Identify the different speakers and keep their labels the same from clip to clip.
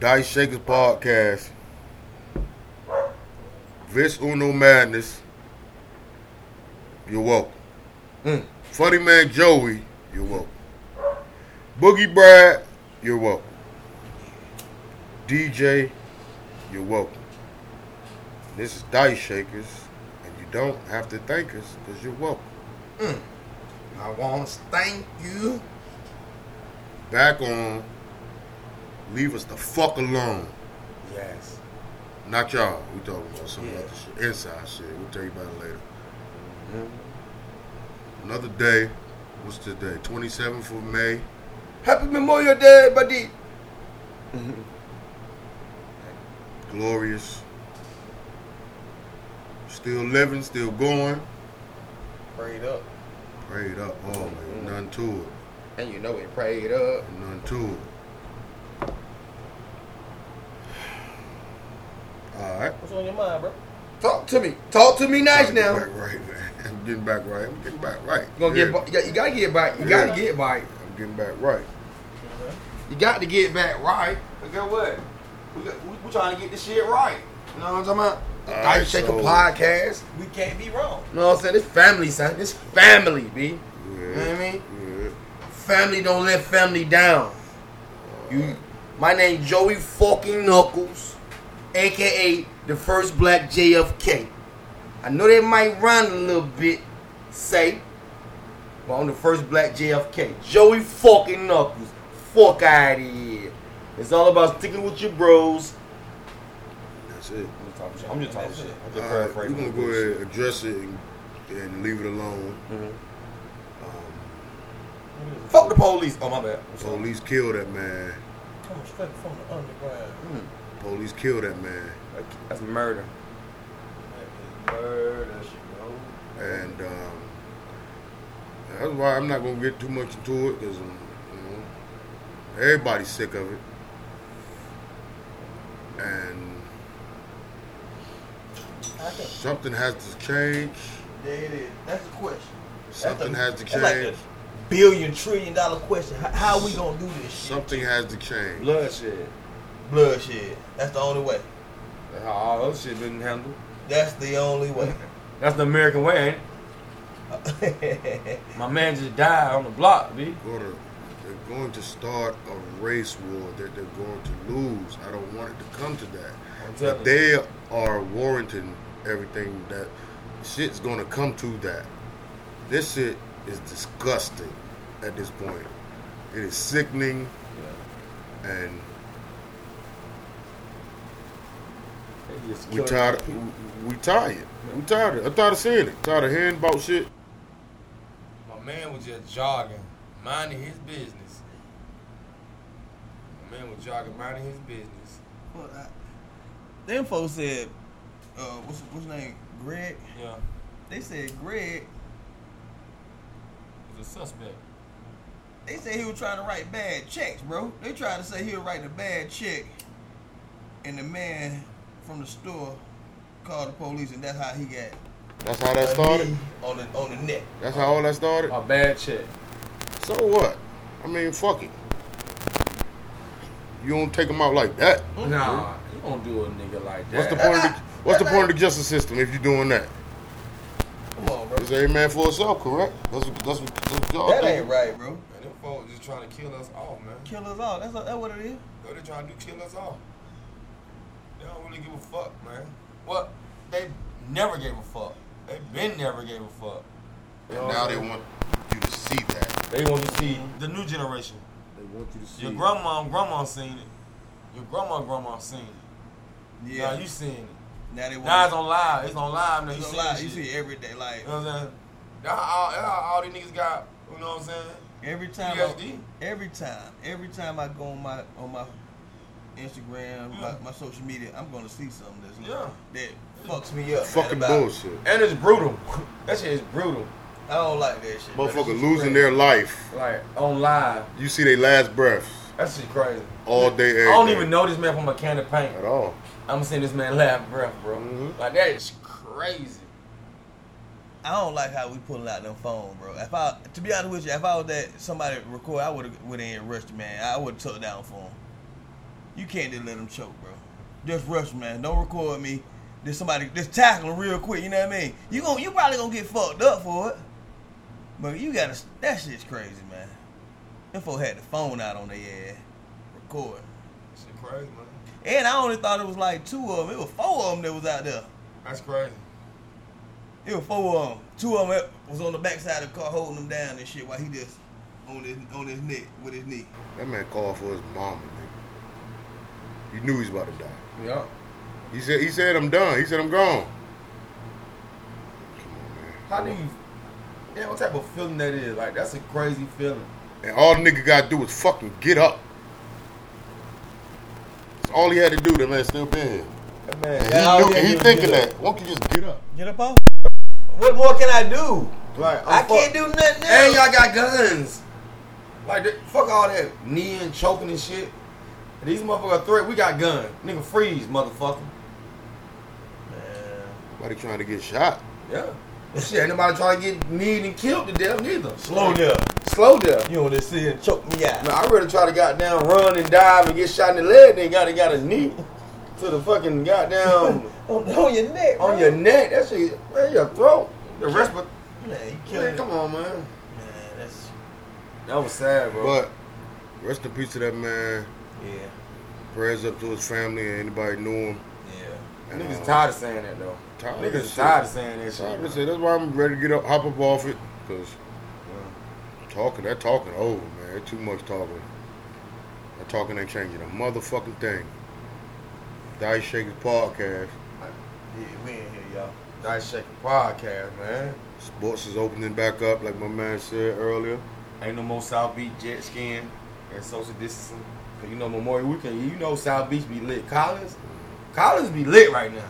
Speaker 1: Dice Shakers Podcast. Vince Uno Madness. You're welcome. Funny Man Joey. You're welcome. Boogie Brad. You're welcome. DJ. You're welcome. This is Dice Shakers, and you don't have to thank us because you're welcome.
Speaker 2: I want to thank you.
Speaker 1: Back on. Leave us the fuck alone.
Speaker 2: Yes.
Speaker 1: Not y'all. We talking about some
Speaker 2: Yeah.
Speaker 1: other shit. Inside shit. We'll tell you about it later.
Speaker 2: Mm-hmm.
Speaker 1: Another day. What's today? 27th of May.
Speaker 2: Happy Memorial Day, buddy.
Speaker 1: Glorious. Still living, still going.
Speaker 2: Prayed up. Mm-hmm.
Speaker 1: Prayed up always. None to it.
Speaker 2: And you know it prayed up.
Speaker 1: None to it. Alright.
Speaker 3: What's on your mind, bro?
Speaker 2: Talk to me. Talk to me nice now.
Speaker 1: Back right, man. I'm getting back right. I'm getting back right.
Speaker 2: You gonna
Speaker 1: Yeah.
Speaker 2: get bu- you got- you gotta get back. You gotta
Speaker 1: Yeah.
Speaker 2: get back.
Speaker 1: I'm getting back right.
Speaker 2: You got to get back right. But guess what? We, got, we, we trying to get this shit right. You know what I'm talking about? The
Speaker 1: All
Speaker 2: Dice
Speaker 1: right,
Speaker 2: Shaker
Speaker 1: so-
Speaker 2: podcast.
Speaker 3: We can't be wrong.
Speaker 2: You know what I'm saying? This family, son. This family, B.
Speaker 1: Yeah.
Speaker 2: You know what I mean?
Speaker 1: Yeah.
Speaker 2: Family don't let family down. You, my name Joey fucking Knuckles, aka the first black JFK. I know they might run a little bit, say, but I'm the first black JFK. Joey fucking Knuckles. Fuck out of here. It's all about sticking with your bros.
Speaker 1: That's it.
Speaker 2: I'm just talking shit. I'm just talking shit. I'm just
Speaker 1: All right, we're gonna
Speaker 2: paraphrasing.
Speaker 1: go ahead and address it and, and leave it alone.
Speaker 2: Fuck the police. Oh my bad.
Speaker 1: Police killed that man.
Speaker 3: Coming straight from the underground.
Speaker 1: Police killed that man.
Speaker 2: That's murder.
Speaker 1: And um, that's why I'm not gonna get too much into it because you know, everybody's sick of it. And
Speaker 3: I can.
Speaker 1: something has to change.
Speaker 3: There it is. That's the question.
Speaker 1: Something has
Speaker 3: That's
Speaker 1: to
Speaker 3: the- that's like
Speaker 1: change.
Speaker 3: the billion trillion dollar question. How, how we gonna do this shit?
Speaker 1: Something has to change.
Speaker 2: Bloodshed.
Speaker 3: Bloodshed. That's the only way.
Speaker 2: That's how all those shit been handled.
Speaker 3: That's the only way.
Speaker 2: That's the American way, ain't it? My man just died on the block, B.
Speaker 1: Go to- They're going to start a race war that they're going to lose. I don't want it to come to that.
Speaker 2: I'm
Speaker 1: But
Speaker 2: telling you.
Speaker 1: they are warranting everything that shit's gonna come to that. This shit is disgusting at this point. It is sickening and
Speaker 2: They just
Speaker 1: we
Speaker 2: killed-
Speaker 1: tired we, we tired. We tired of, I'm tired of seeing it. Tired of hearing about shit.
Speaker 2: My man was just jogging, minding his business. My man was jogging, minding his business.
Speaker 3: Well, I- Them folks said, uh, what's what's his name? Greg.
Speaker 2: Yeah,
Speaker 3: They said Greg.
Speaker 2: he's a suspect.
Speaker 3: They said he was trying to write bad checks, bro. They tried to say he was writing a bad check, and the man from the store called the police, and that's how he got
Speaker 1: That's how that
Speaker 3: a
Speaker 1: started.
Speaker 3: knee on the on the neck.
Speaker 1: That's how all that started.
Speaker 2: A bad check.
Speaker 1: So what? I mean, fuck it. You don't take them out like that.
Speaker 2: Nah, you don't do a nigga like
Speaker 1: What's
Speaker 2: that.
Speaker 1: the point? Of the, what's the point of the justice system if you're doing that?
Speaker 3: Come on, bro.
Speaker 1: It's every man for himself, correct? That's what, that's what, that's what y'all
Speaker 3: That
Speaker 1: think.
Speaker 3: ain't right, bro.
Speaker 4: Man, them folks just trying to kill us off, man.
Speaker 3: Kill us all. That's that's what it is.
Speaker 4: Yo, they trying to do kill us off. They don't really give a fuck, man. What? They never gave a fuck. They been never gave a fuck.
Speaker 1: And now they want you to see that.
Speaker 2: They want to see.
Speaker 4: The new generation.
Speaker 1: They want you to see.
Speaker 4: Your grandma and grandma seen it. Your grandma and grandma seen it.
Speaker 3: Yeah.
Speaker 4: Now you seen it.
Speaker 3: now they want.
Speaker 4: Now it's on live. It's on live. Now you
Speaker 3: it's
Speaker 4: see
Speaker 3: a
Speaker 4: Uh,
Speaker 3: lie.
Speaker 4: this
Speaker 3: You
Speaker 4: shit.
Speaker 3: see every day, like
Speaker 4: You know what I'm saying? That's how all, that's how all these niggas got. You know what I'm saying?
Speaker 3: every time. I,
Speaker 4: PhD.
Speaker 3: every time. Every time I go on my on my Instagram,
Speaker 4: Yeah.
Speaker 3: my, my social media, I'm gonna see something that's like,
Speaker 4: Yeah.
Speaker 3: that fucks me up. man,
Speaker 1: Fucking
Speaker 3: about-
Speaker 1: bullshit.
Speaker 2: And it's brutal. that shit is brutal.
Speaker 3: I don't like that shit. bro. This
Speaker 1: Motherfucker
Speaker 3: is
Speaker 1: losing
Speaker 3: crazy.
Speaker 1: their life.
Speaker 2: Like on live,
Speaker 1: You see their last breath
Speaker 2: that shit crazy.
Speaker 1: all day.
Speaker 2: I
Speaker 1: Every
Speaker 2: don't
Speaker 1: day.
Speaker 2: even know this man from a can of paint.
Speaker 1: at all.
Speaker 2: I'm seeing this man laugh, breath, bro.
Speaker 1: Mhm.
Speaker 2: Like that is crazy.
Speaker 3: I don't like how we pulling out them phone, bro. If I, to be honest with you, if I was that somebody record, I would have would have rushed the man. I would have took down for him. You can't just let them choke, bro. Just rush, man. Don't record me. Just somebody just tackle 'em real quick. You know what I mean? You gon' you probably gonna get fucked up for it. But you gotta. That shit's crazy, man. Them folk had the phone out on their ass, recording.
Speaker 2: Shit crazy, man.
Speaker 3: And I only thought it was like two of them. It was four of them that was out there.
Speaker 2: That's crazy.
Speaker 3: It was four of them. Two of them was on the backside of the car holding him down and shit while he just on his on his neck with his knee.
Speaker 1: That man called for his mama, nigga. He knew he was about to die.
Speaker 2: Yeah.
Speaker 1: He said, he said, I'm done. He said, I'm gone. Come
Speaker 2: How
Speaker 1: on,
Speaker 2: do
Speaker 1: man.
Speaker 2: you? Yeah, what type of feeling that is? Like that's a crazy feeling.
Speaker 1: And all the nigga got to do is fucking get up. That's all he had to do. That man still been here.
Speaker 2: That man.
Speaker 1: And
Speaker 2: that
Speaker 1: he,
Speaker 2: out
Speaker 1: knew,
Speaker 2: here
Speaker 1: he
Speaker 2: just
Speaker 1: thinking
Speaker 2: get
Speaker 1: that.
Speaker 2: up.
Speaker 1: Why don't you just get up?
Speaker 3: Get up off. Oh, What more can I do?
Speaker 2: Like I'm
Speaker 5: I
Speaker 2: fuck-
Speaker 5: can't do nothing else.
Speaker 2: And y'all got guns. Like th- fuck all that kneeing, choking and shit. These motherfuckers threat. We got gun. Nigga freeze, motherfucker.
Speaker 1: Nobody trying to get shot.
Speaker 2: Yeah. Shit, ain't nobody trying to get kneed and killed to death neither.
Speaker 3: Slow down.
Speaker 2: Slow death.
Speaker 3: You on this sit here and choke me out.
Speaker 2: Man, I really try to goddamn run and dive and get shot in the leg. Then gotta got a knee to the fucking goddamn
Speaker 3: On, on your neck.
Speaker 2: on
Speaker 3: bro.
Speaker 2: your neck. That shit, man, your throat. The rest, but
Speaker 3: Man, you killing
Speaker 2: man,
Speaker 3: it.
Speaker 2: come on, man.
Speaker 3: Man, that's
Speaker 2: That was sad, bro.
Speaker 1: But rest in peace to that man.
Speaker 3: yeah,
Speaker 1: Prayers up to his family and anybody knew him.
Speaker 3: yeah.
Speaker 1: And,
Speaker 2: Niggas
Speaker 1: uh,
Speaker 2: tired of saying that though.
Speaker 1: Tired
Speaker 2: Niggas
Speaker 1: of
Speaker 2: is
Speaker 1: shit.
Speaker 2: tired of saying that
Speaker 1: Sorry
Speaker 2: shit.
Speaker 1: to
Speaker 2: man.
Speaker 1: say, that's why I'm ready to get up, hop up off it. Because
Speaker 2: Yeah.
Speaker 1: talking, that talking over, man. There's too much talking. That talking ain't changing a motherfucking thing. Dice Shakers podcast.
Speaker 3: Yeah, we in here, y'all.
Speaker 2: Dice Shaker podcast, man.
Speaker 1: Sports is opening back up, like my man said earlier.
Speaker 2: Ain't no more South Beach jet skiing and social distancing. Cause you know Memorial Weekend, you know South Beach be lit. Collins, Collins be lit right now.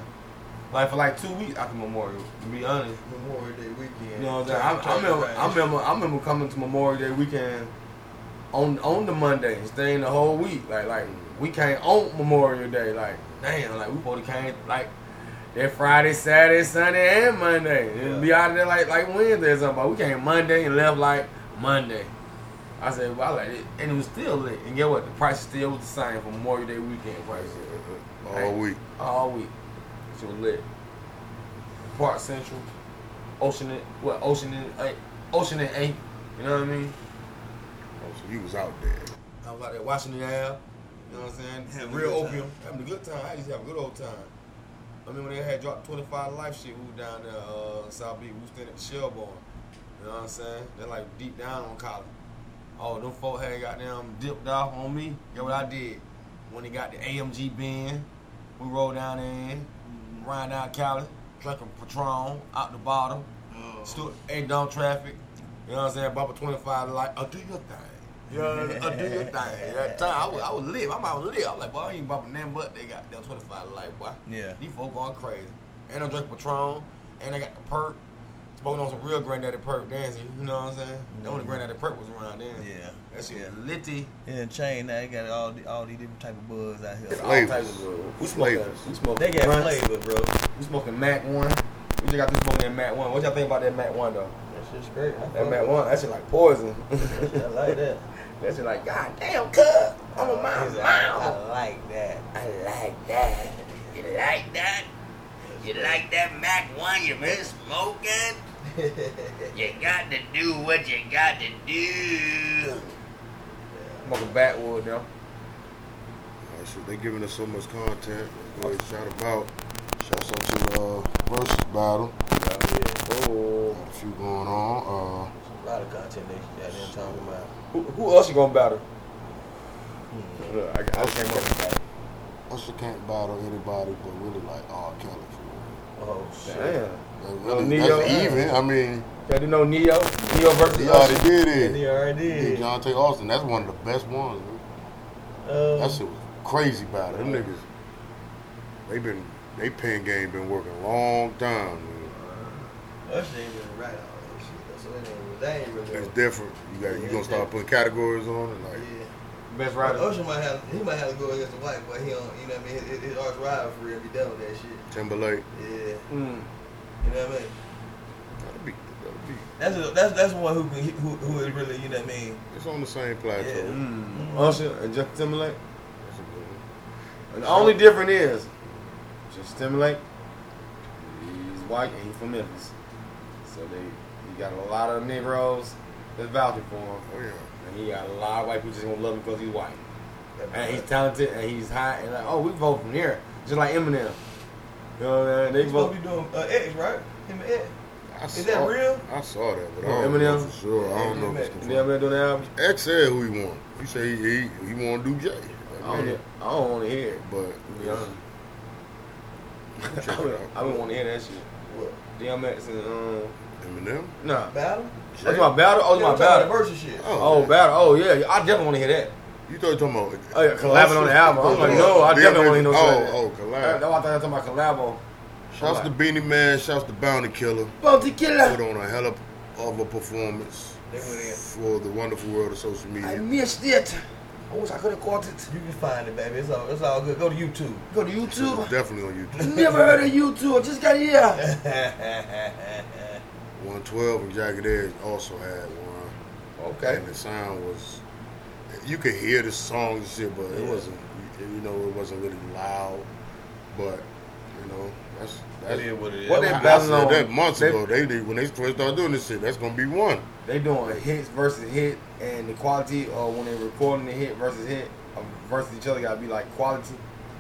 Speaker 2: Like for like two weeks after Memorial. To be honest,
Speaker 3: Memorial Day weekend.
Speaker 2: you know what I'm saying. I, I remember, I remember, I remember coming to Memorial Day weekend on on the Monday and staying the whole week. Like like we came on Memorial Day. Like damn, like we supposed to came like. That Friday, Saturday, Sunday, and Monday. It'll Be out of there like like Wednesday or something. But we came Monday and left like Monday. I said, well, I like it. And it was still lit. And get what? The price still was the same for Memorial Day weekend price.
Speaker 1: All
Speaker 2: Hey.
Speaker 1: week.
Speaker 2: All week. It was lit. Park Central. Ocean and, what? Ocean and eight. Ocean and eight. You know what I mean?
Speaker 1: Oh, so you was out there.
Speaker 2: I was out there watching the air. You know what I'm saying?
Speaker 3: Having a
Speaker 2: real
Speaker 3: good
Speaker 2: opium. Having a good time. I used to have a good old time. I mean, when they had dropped 25 Life shit, we was down there uh, South Beach. We was staying at the Shelbourne. You know what I'm saying? They're like deep down on college. Oh, them folk had got them dipped off on me. Yeah, what I did? When they got the AMG bin, we rolled down in, ran down Cali, drank a Patron out the bottom, stood, ain't down traffic. You know what I'm saying? Bought a 25 light. Oh, do your thing. You know what I'm saying? Oh, do your thing. That time, I was, I was live. I'm out live. I'm like, boy, I ain't bumping nothing but they got that 25 light, boy.
Speaker 3: Yeah.
Speaker 2: These folk going crazy. And I drank Patron, and I got the perk. Smoking on some real granddaddy perk dancing. You know what I'm saying? The only granddaddy perk was around then.
Speaker 3: Yeah.
Speaker 2: That shit
Speaker 3: Yeah.
Speaker 2: was litty.
Speaker 3: Yeah, chain now. You got all the, all these different type of bugs out here.
Speaker 1: Flavors.
Speaker 2: We smoking.
Speaker 1: Flavors.
Speaker 2: We smoking.
Speaker 3: They got
Speaker 2: blunts.
Speaker 3: flavor, bro.
Speaker 2: We smoking Mac One. We just got through smoking that Mac One. What y'all think about that Mac One though?
Speaker 3: That shit's great. I
Speaker 2: That Mac One, that shit like poison.
Speaker 3: I like that.
Speaker 2: that shit like God damn, cuz I'm a mom. mom.
Speaker 3: I like that.
Speaker 2: I like that. You like that? You like that Mac One? You been smoking?
Speaker 6: You got to do what you got to do.
Speaker 2: Smoking backwood though.
Speaker 1: All right, so they giving us so much content. Go ahead, shout 'em out. Shouts out to the uh, versus battle.
Speaker 2: Oh.
Speaker 1: Got a few going on. Uh,
Speaker 3: A lot of content they got them talking about.
Speaker 2: Who, who else you gonna battle? Look, I, I came up with that.
Speaker 1: Uh, Usher can't battle anybody, but really like R. Kelly. For
Speaker 3: Oh shit.
Speaker 2: Damn.
Speaker 1: real. That
Speaker 2: No,
Speaker 1: really,
Speaker 2: Neo.
Speaker 1: that's even. I mean,
Speaker 2: Y'all do know Neo? Neo versus
Speaker 1: he
Speaker 2: Usher.
Speaker 1: already did
Speaker 3: And he
Speaker 1: it.
Speaker 3: already
Speaker 1: He
Speaker 3: did.
Speaker 1: did John T. Austin. That's one of the best ones. Man.
Speaker 3: Um,
Speaker 1: That shit was crazy battle. Uh-huh. Them niggas, they been, they pen game been working a long time. Man.
Speaker 3: Usher ain't really right all that shit. though, So that ain't, that ain't really.
Speaker 1: It's different. You got you gonna start putting categories on and like.
Speaker 3: Yeah.
Speaker 2: Best
Speaker 3: Right.
Speaker 2: rider.
Speaker 3: Ocean might have he might have to go against the white boy. He don't, you know what I mean. His, his arch rival for real be done with that shit.
Speaker 1: Timberlake.
Speaker 3: Yeah,
Speaker 2: Mm.
Speaker 3: you know what I mean.
Speaker 1: That'll be, that'll be.
Speaker 3: That's a, that's that's one who can who who is really you know what I mean.
Speaker 1: It's on the same plateau.
Speaker 3: Yeah.
Speaker 2: Mm. Usher and Justin Timberlake.
Speaker 1: That's a good one.
Speaker 2: The only difference is, just stimulate. He's white and he's from Memphis, so they he got a lot of Negroes that vouching for him,
Speaker 1: Oh yeah.
Speaker 2: and he got a lot of white people just gonna love him because he's white. And he's talented and he's hot and like, oh, we vote from here, just like Eminem. You know what I mean? They
Speaker 3: He's supposed
Speaker 2: vote.
Speaker 3: to be doing uh, X, right? Him and X.
Speaker 1: I
Speaker 3: Is that real?
Speaker 1: I saw that, but I
Speaker 2: Oh,
Speaker 1: don't know
Speaker 2: Eminem?
Speaker 1: for sure. I don't know if it's
Speaker 2: You know
Speaker 1: confirmed.
Speaker 2: what I'm doing now?
Speaker 1: X said who he want. He said he he, he want to do Jay. Like,
Speaker 2: I don't,
Speaker 1: man,
Speaker 2: I don't want to hear it.
Speaker 1: But
Speaker 2: Yeah.
Speaker 1: check it
Speaker 2: I
Speaker 1: out.
Speaker 2: don't want to hear that shit.
Speaker 3: What?
Speaker 2: DMX and um,
Speaker 1: Eminem.
Speaker 2: nah.
Speaker 3: Battle?
Speaker 2: Oh, you my battle? Oh, you
Speaker 3: Yeah,
Speaker 2: my
Speaker 3: I'm talking about
Speaker 2: battle?
Speaker 3: the verse and shit.
Speaker 2: Oh,
Speaker 1: man.
Speaker 2: battle. Oh, yeah. I definitely want to hear that.
Speaker 1: You thought you talking about? uh,
Speaker 2: Oh, yeah, collabing on the album. I'm like, no, I definitely want to hear no shit.
Speaker 1: Oh, oh,
Speaker 2: That's
Speaker 1: collab.
Speaker 2: why I thought I was talking about collabo.
Speaker 1: Shouts to Beanie Man. Shouts to Bounty Killer.
Speaker 7: Bounty
Speaker 1: Put
Speaker 7: killer.
Speaker 1: on a hell of, of a performance
Speaker 3: They went in.
Speaker 1: for the wonderful world of social
Speaker 7: I
Speaker 1: media.
Speaker 7: missed it. I wish I could have caught it.
Speaker 3: You can find it, baby. It's all, it's all good. Go to YouTube.
Speaker 7: Go to
Speaker 1: It's
Speaker 7: YouTube.
Speaker 1: definitely on YouTube.
Speaker 7: Never heard of YouTube. I just got here.
Speaker 3: yeah,
Speaker 1: 112 and Jagged Edge also had one.
Speaker 2: Okay.
Speaker 1: And the sound was, you could hear the songs and shit, but it
Speaker 3: Yeah.
Speaker 1: wasn't, you you know, it wasn't really loud. But, you know, that's, that's
Speaker 3: is what it is.
Speaker 2: What
Speaker 1: I-
Speaker 2: they
Speaker 1: I
Speaker 2: battling
Speaker 1: said
Speaker 2: on?
Speaker 1: that months
Speaker 2: they,
Speaker 1: ago. They, they when they first started doing this shit, that's gonna be one.
Speaker 2: They doing hits versus hit, and the quality or when they recording the hit versus hit uh, versus each other gotta be like quality.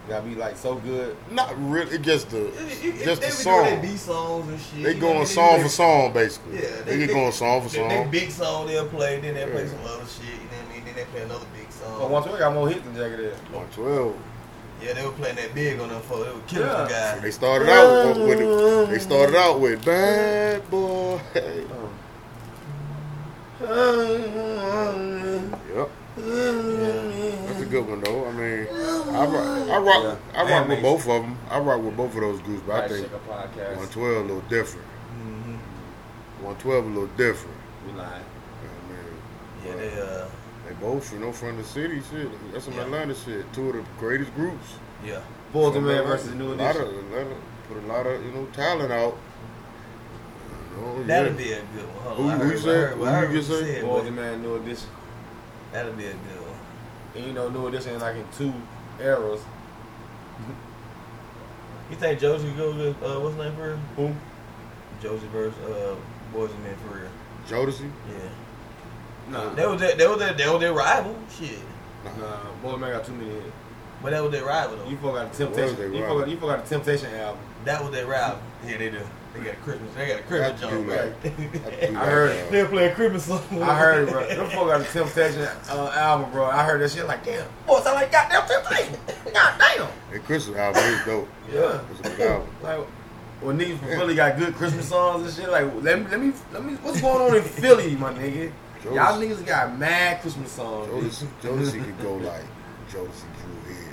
Speaker 2: Gotta be like so good.
Speaker 1: Not really, it's just the
Speaker 3: You- you-
Speaker 1: just
Speaker 3: they
Speaker 1: the
Speaker 3: be
Speaker 1: song.
Speaker 3: doing They B songs and shit.
Speaker 1: They
Speaker 3: You know
Speaker 1: going
Speaker 3: what I mean?
Speaker 1: song
Speaker 3: They-
Speaker 1: for song basically.
Speaker 3: Yeah,
Speaker 1: they, get going song for
Speaker 3: They, they
Speaker 1: song.
Speaker 3: big song they'll play, then they will play
Speaker 1: Yeah. Oh,
Speaker 3: some other shit, you know what I mean? Then they play another big song.
Speaker 2: But once we got more hits than Jagged Edge.
Speaker 1: One twelve.
Speaker 3: yeah, they were playing that big on them for they were killing
Speaker 2: Yeah.
Speaker 3: some guy.
Speaker 1: They started out with it. They started out with bad boy.
Speaker 2: Oh.
Speaker 7: Uh,
Speaker 1: Yep. Mm-hmm. That's a good one though. I mean, I rock, I rock,
Speaker 2: Yeah.
Speaker 1: I rock with
Speaker 2: Bandmates.
Speaker 1: both of them. I rock with both of those groups, but I
Speaker 2: Right,
Speaker 1: think
Speaker 2: Shaker podcast.
Speaker 1: one twelve a little different.
Speaker 3: Mm-hmm.
Speaker 1: One twelve a little different.
Speaker 2: We lying.
Speaker 1: I mean,
Speaker 3: Yeah, they uh
Speaker 1: They both, you know, from the city, shit. That's some
Speaker 3: Yeah.
Speaker 1: Atlanta shit. Two of the greatest groups.
Speaker 3: yeah.
Speaker 2: Boys
Speaker 1: From
Speaker 2: and Man
Speaker 1: Atlanta.
Speaker 2: versus New
Speaker 1: a lot of
Speaker 2: Edition.
Speaker 1: Atlanta put a lot of you know talent out. You know,
Speaker 3: That'll
Speaker 1: yeah.
Speaker 3: be a good one. Hold
Speaker 1: Who-
Speaker 3: on, I
Speaker 1: who
Speaker 3: heard-
Speaker 1: you
Speaker 3: I
Speaker 1: said?
Speaker 3: heard-
Speaker 1: Who
Speaker 3: I heard
Speaker 1: you
Speaker 3: what
Speaker 1: just said?
Speaker 2: Boys
Speaker 3: but
Speaker 2: and Man New Edition.
Speaker 3: That'll be a good one.
Speaker 2: And you know New Edition is like in two eras.
Speaker 3: You think Josie go with uh what's his name for real?
Speaker 2: Who?
Speaker 3: Josie versus uh Boys and Men for real.
Speaker 1: Jodeci.
Speaker 3: Yeah.
Speaker 2: Nah.
Speaker 3: They was their, they was their, they was their rival. Shit.
Speaker 2: Nah, Boys and Man got too many hits.
Speaker 3: But that was their rival though.
Speaker 2: You forgot the
Speaker 1: What was they
Speaker 2: Temptation. You
Speaker 1: robbing?
Speaker 2: forgot, you forgot the Temptation album.
Speaker 3: That was their rival. Yeah, they do. They got a Christmas. They got a
Speaker 1: That's
Speaker 3: Christmas joint.
Speaker 1: too
Speaker 3: Right.
Speaker 1: That's too
Speaker 2: I heard
Speaker 1: bad.
Speaker 2: it.
Speaker 3: They're playing Christmas song.
Speaker 2: I heard it, bro. Them folk got the Temptation uh, album, bro. I heard that shit like, damn, boy, sound like goddamn Temptation. God damn.
Speaker 1: That Christmas uh, album is dope.
Speaker 2: Yeah.
Speaker 1: It's a good album.
Speaker 2: Like, when niggas from Philly got good Christmas songs and shit, like, let me, let me, let me, what's going on in Philly, my nigga? Y'all
Speaker 1: Jodeci,
Speaker 2: niggas got mad Christmas songs.
Speaker 1: Jodeci, Jodeci could go like Jodeci Drew Hill.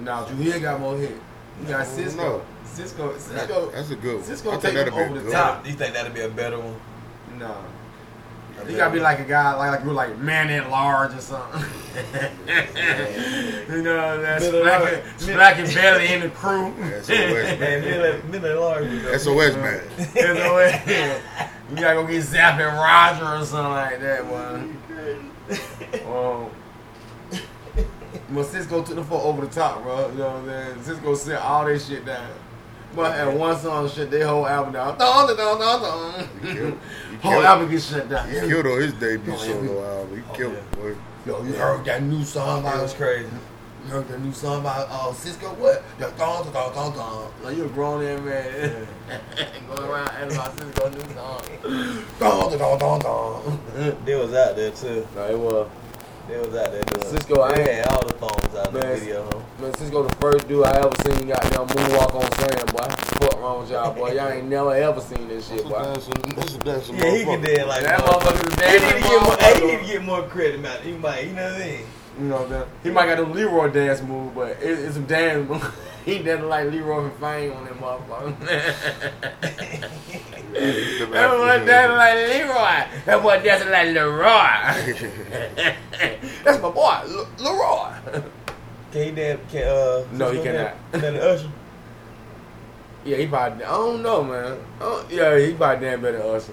Speaker 2: Now, Drew Hill got more hit. You got
Speaker 1: don't
Speaker 2: Cisco.
Speaker 1: know.
Speaker 2: Cisco, Cisco.
Speaker 1: That's a good one.
Speaker 2: Cisco
Speaker 1: I think
Speaker 2: take
Speaker 1: that'd be
Speaker 2: him over
Speaker 1: a
Speaker 2: the
Speaker 1: good
Speaker 2: top.
Speaker 1: one.
Speaker 3: You think that'll be a better one?
Speaker 2: No. You gotta be like a guy, like, like you like man at large or something. you know, that's
Speaker 3: Man at
Speaker 2: black,
Speaker 3: large.
Speaker 2: and, black and belly in the crew.
Speaker 1: That's SOS
Speaker 3: Man,
Speaker 1: man.
Speaker 3: men at- men at large. you know.
Speaker 1: SOS man.
Speaker 2: You know what? You gotta go get Zapp and Roger or something like that, man. Um, but Cisco took the fuck over the top, bro. You know what I'm saying? Cisco sent all this shit down. But at one song, shit, they whole album down. Dun, dun, dun, dun,
Speaker 1: He
Speaker 2: dun.
Speaker 1: killed. He
Speaker 2: Whole
Speaker 1: killed.
Speaker 2: album gets shut down.
Speaker 1: He killed on his debut
Speaker 2: Oh, yeah.
Speaker 1: solo album. He killed.
Speaker 3: yeah.
Speaker 1: Boy.
Speaker 2: Yo, you heard that new song
Speaker 3: That
Speaker 2: about
Speaker 3: was crazy.
Speaker 2: You heard that new song by uh, Cisco? What? Yo, dong, dong, dong, dong, dong. Like, you a grown ass man. Going around and about Cisco new song. Dong, dong, dong, dong.
Speaker 3: They was out there too.
Speaker 2: No, it was.
Speaker 3: They was out there. Doing.
Speaker 2: Cisco, I
Speaker 3: they
Speaker 2: ain't-
Speaker 3: had all the phones out in the
Speaker 2: Man.
Speaker 3: video. Huh?
Speaker 2: Man, Cisco the first dude I ever seen goddamn moonwalk on sand, boy. Fuck wrong with y'all, boy. Y'all ain't never ever seen this shit, boy.
Speaker 1: That's a dancing- that's a dancing
Speaker 3: Yeah, he could
Speaker 1: motherfucker.
Speaker 3: dance like
Speaker 2: That motherfucker is
Speaker 3: He need, to
Speaker 2: dancing.
Speaker 3: get more, hey, he need to
Speaker 2: motherfucker.
Speaker 3: get more credit, man. He might, you know what I mean?
Speaker 2: You know what I'm saying? He might got them Leroy dance move, but it, it's some dance move. he dancing like Leroy and Fame on that motherfucker.
Speaker 1: Yeah,
Speaker 2: That boy dancing like Leroy. That boy dancing like Leroy. That's my boy, L- Leroy.
Speaker 3: Can he dance? Can, uh,
Speaker 2: No, he
Speaker 3: Cisco
Speaker 2: cannot.
Speaker 3: dance better than Usher.
Speaker 2: Yeah, he probably. I don't know, man. I don't, yeah, he probably damn better than us.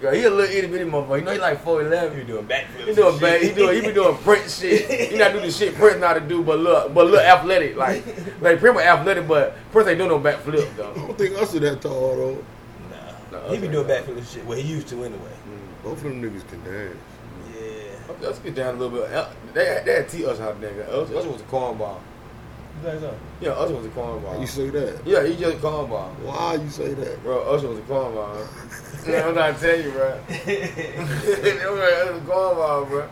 Speaker 2: Girl, he a little itty bitty motherfucker. You know he like four eleven.
Speaker 4: You doing backflips.
Speaker 2: He doing bad. He doing. He be doing print shit. He not do the shit Prince not to do, but look, but look athletic. Like, like Prince was athletic, but Prince ain't doing no backflip
Speaker 1: I
Speaker 2: though.
Speaker 1: don't think us are that tall though.
Speaker 2: Nah,
Speaker 3: Nah, he be
Speaker 2: okay.
Speaker 3: doing backflip and shit. Well, he used to anyway.
Speaker 2: Mm.
Speaker 1: Both of them niggas can dance.
Speaker 3: Yeah.
Speaker 2: Let's get down a little bit.
Speaker 4: Yeah, They had, they had T us out nigga. Us, us was a cornball.
Speaker 3: You think so?
Speaker 4: Yeah, us was a
Speaker 1: Why
Speaker 4: cornball.
Speaker 1: you say that?
Speaker 4: Yeah, he just cornball.
Speaker 1: Why you say that?
Speaker 4: Bro, Usher was a cornball. yeah, I'm not telling you, bro. Usher was a cornball, bro.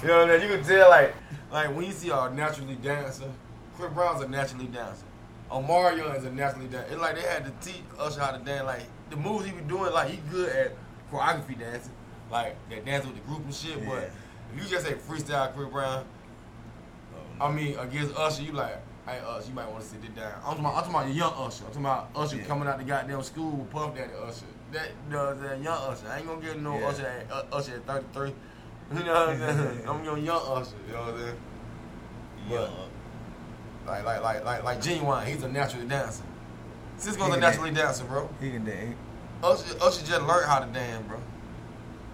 Speaker 4: You know what I mean? You can tell, like, like when you see a naturally dancer, Chris Brown's a naturally dancer. Omarion is a naturally dancer. It's like they had to teach Usher how to dance. Like the moves he be doing, like he good at choreography dancing, like that dance with the group and shit. But if you just say freestyle Chris Brown, I mean, against Usher, you like, hey, Usher, you might want to sit it down. I'm talking, about, I'm talking about the young Usher. I'm talking about Usher
Speaker 3: Yeah.
Speaker 4: coming out the goddamn school with Puff Daddy Usher. That, you know what I'm saying? Young Usher. I ain't going to get no
Speaker 3: Yeah.
Speaker 4: Usher, at, uh, Usher at 33. You know what I'm saying? I'm going young Usher. You know what I'm saying? But, like, like, like, like, like Genuine, he's a naturally dancer. Cisco's
Speaker 3: Yeah.
Speaker 4: a naturally dancer, bro.
Speaker 3: He can dance.
Speaker 4: Usher, Usher just learned how to dance, bro.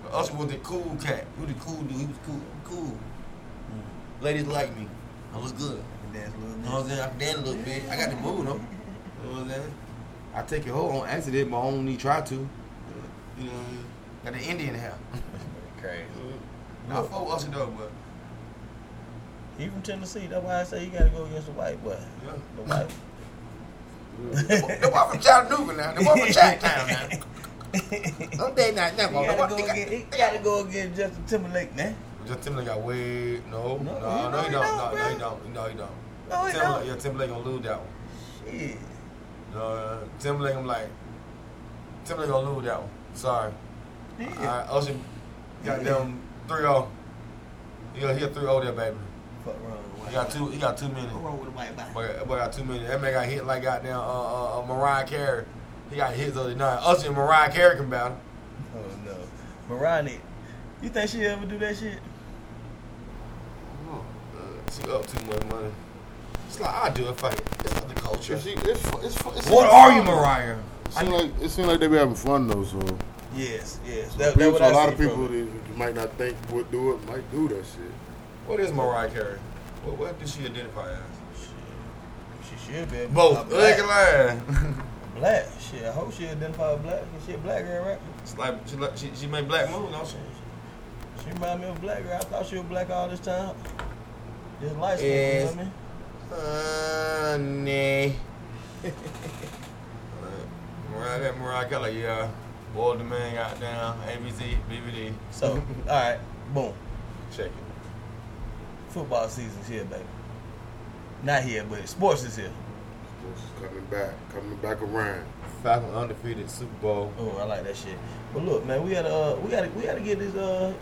Speaker 4: But Usher was the cool cat. He was the cool dude. He was cool. cool. Ladies like me. I was good.
Speaker 3: He can dance a little
Speaker 4: You know what I'm
Speaker 3: bit.
Speaker 4: saying? I dance a little bit. I got the move though. You know what I'm saying? I take it whole on accident, but I only try to. You know what I mean? Got the Indian hair.
Speaker 3: Crazy.
Speaker 4: Not for us though, but
Speaker 3: He from Tennessee. That's why I say you gotta go against the white boy.
Speaker 4: yeah.
Speaker 3: The white.
Speaker 4: the one from Chattanooga now. The one from Chattown now. I'm dead now. Never.
Speaker 3: You
Speaker 4: The
Speaker 3: gotta
Speaker 4: one-
Speaker 3: go
Speaker 4: they got-
Speaker 3: against, he gotta go against Justin Timberlake, man.
Speaker 4: Justin Timberlake got way no,
Speaker 3: No,
Speaker 4: no,
Speaker 3: he don't,
Speaker 4: no, he
Speaker 3: he
Speaker 4: don't,
Speaker 3: don't,
Speaker 4: no, no,
Speaker 3: bro.
Speaker 4: he don't, no, he don't.
Speaker 3: No, he
Speaker 4: Timberlake,
Speaker 3: don't.
Speaker 4: yeah, Timberlake gonna lose that one.
Speaker 3: Shit.
Speaker 4: No, Timberlake, I'm like, Timberlake gonna lose that one. Sorry. All
Speaker 3: Yeah.
Speaker 4: right, Ocean got them 3-0. Yeah, he a 3-0 there, baby.
Speaker 3: Fuck wrong with the white
Speaker 4: He got two. He got two minutes.
Speaker 3: What wrong with the white boy?
Speaker 4: Boy, that boy got two minutes. That man got hit like goddamn uh, uh, uh, Mariah Carey. He got hit the other night. Us and Mariah Carey can battle.
Speaker 3: Oh no. Marani, you think she ever do that shit?
Speaker 4: Uh, she up too much money. It's like I do it. Fuck it. It's not the culture.
Speaker 1: If she- it's fu- it's fu- it's-
Speaker 4: What are you, Mariah?
Speaker 1: It seems like it seems like they be having fun though. So,
Speaker 3: Yes, yes.
Speaker 1: so
Speaker 3: That,
Speaker 1: people,
Speaker 3: that what I
Speaker 1: a lot
Speaker 3: see
Speaker 1: of
Speaker 3: from
Speaker 1: people
Speaker 3: it.
Speaker 1: that you might not think would do it might do that shit.
Speaker 4: What is Mariah Carey? What, what does she identify as?
Speaker 3: She should be. a- a
Speaker 4: Both.
Speaker 3: black.
Speaker 4: Black and line.
Speaker 3: black. Shit, I hope she identify as black. 'cause She a black girl, right?
Speaker 4: It's like she, like- she she made black moves, don't she?
Speaker 3: She remind me of a black girl. I thought she was black all this time. Just light skin, you know
Speaker 4: Yes.
Speaker 3: what I mean?
Speaker 4: Uh, Honey. Mariah, that Mariah Carey, like, yeah. Boy, the man got down. ABC, BBD.
Speaker 3: So, all right, boom.
Speaker 4: Check it.
Speaker 3: Football season's here, baby. Not here, but sports is here.
Speaker 1: This is coming back, coming back around.
Speaker 4: Falcon undefeated Super Bowl.
Speaker 3: Oh, I like that shit. But look, man, we gotta, uh, we gotta, we gotta get this, uh,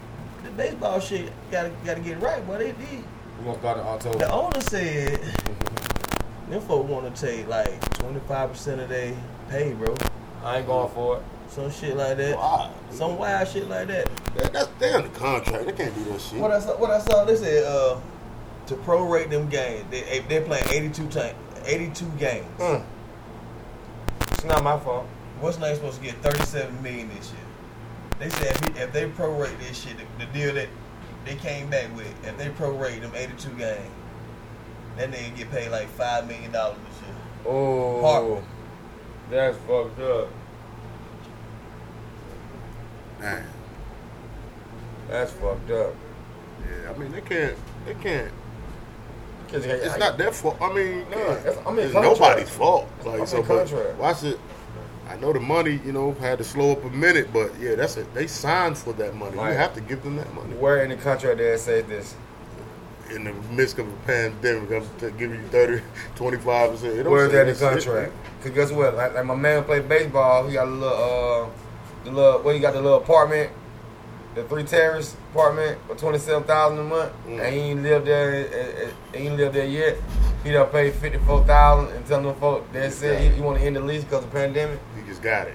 Speaker 3: the baseball shit. Gotta, gotta get right, boy. They did.
Speaker 4: We're gonna start in
Speaker 3: The
Speaker 4: October.
Speaker 3: owner said them folk want to take like 25% of their pay, bro.
Speaker 4: I ain't going for it.
Speaker 3: Some shit like that.
Speaker 1: Why?
Speaker 3: Some wild shit like that.
Speaker 1: That, that's they on the contract. They can't do that shit.
Speaker 3: What I saw, what I saw, they said uh, to prorate them games. They they playing 82 time, 82 games.
Speaker 4: Mm. It's not my fault.
Speaker 3: What's not supposed to get 37 million this year? They said if, he, if they prorate this shit, the, the deal that they came back with, if they prorate them 82 games, that nigga get paid like five million dollars this year.
Speaker 4: Oh,
Speaker 3: Parkman.
Speaker 4: that's fucked up.
Speaker 1: Nah.
Speaker 4: That's fucked up.
Speaker 1: Yeah, I mean they can't. They can't.
Speaker 4: Cause they-
Speaker 1: It's not their fault. I mean,
Speaker 4: No,
Speaker 1: yeah,
Speaker 4: that's- I'm in
Speaker 1: it's
Speaker 4: contract.
Speaker 1: nobody's fault.
Speaker 4: That's- I'm
Speaker 1: Like,
Speaker 4: in
Speaker 1: so, but
Speaker 4: contract.
Speaker 1: why should? I know the money, you know, had to slow up a minute, but yeah, that's it. They signed for that money.
Speaker 4: Right.
Speaker 1: You have to give them that money.
Speaker 4: Where in the contract did it say this?
Speaker 1: in the midst of a pandemic, I'm t- giving you 30, 25 percent.
Speaker 4: Where's that in the contract? Cause guess what? Like, like my man play baseball. He got a little, uh, the little, well, he got the little apartment, the three terrace apartment for twenty seven thousand a month.
Speaker 1: Mm.
Speaker 4: And he ain't lived there. uh, uh, He ain't lived there yet. He done paid fifty four thousand and telling them folk that's it. He, want to end the lease because of pandemic.
Speaker 1: You just got it.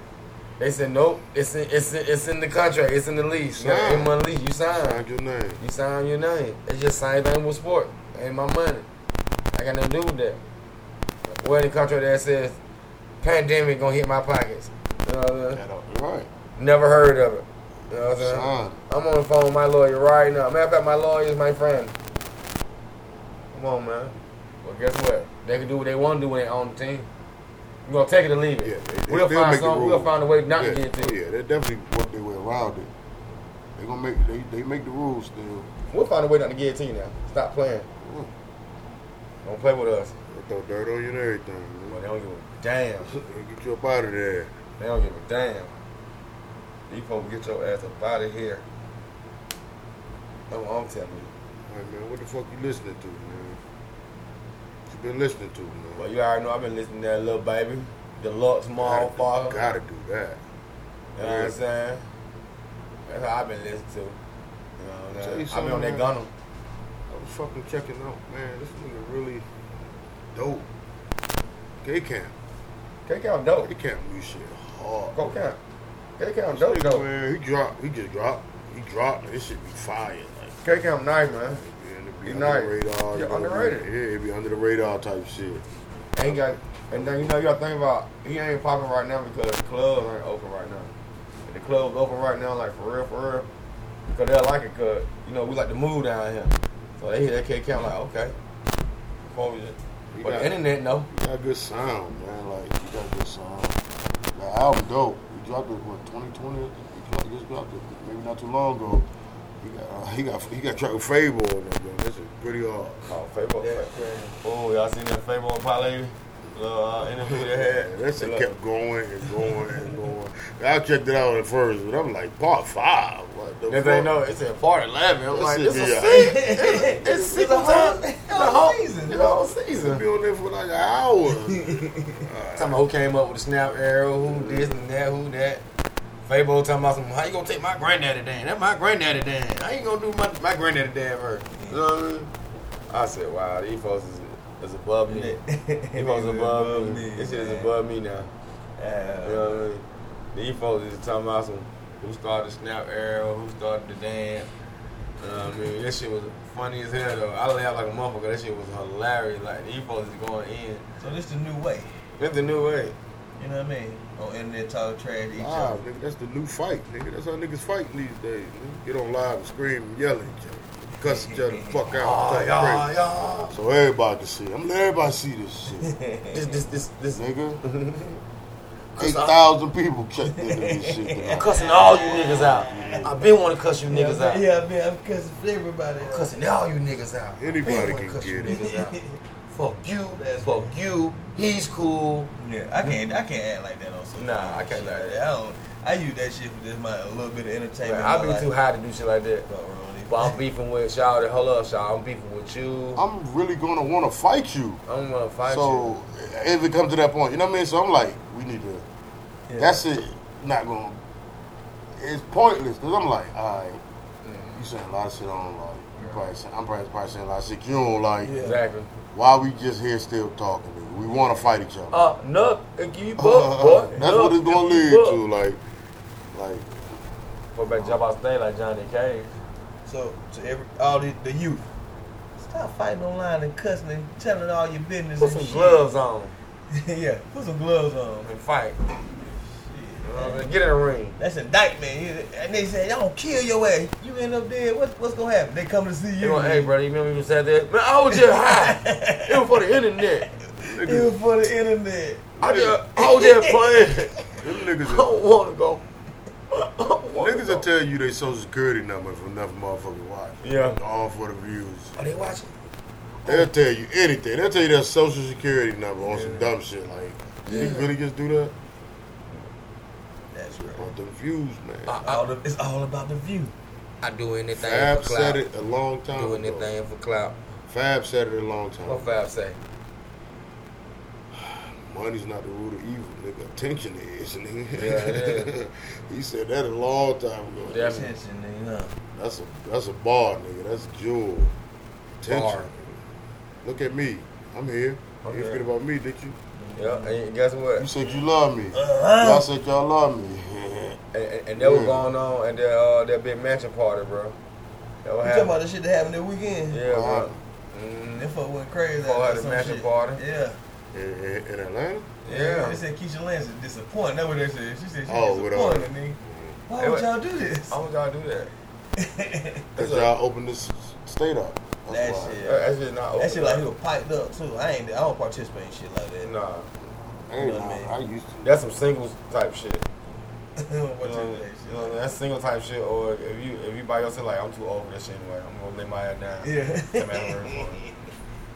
Speaker 4: They said nope. It's in, it's in, it's in the contract. It's in the lease. Yeah,
Speaker 1: Sign.
Speaker 4: in my lease. You signed.
Speaker 1: Find your name.
Speaker 4: You sign your name. It's just same thing with sport. Ain't my money. I got nothing to do with that. Where in the contract that says pandemic gonna hit my pockets? You know what I mean?
Speaker 1: Right.
Speaker 4: Never heard of it. You know what I'm saying?
Speaker 1: Son.
Speaker 4: I'm on the phone with my lawyer right now. Matter of fact, my lawyer is my friend. Come on, man. Well, guess what? They can do what they want to do when they own the team. We're gonna take it or leave it.
Speaker 1: Yeah, they- they
Speaker 4: we'll
Speaker 1: still
Speaker 4: find
Speaker 1: make the
Speaker 4: some. We'll
Speaker 1: rules.
Speaker 4: find a way not
Speaker 1: yeah,
Speaker 4: to get to it.
Speaker 1: yeah, they definitely work their way around it. They gonna make they, they make the rules still.
Speaker 4: We'll find a way not to get to you now. Stop playing. Don't play with us.
Speaker 1: They throw dirt on you and everything. Man.
Speaker 4: Well, they don't give a damn.
Speaker 1: They get you up out of there.
Speaker 4: They don't give a damn. These folks get your ass up out of here. That's what I'm telling you.
Speaker 1: All right, man. What the fuck you listening to, man? What you been listening to, man?
Speaker 4: Well, you already know I've been listening to that little baby. Deluxe
Speaker 1: gotta,
Speaker 4: motherfucker.
Speaker 1: do, gotta do that.
Speaker 4: You know what I'm saying? That's how I've been listening to. You know what
Speaker 1: Tell
Speaker 4: I'm
Speaker 1: you
Speaker 4: saying? I've been
Speaker 1: something,
Speaker 4: on that
Speaker 1: man.
Speaker 4: gunner.
Speaker 1: I was fucking checking out, man. This nigga really dope. Gay camp,
Speaker 4: K-Count dope.
Speaker 1: gay camp, new shit hard.
Speaker 4: Go count.
Speaker 1: This
Speaker 4: K-Count dope,
Speaker 1: nigga,
Speaker 4: though.
Speaker 1: man. He dropped. He just dropped. He dropped. This shit be fire. Like,
Speaker 4: K-Count nice, man.
Speaker 1: man, it be
Speaker 4: He
Speaker 1: under
Speaker 4: nice.
Speaker 1: the radar.
Speaker 4: Yeah,
Speaker 1: you know what I mean?
Speaker 4: underrated.
Speaker 1: Yeah, it be under the radar type shit.
Speaker 4: Ain't got, and then you know you gotta think about he ain't popping right now because the clubs ain't open right now. If the clubs open right now, like for real, for real, because they like it. Cause you know we like to move down here, so they hear that K count like okay. Before we just-
Speaker 1: He
Speaker 4: But
Speaker 1: got-
Speaker 4: the internet no.
Speaker 1: He got good sound, man. Like he got good sound. The album dope. He dropped it what 2020. He dropped, just dropped it maybe not too long ago. He got uh, he got he got track with Fable on that joint. That's a pretty hard.
Speaker 4: Oh, Fable. Oh, y'all seen that Fable and Parlay little uh, interview they
Speaker 1: Yeah,
Speaker 4: had?
Speaker 1: that shit
Speaker 4: Look,
Speaker 1: kept going and going and going. I checked it out at first, but I'm like part five. What the fuck?
Speaker 4: Next thing you know, it's at part eleven. I'm
Speaker 1: This
Speaker 4: like,
Speaker 1: shit
Speaker 4: this
Speaker 1: be
Speaker 4: is
Speaker 1: a-
Speaker 4: season. It's, it's season
Speaker 8: whole-
Speaker 4: time.
Speaker 8: it's
Speaker 4: It's
Speaker 8: a
Speaker 4: the
Speaker 8: whole
Speaker 4: whole
Speaker 8: season.
Speaker 4: season. The whole
Speaker 1: I've
Speaker 4: season.
Speaker 1: been on there for like an hour.
Speaker 4: Talking about who came up with the snap arrow, who this and that, who that. Fable talking about some, how you gonna take my granddaddy dance? That's my granddaddy dance. How you gonna do my, my granddaddy dance verse? You know what I mean? I said, wow, these folks is, is above me. These folks above me. This shit is above me now. You know what I mean? These folks is talking about some, who started the snap arrow, who started the dance. You know what I mean? That shit was funny as hell though. I laughed like a motherfucker. That shit was hilarious. Like, these folks is going in.
Speaker 8: So this the new way.
Speaker 4: It's a new way.
Speaker 8: You know what I mean? On internet talk trash to each
Speaker 1: Live,
Speaker 8: other.
Speaker 1: nigga, that's the new fight, nigga. That's how niggas fighting these days. Nigga. Get on live and scream and yell at each other, cuss each other the fuck out.
Speaker 4: Oh,
Speaker 1: Fuck
Speaker 4: y'all,
Speaker 1: crazy.
Speaker 4: y'all.
Speaker 1: So everybody can see. it. I'm letting everybody see this shit,
Speaker 4: This, this, this, this.
Speaker 1: nigga. Eight
Speaker 4: Cause I-
Speaker 1: thousand people checked into this shit.
Speaker 4: I'm
Speaker 1: Tonight.
Speaker 4: cussing all you niggas out. I've been want to cuss you niggas
Speaker 8: yeah,
Speaker 4: out.
Speaker 8: Yeah, man, I'm cussing everybody. out.
Speaker 4: Cussing all you niggas out.
Speaker 1: Anybody
Speaker 4: Been wanna
Speaker 1: can
Speaker 4: cuss you
Speaker 1: get it.
Speaker 4: niggas out. Fuck you. Fuck you. He's cool.
Speaker 8: Yeah, I can't. I can't act like that on social.
Speaker 4: Nah, I
Speaker 8: media
Speaker 4: can't
Speaker 8: shit.
Speaker 4: like that.
Speaker 8: I don't. I use that shit for just my a little bit of entertainment.
Speaker 4: Man, I
Speaker 8: in my
Speaker 4: be too
Speaker 8: life.
Speaker 4: high to do shit like that.
Speaker 8: Fuck wrong with it.
Speaker 4: But I'm beefing with y'all. Hold up, y'all. I'm beefing with you.
Speaker 1: I'm really gonna want to fight you.
Speaker 4: I'm gonna fight you.
Speaker 1: So if it comes to that point, you know what I mean. So I'm like, we need to.
Speaker 8: Yeah.
Speaker 1: That's it. Not gonna. It's pointless because I'm like, all right, you saying a lot of shit I don't like. You probably saying, I'm probably, probably saying a lot of shit you don't like.
Speaker 8: Yeah.
Speaker 4: Exactly.
Speaker 1: Why we just here still talking? Nigga? We want to fight each other.
Speaker 4: Uh, no, you book, boy.
Speaker 1: That's what it's gonna lead to. Like, like
Speaker 4: Go back to job out today like Johnny Cage.
Speaker 8: So to every all the, the youth, stop fighting online and cussing and telling all your business
Speaker 4: Put
Speaker 8: and
Speaker 4: some
Speaker 8: shit.
Speaker 4: gloves on
Speaker 8: yeah, put some gloves on.
Speaker 4: and fight. You know what I'm
Speaker 8: Shit.
Speaker 4: saying? Get in the ring.
Speaker 8: That's indictment. You- And they say, y'all gonna kill your ass. You end up dead. What, what's gonna happen? They come to see
Speaker 4: You
Speaker 8: you.
Speaker 4: know, hey, brother, you remember you said that? Man, I was just high. it was for the internet.
Speaker 8: It was for the internet.
Speaker 4: I just, I was just playing.
Speaker 1: them
Speaker 4: I
Speaker 1: niggas. Are,
Speaker 4: don't want to go. I don't wanna
Speaker 1: niggas
Speaker 4: go.
Speaker 1: will tell you they social security number if enough motherfuckers watch.
Speaker 4: Yeah.
Speaker 1: All for the views.
Speaker 4: Are they watching?
Speaker 1: They'll tell you anything. They'll tell you their social security number on some dumb shit. Like, did he really just do that?
Speaker 8: That's right.
Speaker 1: About the views, man.
Speaker 4: I,
Speaker 8: All the, it's all about the view.
Speaker 4: I, I do anything
Speaker 1: Fab
Speaker 4: for clout.
Speaker 1: said it a long time ago.
Speaker 4: do anything for clout.
Speaker 1: Fab said it a long time.
Speaker 4: What Fab say?
Speaker 1: Money's not the root of evil, nigga. Attention is, nigga.
Speaker 4: Yeah, it is.
Speaker 1: he said that a long time ago.
Speaker 4: Yeah.
Speaker 8: Attention, you know.
Speaker 1: That's a that's a bar, nigga. That's a jewel. Attention.
Speaker 4: Bar.
Speaker 1: Look at me. I'm here.
Speaker 4: I'm
Speaker 1: you
Speaker 4: here.
Speaker 1: forget about me, did you?
Speaker 4: Yeah, and guess
Speaker 1: You
Speaker 4: what?
Speaker 1: said you love me.
Speaker 8: Uh-huh.
Speaker 1: Y'all said y'all love me.
Speaker 4: And, and, and that was
Speaker 1: Yeah.
Speaker 4: going on at that, uh, that big mansion party, bro. That
Speaker 8: You talking
Speaker 4: what
Speaker 8: about
Speaker 4: happened.
Speaker 8: the shit that happened that weekend?
Speaker 4: Yeah,
Speaker 1: Uh-huh.
Speaker 4: bro.
Speaker 8: That
Speaker 4: Mm,
Speaker 8: fuck went crazy.
Speaker 4: Fuck
Speaker 8: after
Speaker 4: the
Speaker 8: some
Speaker 4: mansion
Speaker 8: shit.
Speaker 4: party.
Speaker 8: Yeah.
Speaker 1: in, in, in Atlanta?
Speaker 4: yeah.
Speaker 8: They said Keisha Lance is disappointed. That's what they said. She said she's
Speaker 1: Oh, with all
Speaker 8: disappointed, nigga.
Speaker 3: Why would y'all do this?
Speaker 4: How would y'all do that?
Speaker 1: Cause y'all opened this state up.
Speaker 3: That
Speaker 1: That's why.
Speaker 4: Uh,
Speaker 3: shit.
Speaker 4: That shit not open.
Speaker 3: That shit like he was piped up too. I ain't. I don't participate in shit like that.
Speaker 4: Nah.
Speaker 1: Hey,
Speaker 3: You know what
Speaker 1: man,
Speaker 3: I
Speaker 1: I used to.
Speaker 4: That's some singles type shit.
Speaker 3: I don't
Speaker 4: You know,
Speaker 3: participate in that
Speaker 4: what I
Speaker 3: shit
Speaker 4: mean?
Speaker 3: like
Speaker 4: that's single type shit. Or if you if you by yourself, like I'm too old for that shit anyway. I'm gonna lay my ass down.
Speaker 3: that.
Speaker 4: Come
Speaker 3: Yeah.
Speaker 4: out and work for it.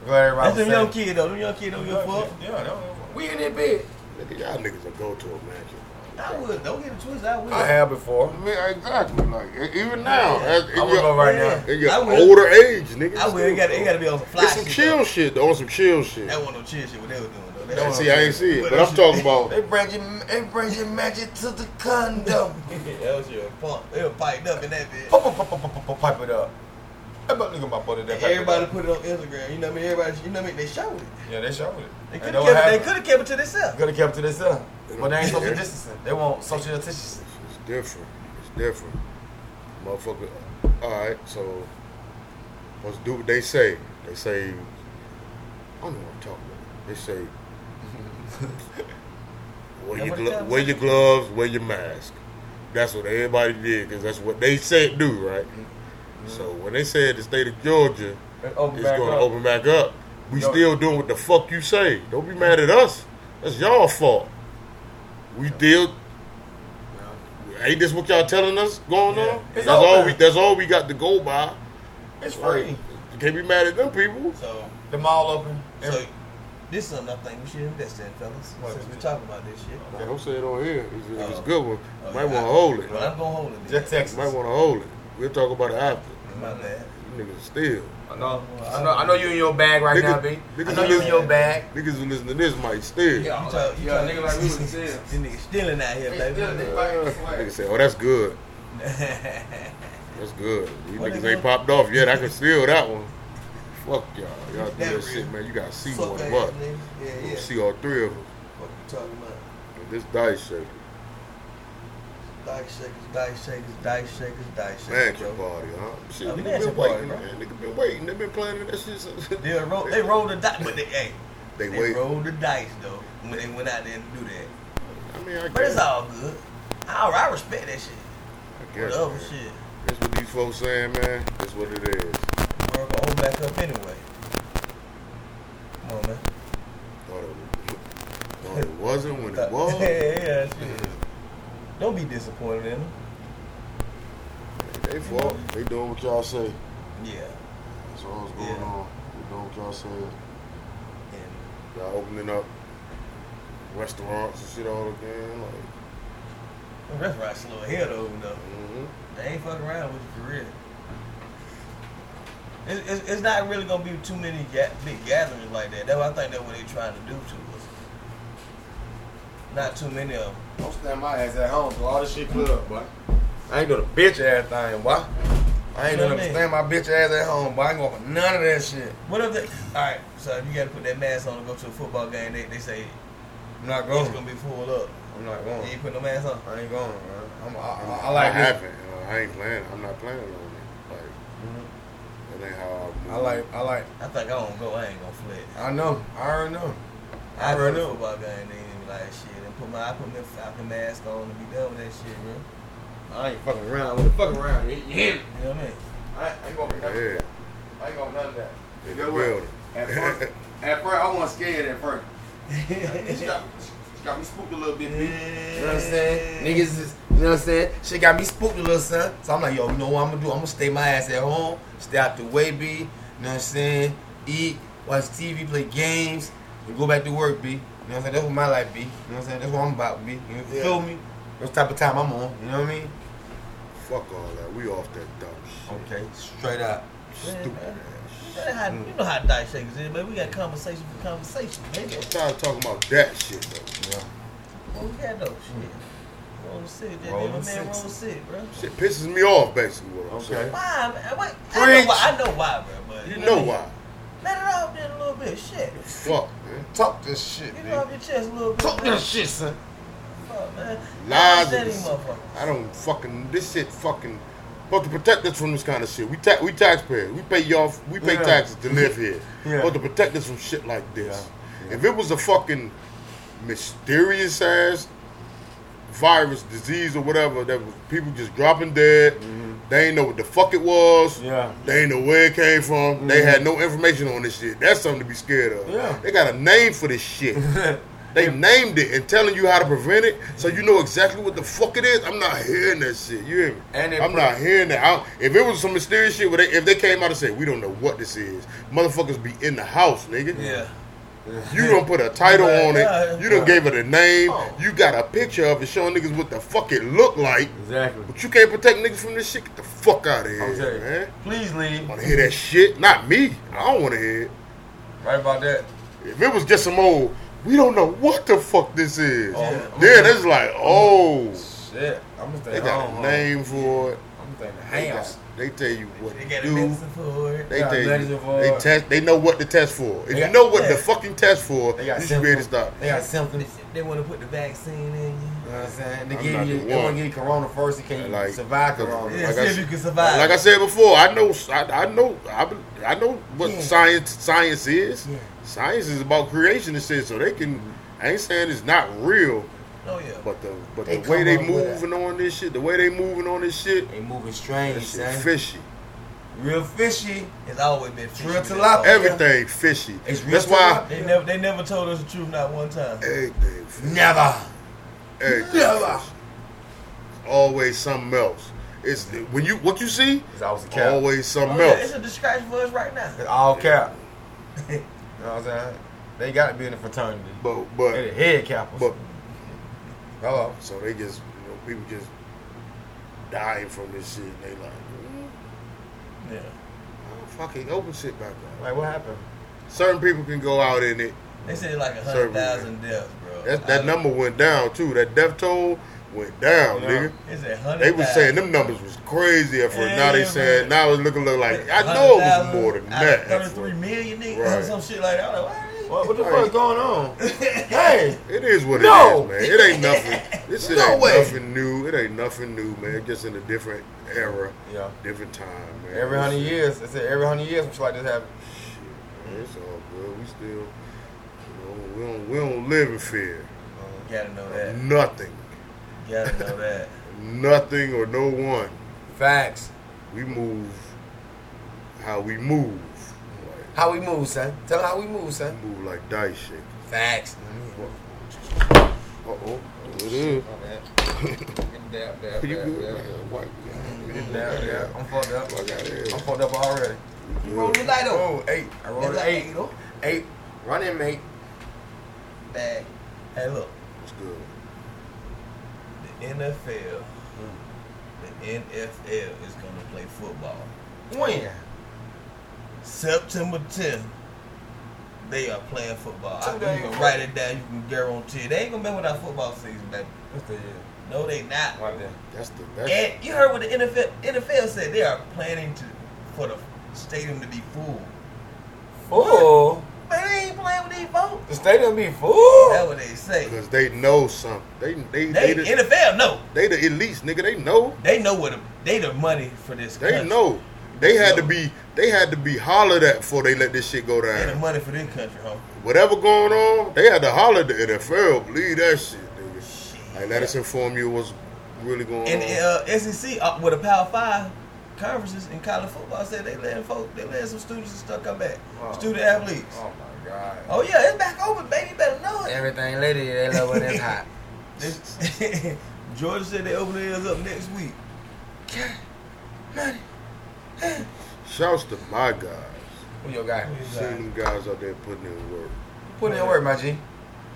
Speaker 4: Glad everybody
Speaker 3: That's
Speaker 4: was
Speaker 3: them young
Speaker 4: saying-
Speaker 3: kid though. Them young kid don't give a fuck.
Speaker 4: Yeah, that was-
Speaker 2: We in that bed.
Speaker 1: Look at y'all niggas that go to a mansion.
Speaker 3: I would. Don't get it twisted. I would.
Speaker 4: I have before.
Speaker 1: I mean, exactly. Like e- even now, as, in
Speaker 4: I'm
Speaker 1: your,
Speaker 4: gonna go right now.
Speaker 1: in
Speaker 3: I
Speaker 1: your
Speaker 3: will.
Speaker 1: older age, nigga.
Speaker 3: I would. It got. It got to be on some fly
Speaker 1: It's some
Speaker 3: shit,
Speaker 1: chill
Speaker 3: though.
Speaker 1: shit though. On some chill shit.
Speaker 3: That wasn't no chill shit. What they were doing though. That
Speaker 1: And
Speaker 3: was-
Speaker 1: see, I ain't see it,
Speaker 3: But
Speaker 1: but
Speaker 3: that
Speaker 1: I'm talking
Speaker 4: They
Speaker 1: about.
Speaker 4: bring you, they bring you magic to the condo.
Speaker 3: that was your pump. They were piped up in that bitch.
Speaker 4: Pop, pop, pop, pop, pop, pop, pipe it up. Everybody look at my brother. That pipe it
Speaker 3: Everybody
Speaker 4: up.
Speaker 3: put it on Instagram. You know what I mean? Everybody. You know what I mean? They showed it.
Speaker 4: Yeah, they showed it.
Speaker 3: They
Speaker 4: And
Speaker 3: could
Speaker 4: know
Speaker 3: have
Speaker 4: what
Speaker 3: kept. It, they
Speaker 4: happened?
Speaker 3: could have kept it to themselves.
Speaker 4: Could have kept to themselves, but they ain't social
Speaker 1: Yeah.
Speaker 4: distancing. They want social distancing.
Speaker 1: It's different. It's different. Motherfucker. All right, so let's do what they say. They say. I don't know what I'm talking about. They say. wear, your
Speaker 3: Nobody
Speaker 1: glo-
Speaker 3: tells
Speaker 1: wear your gloves. Wear your mask. That's what everybody did because that's what they said do, right?
Speaker 3: Mm-hmm.
Speaker 1: So when they said the state of Georgia
Speaker 4: It's open
Speaker 1: is
Speaker 4: back
Speaker 1: going to
Speaker 4: up.
Speaker 1: open back up, we
Speaker 4: No.
Speaker 1: still doing what the fuck you say. Don't be mad at us. That's y'all fault. We did Ain't this what y'all telling us going
Speaker 4: Yeah.
Speaker 1: on?
Speaker 4: It's
Speaker 1: That's all we.
Speaker 4: open.
Speaker 1: That's all we got to go by.
Speaker 4: It's free.
Speaker 1: Right. Can't be mad at them people.
Speaker 3: So.
Speaker 4: The mall open.
Speaker 3: So
Speaker 4: Every-
Speaker 3: this is something I think we should invest in, fellas.
Speaker 4: What?
Speaker 3: Since we're talking about this shit.
Speaker 1: Now, don't say it on here. It's, a- it's a
Speaker 3: Oh.
Speaker 1: good one.
Speaker 3: Oh,
Speaker 1: might
Speaker 3: yeah.
Speaker 1: want to hold it.
Speaker 3: But I'm gonna hold it.
Speaker 4: just
Speaker 3: Just
Speaker 1: You
Speaker 4: Texas.
Speaker 1: might want to hold it. We'll talk about it after.
Speaker 3: my bad.
Speaker 1: You niggas still.
Speaker 4: I know, I know, I know you in your bag right
Speaker 1: Nigga-
Speaker 4: now, B. I
Speaker 1: nigga
Speaker 4: know you in
Speaker 1: listen.
Speaker 4: your bag.
Speaker 1: Niggas who listen to this might still.
Speaker 4: Yeah.
Speaker 3: You talk, you
Speaker 4: Yeah,
Speaker 3: talk,
Speaker 4: nigga like we was in jail.
Speaker 3: this nigga stealing out here,
Speaker 4: They
Speaker 3: baby.
Speaker 4: still- they
Speaker 1: Uh,
Speaker 4: fighting,
Speaker 1: niggas
Speaker 4: swear.
Speaker 1: say, "Oh, that's good. That's good." You
Speaker 3: What
Speaker 1: niggas
Speaker 3: is
Speaker 1: ain't
Speaker 3: it?
Speaker 1: popped off yet. I can steal that one. Fuck y'all. Y'all do
Speaker 3: That
Speaker 1: that
Speaker 3: real.
Speaker 1: shit, man. You gotta see
Speaker 3: Fuck
Speaker 1: one
Speaker 3: that
Speaker 1: of us.
Speaker 3: nigga. Yeah,
Speaker 1: You
Speaker 3: yeah.
Speaker 1: gonna See all three of us.
Speaker 3: What you talking about?
Speaker 1: This dice shaker,
Speaker 3: Dice shakers, dice shakers, dice shakers, dice shakers,
Speaker 1: mansion
Speaker 3: bro.
Speaker 1: party, huh? Shit,
Speaker 3: A
Speaker 1: nigga been
Speaker 3: mansion party,
Speaker 1: waiting,
Speaker 3: bro.
Speaker 1: man. Nigga been waiting. They been planning that shit since.
Speaker 3: They rolled, they rolled the dice, but they, hey,
Speaker 1: They
Speaker 3: they,
Speaker 1: wait.
Speaker 3: rolled the dice though when they went out there and do that.
Speaker 1: I mean, I
Speaker 3: But
Speaker 1: guess.
Speaker 3: it's all good. I, I respect that shit.
Speaker 1: I guess.
Speaker 3: Whatever
Speaker 1: man.
Speaker 3: shit.
Speaker 1: That's what these folks saying, man. That's what it is.
Speaker 3: We're gonna open back up anyway. Come on, man.
Speaker 1: Thought it, thought it wasn't when it was.
Speaker 3: yeah, yeah, shit. Don't be disappointed in them.
Speaker 1: They fault. They doing what y'all say.
Speaker 3: Yeah.
Speaker 1: That's all that's going
Speaker 3: Yeah.
Speaker 1: on. They doing what y'all say.
Speaker 3: And
Speaker 1: Y'all opening up restaurants and shit all again. Like,
Speaker 3: the restaurant's slow ahead though, though.
Speaker 1: mm-hmm.
Speaker 3: They ain't fucking around with you for real. It's, it's, it's not really gonna be too many ga- big gatherings like that. That's what I think that's what they trying to do to us. Not too many of them.
Speaker 4: I'm staying my ass at home, so all this shit club, boy. I ain't doing a bitch ass thing, boy. I
Speaker 3: What
Speaker 4: ain't gonna
Speaker 3: I mean?
Speaker 4: stand my bitch ass at home, boy. I ain't going for none of that shit.
Speaker 3: What if they? All right, so if you gotta put that mask on to go to a football game, they, they say
Speaker 4: I'm not
Speaker 3: it's
Speaker 4: going.
Speaker 3: gonna be full up.
Speaker 4: I'm not
Speaker 3: You
Speaker 4: going.
Speaker 3: ain't put no mask on.
Speaker 4: I ain't going, man. I'm, I, I, I
Speaker 1: I
Speaker 4: like this.
Speaker 1: haven't. You know, I ain't planning. I'm not planning on it. Like that ain't how I.
Speaker 4: I like, I like,
Speaker 3: I think I don't go. I ain't gonna flip.
Speaker 4: I know. I already know. I
Speaker 3: I go
Speaker 4: already
Speaker 3: to a
Speaker 4: know.
Speaker 3: football game and then be like shit and put my I put my Falcon mask on and be done with that shit, bro.
Speaker 4: I ain't fucking around with it. Fuck around. You hear me?
Speaker 3: You know what I mean?
Speaker 4: I ain't- I ain't gonna be nothing.
Speaker 1: Yeah.
Speaker 4: I ain't gonna none of that.
Speaker 1: In
Speaker 4: You
Speaker 1: the
Speaker 4: know what?
Speaker 1: building.
Speaker 4: At first, at first, I wasn't scared at first. She
Speaker 3: yeah,
Speaker 4: got, she got me spooked a little bit, bitch. You know what I'm saying? Niggas is, you know what I'm saying? She got me spooked a little, son. So I'm like, yo, you know what I'm gonna do? I'm gonna stay my ass at home, stay out the way, B. You know what I'm saying? Eat, watch TV, play games, and go back to work, B. You know what I'm saying? That's what my life be. You know what I'm saying? That's what I'm about, B. You
Speaker 1: Yeah.
Speaker 4: feel me? That's the type of time I'm on. You know what I mean?
Speaker 1: Fuck all that. We off that dumb shit.
Speaker 4: Okay, straight up.
Speaker 1: Stupid ass.
Speaker 3: That how- you know how dice shakers is, but we got conversation for conversation, baby.
Speaker 1: I'm tired of talking about that shit though.
Speaker 4: Yeah.
Speaker 3: Who got those shit? Roll six, that
Speaker 4: Roll
Speaker 3: nigga man
Speaker 4: six.
Speaker 3: roll six, bro.
Speaker 1: Shit pisses me off basically. What I'm
Speaker 4: Okay.
Speaker 1: saying.
Speaker 3: Why, man? What? I
Speaker 4: Preach.
Speaker 3: know why. I know why, bro. But
Speaker 1: You know why?
Speaker 3: Let it off then a little bit. Shit.
Speaker 1: Fuck, man.
Speaker 4: Talk this shit,
Speaker 3: Get it
Speaker 4: B.
Speaker 3: off your chest a little bit.
Speaker 4: Talk
Speaker 3: man.
Speaker 4: this shit, son.
Speaker 3: Fuck, man. I
Speaker 1: Lies.
Speaker 3: understand
Speaker 1: is-
Speaker 3: these motherfuckers.
Speaker 1: I don't fucking. This shit fucking. But to protect us from this kind of shit, we ta- we taxpayers. We pay y'all. We pay
Speaker 4: Yeah.
Speaker 1: taxes to live here.
Speaker 4: Yeah.
Speaker 1: But to protect us from shit like this,
Speaker 4: Yeah.
Speaker 1: if it was a fucking mysterious ass virus, disease, or whatever that was people just dropping dead. They ain't know what the fuck it was.
Speaker 4: Mm-hmm. Yeah.
Speaker 1: They ain't know where it came from. They had no information on this shit. That's something to be scared of.
Speaker 4: Mhm. Yeah.
Speaker 1: They got a name for this shit. they named it and telling you how to prevent it, so you know exactly what the fuck it is. I'm not hearing that shit. You hear me?
Speaker 4: And it
Speaker 1: I'm
Speaker 4: pre-
Speaker 1: not hearing that. I, don't- if it was some mysterious shit, where they, if they came out and said we don't know what this is, motherfuckers be in the house, nigga.
Speaker 3: Yeah.
Speaker 1: You don't put a title
Speaker 3: Yeah,
Speaker 1: on
Speaker 3: yeah.
Speaker 1: it. You don't gave it a name.
Speaker 4: Oh.
Speaker 1: You got a picture of it showing niggas what the fuck it look like.
Speaker 4: Exactly.
Speaker 1: But you can't protect niggas from this shit. Get the fuck out of here,
Speaker 4: I'm telling you.
Speaker 1: man.
Speaker 4: Please leave.
Speaker 1: Want to hear that shit? Not me. I don't want to hear it.
Speaker 4: Right about that.
Speaker 1: If it was just some old, we don't know what the fuck this is.
Speaker 4: Oh,
Speaker 1: then it's like, oh,
Speaker 4: Shit. I'm gonna
Speaker 1: they
Speaker 4: stay
Speaker 1: got
Speaker 4: home.
Speaker 1: a
Speaker 4: huh?
Speaker 1: name for it.
Speaker 4: I'm gonna stay
Speaker 1: They,
Speaker 4: in the
Speaker 1: got-
Speaker 4: house.
Speaker 1: they tell you what
Speaker 3: They
Speaker 1: to
Speaker 3: got a
Speaker 1: do.
Speaker 3: medicine for it.
Speaker 1: They
Speaker 4: got
Speaker 1: tell you.
Speaker 4: medicine for
Speaker 1: They
Speaker 4: it.
Speaker 1: test. They know what to test for. If
Speaker 4: They
Speaker 1: you
Speaker 4: got-
Speaker 1: know what the
Speaker 3: yeah.
Speaker 1: fucking test for,
Speaker 4: They got
Speaker 1: you should be able to
Speaker 4: symptoms.
Speaker 1: stop.
Speaker 4: They got symptoms.
Speaker 3: They want to put the vaccine in you.
Speaker 4: You know what I'm saying? They
Speaker 1: I'm
Speaker 4: give
Speaker 1: not
Speaker 4: you,
Speaker 1: the
Speaker 4: they
Speaker 1: one.
Speaker 4: want to give you corona first. Can you
Speaker 1: Like-
Speaker 4: survive corona?
Speaker 3: Yeah,
Speaker 1: Like
Speaker 3: see
Speaker 1: I
Speaker 3: if
Speaker 1: s-
Speaker 3: you can survive.
Speaker 1: Like I said before, I know, I, I know, I, be- I know what
Speaker 3: Yeah.
Speaker 1: science science is.
Speaker 3: Yeah.
Speaker 1: Science is about creation and shit, so they can. I ain't saying it's not real,
Speaker 3: oh yeah.
Speaker 1: but the but
Speaker 4: They
Speaker 1: the way
Speaker 4: come
Speaker 1: they
Speaker 4: up with it.
Speaker 1: moving on this shit, the way they moving on this shit,
Speaker 4: They moving strange,
Speaker 1: that shit
Speaker 4: son.
Speaker 1: fishy.
Speaker 4: Real fishy.
Speaker 3: It's always been fishy
Speaker 4: Real
Speaker 3: with that
Speaker 4: tilapia.
Speaker 3: dog.
Speaker 1: Everything fishy.
Speaker 4: Oh, It's real
Speaker 1: That's why
Speaker 3: They never, they never told us the truth not one time.
Speaker 1: everything, fishy,
Speaker 4: Never.
Speaker 1: everything
Speaker 4: Never.
Speaker 1: fishy. always something else. It's when you what you see,
Speaker 4: Cause I was a cap.
Speaker 1: always something
Speaker 3: Oh, yeah, it's
Speaker 1: else.
Speaker 3: a disgrace for us right now.
Speaker 4: It's all cap. you know what I'm saying? They got to be in the fraternity.
Speaker 1: But
Speaker 4: They the
Speaker 1: but
Speaker 4: head cappers.
Speaker 1: but
Speaker 4: Hello.
Speaker 1: So they just, you know, people just dying from this shit. And they like, mm,
Speaker 3: Yeah.
Speaker 1: I'll fucking open shit back up.
Speaker 4: Like, what happened?
Speaker 1: Certain people can go out in it.
Speaker 3: They said like a
Speaker 1: Sorry,
Speaker 3: hundred thousand deaths, bro.
Speaker 1: That
Speaker 3: I
Speaker 1: that
Speaker 3: don't-
Speaker 1: number went down too. That death toll went down,
Speaker 4: Yeah.
Speaker 1: nigga.
Speaker 3: It's a hundred.
Speaker 1: They was saying
Speaker 3: thousand.
Speaker 1: them numbers was crazy at first.
Speaker 3: Yeah,
Speaker 1: now they
Speaker 3: man.
Speaker 1: saying now it's looking look like I
Speaker 3: Hundred
Speaker 1: know it was
Speaker 3: thousand
Speaker 1: more than
Speaker 3: out of
Speaker 1: that. at
Speaker 3: Thirty-three
Speaker 1: first.
Speaker 3: million niggas
Speaker 1: Right.
Speaker 3: or some shit like that. I'm like, what?
Speaker 4: What, what the fuck is going on? hey,
Speaker 1: It is what
Speaker 4: No.
Speaker 1: it is, man. It ain't nothing. This shit
Speaker 4: No
Speaker 1: ain't
Speaker 4: way.
Speaker 1: nothing new. It ain't nothing new, man. Just in a different era,
Speaker 4: Yeah.
Speaker 1: different time, man.
Speaker 4: every
Speaker 1: This
Speaker 4: hundred
Speaker 1: shit-
Speaker 4: years, I said every hundred years, something like this happen.
Speaker 1: Shit, man, it's all good. We still, you know, we don't, we don't live in fear.
Speaker 3: You gotta know that.
Speaker 1: Nothing,
Speaker 3: You gotta know that.
Speaker 1: nothing, or no one.
Speaker 4: Facts.
Speaker 1: We move how we move. Like,
Speaker 4: How we move, son? Tell 'em how we move, son.
Speaker 1: we move like dice shakers.
Speaker 4: Facts.
Speaker 1: Uh oh, it is. Pretty good. man. Wipe it out.
Speaker 4: Yeah, yeah. I'm fucked up.
Speaker 1: Fuck outta here.
Speaker 4: I'm fucked up already.
Speaker 3: You roll the light on.
Speaker 4: Oh, eight. I rolled
Speaker 3: That's
Speaker 4: an
Speaker 3: like
Speaker 4: eight.
Speaker 3: eight, oh.
Speaker 4: Eight. Run in, mate.
Speaker 3: Bag. Hey, look.
Speaker 1: It's good.
Speaker 3: The NFL. The NFL is gonna play football.
Speaker 4: When?
Speaker 3: September 10th, they are playing football. I,
Speaker 4: Two
Speaker 3: you
Speaker 4: days.
Speaker 3: can write it down. You can guarantee it. They ain't gonna be without football season, baby.
Speaker 4: That's the year.
Speaker 3: No, they not.
Speaker 4: Right there.
Speaker 1: That's the that's
Speaker 3: And you heard what the NFL, NFL said. They are planning to for the stadium to be full.
Speaker 4: Fool.
Speaker 3: Man, they ain't playing with these folks.
Speaker 4: The stadium be full.
Speaker 3: That's what they say.
Speaker 1: because they know something. They they
Speaker 3: They
Speaker 1: they, the,
Speaker 3: NFL know.
Speaker 1: they the elites, nigga. They know.
Speaker 3: They know what the, they the money for this.
Speaker 1: They
Speaker 3: country.
Speaker 1: know. They had to
Speaker 3: No.
Speaker 1: be they had to be hollered at before they let this shit go
Speaker 3: They the
Speaker 1: down.
Speaker 3: money for this country, huh?
Speaker 1: Whatever going on, they had to holler at the NFL. Believe that shit, nigga. Like let us inform you what's really going
Speaker 3: And
Speaker 1: on.
Speaker 3: uh, SEC uh, with the Power Five conferences in college football said they letting folk, they letting some students and stuff come back,
Speaker 4: Wow.
Speaker 3: student athletes.
Speaker 4: Oh my god.
Speaker 3: Oh yeah, it's back open, baby. You better know it.
Speaker 4: Everything lady, they love when it's hot.
Speaker 3: They- Georgia said they open theirs up next week.
Speaker 4: uh,
Speaker 1: Shouts to my guys.
Speaker 4: Who your guy?
Speaker 1: Seeing them guys out there putting in work.
Speaker 4: Put in work, my G.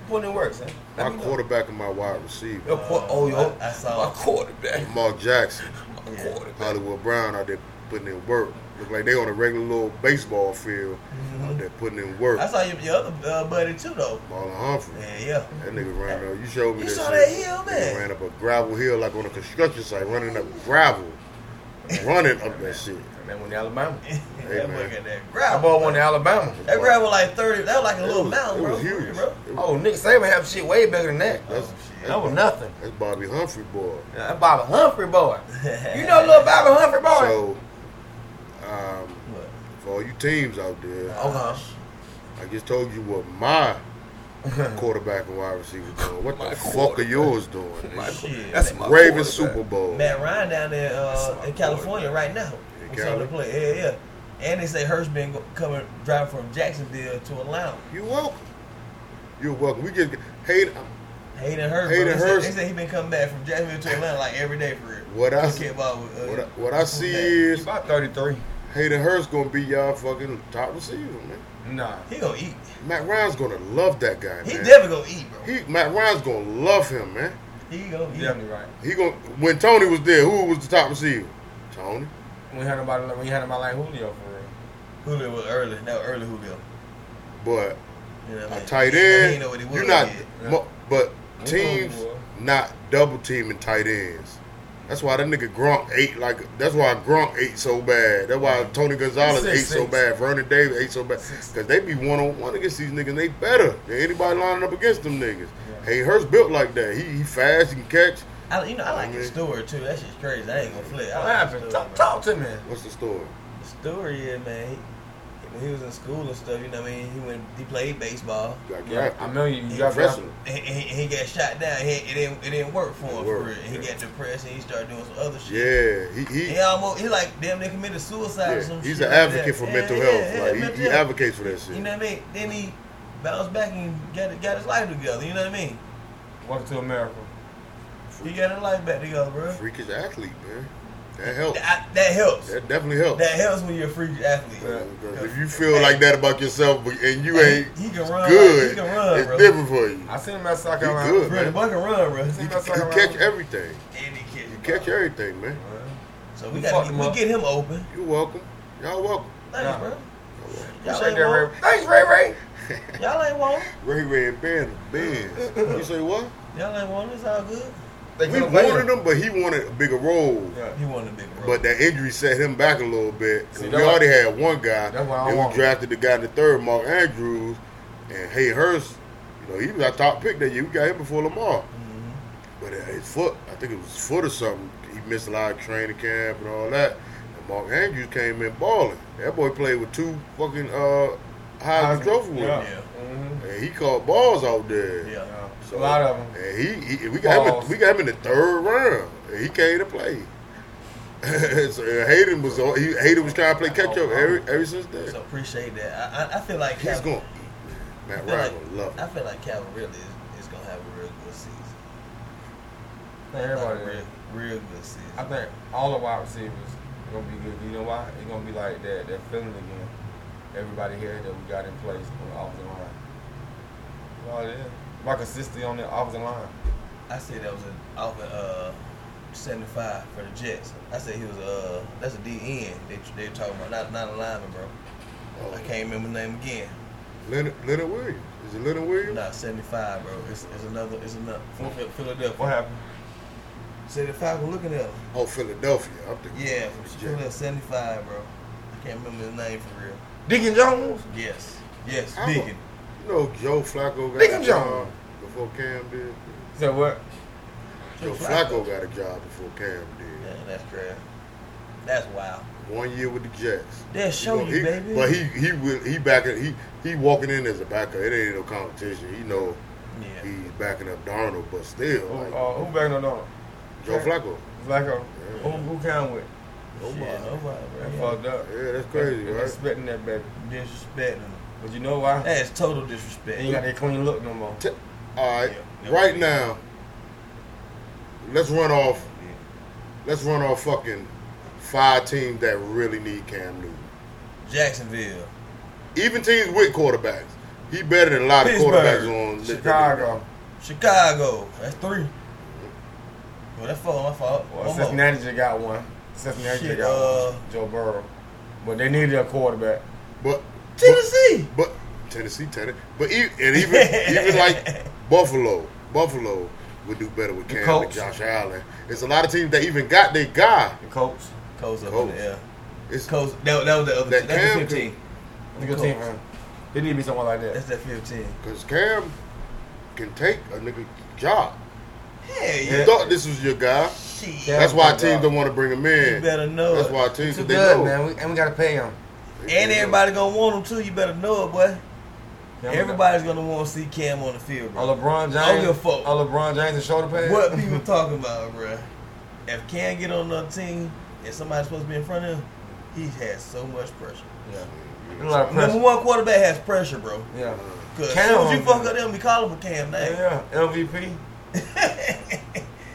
Speaker 4: Put in work, son.
Speaker 1: My
Speaker 4: Let me know.
Speaker 1: quarterback and my wide receiver.
Speaker 4: Your qu- oh, yo.
Speaker 3: I- I saw-
Speaker 4: My quarterback.
Speaker 1: Mark Jackson,
Speaker 4: My
Speaker 3: Yeah.
Speaker 4: quarterback.
Speaker 1: Hollywood Brown out there putting in work. Look like they on a regular little baseball field
Speaker 4: Mm-hmm.
Speaker 1: out there putting in work.
Speaker 3: Mm-hmm. I saw your, your other uh, buddy too, though.
Speaker 1: Marlon Humphrey.
Speaker 3: Yeah, yeah.
Speaker 1: That nigga ran up. You showed me
Speaker 3: You
Speaker 1: that
Speaker 3: saw
Speaker 1: shit.
Speaker 3: that hill,
Speaker 1: Nigga
Speaker 3: man?
Speaker 1: ran up a gravel hill like on a construction site, running up gravel, running up that shit.
Speaker 4: That one in Alabama.
Speaker 3: that boy
Speaker 1: man.
Speaker 3: got that
Speaker 4: That
Speaker 3: gravel.
Speaker 4: boy went to Alabama.
Speaker 3: That gravel like thirty. That was like a little mountain,
Speaker 1: it
Speaker 3: bro.
Speaker 1: was huge.
Speaker 3: bro.
Speaker 1: It was-
Speaker 4: Oh, Nick Saban have shit way bigger than that.
Speaker 1: that's, that's,
Speaker 4: That was
Speaker 1: Bob-
Speaker 4: nothing.
Speaker 1: that's Bobby Humphrey boy.
Speaker 4: Yeah, That Bobby Humphrey boy. You know little Bobby Humphrey boy.
Speaker 1: So, um,
Speaker 3: Oh,
Speaker 1: for all you teams out there,
Speaker 4: okay.
Speaker 1: I just told you what my quarterback and wide receiver doing? What the fuck are yours doing? nigga?
Speaker 3: Shit.
Speaker 8: That's
Speaker 3: my
Speaker 1: Ravens
Speaker 3: quarterback.
Speaker 1: Super Bowl.
Speaker 3: Matt Ryan down there uh, in California right now.
Speaker 1: In
Speaker 3: What's on the
Speaker 1: Cali?
Speaker 3: play? Yeah, yeah. And they say Hurts been go- coming driving from Jacksonville to Atlanta.
Speaker 1: You welcome. You're welcome. We just hate.
Speaker 3: Hayden Hurst.
Speaker 1: Hayden
Speaker 3: Hayden
Speaker 1: Hurst.
Speaker 3: They say he been coming back from Jacksonville to Atlanta like every day for it.
Speaker 1: What I
Speaker 3: Don't
Speaker 1: see-
Speaker 3: care about, uh,
Speaker 1: What I, what I see
Speaker 3: that.
Speaker 4: He's
Speaker 1: is
Speaker 4: about 33.
Speaker 1: Hayden Hurst gonna be y'all fucking top receiver, man.
Speaker 4: Nah.
Speaker 3: he gonna eat.
Speaker 1: Matt Ryan's gonna love that guy,
Speaker 3: He
Speaker 1: man.
Speaker 3: definitely gonna eat, bro.
Speaker 1: he Matt Ryan's gonna love him, man.
Speaker 3: He gonna eat.
Speaker 4: Definitely right.
Speaker 1: He gonna when Tony was there, who was the top receiver? Tony.
Speaker 4: We had nobody like, we had nobody like Julio for real.
Speaker 3: Julio was early. That was early Julio.
Speaker 1: But
Speaker 3: You know what I
Speaker 1: a
Speaker 3: mean?
Speaker 1: tight
Speaker 3: He- he
Speaker 1: end,
Speaker 3: ain't know what he was
Speaker 1: you're not.
Speaker 3: yet.
Speaker 4: yeah.
Speaker 1: mo- But
Speaker 4: Yeah.
Speaker 1: teams
Speaker 4: Yeah.
Speaker 1: not double teaming tight ends. That's why that nigga Gronk ate like. That's why Gronk ate so bad. That's why Tony Gonzalez
Speaker 4: Six,
Speaker 1: ate so
Speaker 4: six.
Speaker 1: bad. Vernon Davis ate so bad because they be one on one against these niggas. and They better than anybody lining up against them niggas. Hey, Hurst built like that. He, he fast. He can catch.
Speaker 3: I, you know, I like the
Speaker 1: Mhm.
Speaker 3: Stewart too. That shit's crazy. I ain't gonna flip.
Speaker 4: What
Speaker 3: I like the
Speaker 4: happened?
Speaker 3: Stewart,
Speaker 4: Talk,
Speaker 3: bro.
Speaker 4: talk to me.
Speaker 1: What's the story?
Speaker 3: The Stewart, yeah, man. He, when he was in school and stuff, you know what I mean? He went, he played baseball.
Speaker 1: You got
Speaker 4: Yeah,
Speaker 1: drafted.
Speaker 4: I know you. You got
Speaker 1: Impressive.
Speaker 4: drafted.
Speaker 3: And he, he got shot down. He, it didn't, it didn't work for him. For
Speaker 1: work,
Speaker 3: real. He
Speaker 1: yeah.
Speaker 3: got depressed and he started doing some other shit.
Speaker 1: Yeah, he he.
Speaker 3: He almost, he like damn near committed suicide or
Speaker 1: yeah,
Speaker 3: some shit.
Speaker 1: he's an
Speaker 3: like that.
Speaker 1: advocate for
Speaker 3: Yeah,
Speaker 1: mental
Speaker 3: yeah,
Speaker 1: health.
Speaker 3: yeah,
Speaker 1: like
Speaker 3: mental
Speaker 1: he, he
Speaker 3: health.
Speaker 1: advocates for that shit.
Speaker 3: You know what I mean? Then he bounced back and got got his life together. You know what I mean?
Speaker 4: Welcome to America.
Speaker 3: He got his life back together, bro.
Speaker 1: Freakish athlete, man. That helps.
Speaker 3: That, that helps.
Speaker 1: That definitely helps.
Speaker 3: That helps when you're a freak athlete.
Speaker 1: Yeah, because if you feel like that about yourself but- and you ain't
Speaker 3: he, he can run.
Speaker 1: good,
Speaker 3: He can run,
Speaker 1: it's
Speaker 3: bro.
Speaker 1: different for you.
Speaker 4: I seen him at South
Speaker 1: He
Speaker 4: Carolina.
Speaker 1: good,
Speaker 3: Bro, the
Speaker 1: man.
Speaker 3: boy can run, bro.
Speaker 4: Seen
Speaker 1: You
Speaker 4: him at South
Speaker 1: can
Speaker 4: Carolina.
Speaker 1: catch everything.
Speaker 3: And he catch
Speaker 1: You
Speaker 3: the
Speaker 1: catch
Speaker 3: ball.
Speaker 1: everything, man.
Speaker 3: So we
Speaker 4: You
Speaker 3: got
Speaker 4: fucked
Speaker 3: to
Speaker 4: him
Speaker 3: we
Speaker 4: up.
Speaker 3: get him open.
Speaker 1: You're welcome. Y'all welcome.
Speaker 3: Thanks,
Speaker 4: Yeah.
Speaker 3: bro. Y'all
Speaker 4: Appreciate
Speaker 3: ain't,
Speaker 4: that,
Speaker 3: wrong.
Speaker 4: Ray. Thanks, Ray Ray.
Speaker 3: Y'all ain't wrong.
Speaker 1: Ray Ray Band Benz. You say what?
Speaker 3: Y'all ain't wrong. It's all good.
Speaker 4: They
Speaker 1: We
Speaker 4: could've played
Speaker 1: wanted him, but he wanted a bigger role.
Speaker 4: Yeah.
Speaker 3: He won the big bro.
Speaker 1: But that injury set him back a little bit. 'cause
Speaker 4: See,
Speaker 1: we
Speaker 4: that's why-
Speaker 1: already had one guy,
Speaker 4: that's why I
Speaker 1: and
Speaker 4: want-
Speaker 1: we drafted the guy in the third, Mark Andrews, and Hay Hurst. You know, he was our top pick that year. We got him before Lamar.
Speaker 4: Mm-hmm.
Speaker 1: But uh, his foot, I think it was his foot or something. He missed a lot of training camp and all that. And Mark Andrews came in balling. That boy played with two fucking uh, Heisman
Speaker 4: Heisman,
Speaker 1: Trophy
Speaker 4: yeah.
Speaker 1: winners,
Speaker 3: yeah,
Speaker 4: Mhm.
Speaker 1: and he caught balls out there.
Speaker 3: yeah.
Speaker 4: Yeah.
Speaker 1: So-
Speaker 4: a lot of them.
Speaker 1: And he, he we got him,
Speaker 4: Balls.
Speaker 1: in, we got him in the third round. And he came to play. so uh, Hayden was on- he, Hayden was trying to play catch up every ever since then.
Speaker 3: So appreciate that. I I, I feel like
Speaker 1: He's
Speaker 3: Cal-
Speaker 1: going. Matt Ryan gonna love
Speaker 3: I
Speaker 1: him.
Speaker 3: feel like Calvin really is, is gonna have a real good season.
Speaker 4: Man,
Speaker 3: Like,
Speaker 4: everybody.
Speaker 3: real, real good season.
Speaker 4: I think all the wide receivers are gonna be good. You know why? It's gonna be like that that feeling again. Everybody here that we got in place on the offensive line. That's all it is. My consistency on the offensive line.
Speaker 3: I said that was an off at uh, 75 for the Jets. I said he was uh that's a DN they they were talking about not not a lineman, bro. I
Speaker 1: Uh,
Speaker 3: can't remember his name again.
Speaker 1: Leonard, Leonard Williams is it Leonard Williams?
Speaker 3: Nah, 75, bro. It's, it's another it's another from Phil-
Speaker 4: What
Speaker 3: Philadelphia.
Speaker 4: happened?
Speaker 3: 75 we're looking at. him.
Speaker 1: Oh, Philadelphia. I'm thinking.
Speaker 3: Yeah, from Philadelphia 75, bro. I can't remember his name for real.
Speaker 4: Deacon Jones.
Speaker 3: Yes, yes,
Speaker 1: I'm a-
Speaker 3: Deacon.
Speaker 1: You know Joe Flacco got
Speaker 4: Lincoln
Speaker 1: a job
Speaker 4: Jones.
Speaker 1: before Cam did.
Speaker 4: Said what?
Speaker 1: Joe Flacco got a job before Cam did.
Speaker 3: Yeah, that's crazy. That's wild.
Speaker 1: One year with the Jets.
Speaker 3: They'll
Speaker 1: He
Speaker 3: show
Speaker 1: gonna-
Speaker 3: you,
Speaker 1: he-
Speaker 3: baby.
Speaker 1: But he he will he backing he he walking in as a backer. It ain't no competition. He know
Speaker 3: yeah.
Speaker 1: he's backing up Darnold, but still,
Speaker 4: Who,
Speaker 1: like
Speaker 4: uh, who back on Donald?
Speaker 1: Joe Flacco.
Speaker 4: Flacco.
Speaker 1: Yeah.
Speaker 4: Who who count with?
Speaker 3: Shit, nobody, bro.
Speaker 4: That
Speaker 3: Yeah.
Speaker 4: fucked up.
Speaker 1: Yeah, that's crazy,
Speaker 4: They- they
Speaker 1: right?
Speaker 4: Expecting that baby.
Speaker 3: Disrespecting him.
Speaker 4: But you know why?
Speaker 3: That is total
Speaker 4: They
Speaker 3: disrespect.
Speaker 4: ain't got that clean look no more.
Speaker 1: All right,
Speaker 3: Yeah.
Speaker 1: right now, let's run off. Let's run off fucking five teams that really need Cam Newton.
Speaker 3: Jacksonville.
Speaker 1: Even teams with quarterbacks, he better than a lot of
Speaker 3: Pittsburgh,
Speaker 1: quarterbacks on
Speaker 4: Chicago.
Speaker 3: Chicago. That's three. Well, that's four. My fault.
Speaker 4: Well,
Speaker 3: One more.
Speaker 4: Cincinnati just got one. Cincinnati
Speaker 3: Shit,
Speaker 4: just got
Speaker 3: uh,
Speaker 4: one. Joe Burrow. But they needed a quarterback.
Speaker 1: But
Speaker 3: Tennessee.
Speaker 1: but Tennessee, Tennessee, but even, and even even like Buffalo, Buffalo would do better with
Speaker 4: The
Speaker 1: Cam and
Speaker 4: Colts.
Speaker 1: Josh Allen. It's a lot of teams that even got their guy.
Speaker 4: The coach.
Speaker 3: Coast up in
Speaker 1: Colts.
Speaker 3: the air.
Speaker 1: It's
Speaker 3: Coast. That, that was the other.
Speaker 1: That
Speaker 3: That, that
Speaker 1: Cam
Speaker 3: was fifteen.
Speaker 4: The good
Speaker 3: Coach.
Speaker 4: team, man. They need to be someone like that.
Speaker 3: That's that fifteen.
Speaker 1: because Cam can take a nigga job.
Speaker 3: Hell
Speaker 1: You
Speaker 3: yeah.
Speaker 4: Yeah.
Speaker 1: thought this was your guy.
Speaker 3: Shit.
Speaker 4: Yeah.
Speaker 1: That's why
Speaker 4: Cam
Speaker 1: teams
Speaker 4: can
Speaker 1: don't want to bring him
Speaker 3: You
Speaker 1: in.
Speaker 3: better know
Speaker 1: That's
Speaker 3: it.
Speaker 1: why teams
Speaker 4: Too
Speaker 1: they
Speaker 4: good,
Speaker 1: know.
Speaker 4: man. We, and we gotta pay him.
Speaker 1: They- they
Speaker 3: And
Speaker 1: know.
Speaker 3: everybody gonna want him too. You better know it, boy.
Speaker 4: Now we got-
Speaker 3: Everybody's gonna want to see Cam on the field,
Speaker 4: A
Speaker 3: bro.
Speaker 4: LeBron James.
Speaker 3: I don't give a fuck.
Speaker 4: A LeBron James and shoulder pads.
Speaker 3: What people talking about, bro? If Cam get on another team and somebody's supposed to be in front of him, he has so much pressure.
Speaker 4: Yeah. There's a lot of pressure.
Speaker 3: Number one quarterback has pressure, bro.
Speaker 4: Yeah.
Speaker 3: Cause
Speaker 4: Cam.
Speaker 3: as soon as you fuck up them, we call him for Cam name.
Speaker 4: Yeah. MVP.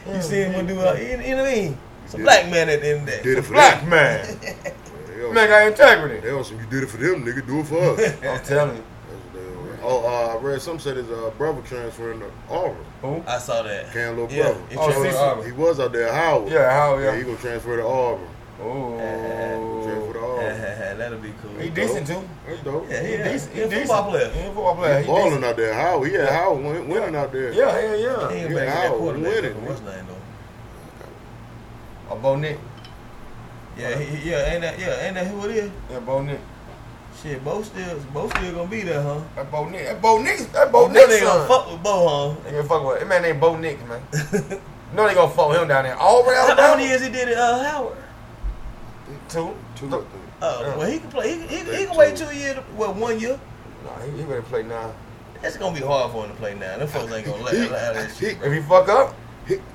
Speaker 3: You see him gonna do all, you know what I mean? It's a
Speaker 1: Yeah.
Speaker 3: black man at the end of the day.
Speaker 1: Did it for
Speaker 4: Black
Speaker 1: them.
Speaker 4: man.
Speaker 1: They
Speaker 4: Man
Speaker 1: on,
Speaker 4: got integrity.
Speaker 1: they on some, you did it for them, nigga. Do it for us. That's
Speaker 4: I'm telling you.
Speaker 1: what they on. Oh, uh, I read some said his uh, brother transferring to Auburn.
Speaker 4: Who?
Speaker 3: I saw that.
Speaker 1: Cam little
Speaker 3: Yeah,
Speaker 1: brother.
Speaker 3: it
Speaker 4: Oh,
Speaker 3: transferred
Speaker 4: Cecil.
Speaker 3: over.
Speaker 1: He was out there, at Howard.
Speaker 4: Yeah, how
Speaker 1: Yeah, he
Speaker 4: yeah.
Speaker 1: gonna transfer to Auburn. Transfer to
Speaker 4: Oh.
Speaker 1: Auburn.
Speaker 3: That'll be cool.
Speaker 4: He decent too.
Speaker 1: That's dope.
Speaker 3: Yeah, he,
Speaker 4: He decent.
Speaker 3: He a football player.
Speaker 4: He a football player.
Speaker 1: He
Speaker 4: He decent.
Speaker 1: balling out there, Howard. He had Howard win, winning out there.
Speaker 4: Yeah, yeah, yeah.
Speaker 3: He ain't
Speaker 1: Yeah,
Speaker 3: back
Speaker 1: I
Speaker 3: that
Speaker 1: was
Speaker 3: quarterback.
Speaker 1: with it,
Speaker 3: What's his name though?
Speaker 4: A Bo Nick.
Speaker 3: Yeah, he, yeah, ain't that yeah, ain't that who it is?
Speaker 4: Yeah, Bo Nick.
Speaker 3: Shit, Bo still Bo still gonna be there, huh?
Speaker 4: That Bo Nick. That Bo Nick. That Bo
Speaker 3: You know
Speaker 4: Nick.
Speaker 3: they
Speaker 4: son.
Speaker 3: gonna fuck with Bo,
Speaker 4: They gonna fuck with that man named Bo Nick, man. no, they gonna fuck with him down there. All
Speaker 3: huh?
Speaker 4: around
Speaker 3: How many years he did at uh, Howard?
Speaker 4: Two.
Speaker 1: Two, I
Speaker 4: No,
Speaker 1: think.
Speaker 3: Uh,
Speaker 4: Yeah.
Speaker 3: Well, he can play. He, can- he, can- he
Speaker 1: Think
Speaker 3: can wait
Speaker 1: two.
Speaker 3: two years. to- Well, one year.
Speaker 4: he, he better play now.
Speaker 3: That's gonna be hard for him to play now. Them folks ain't gonna let
Speaker 1: He-
Speaker 3: him out of that shit.
Speaker 4: If he fuck up,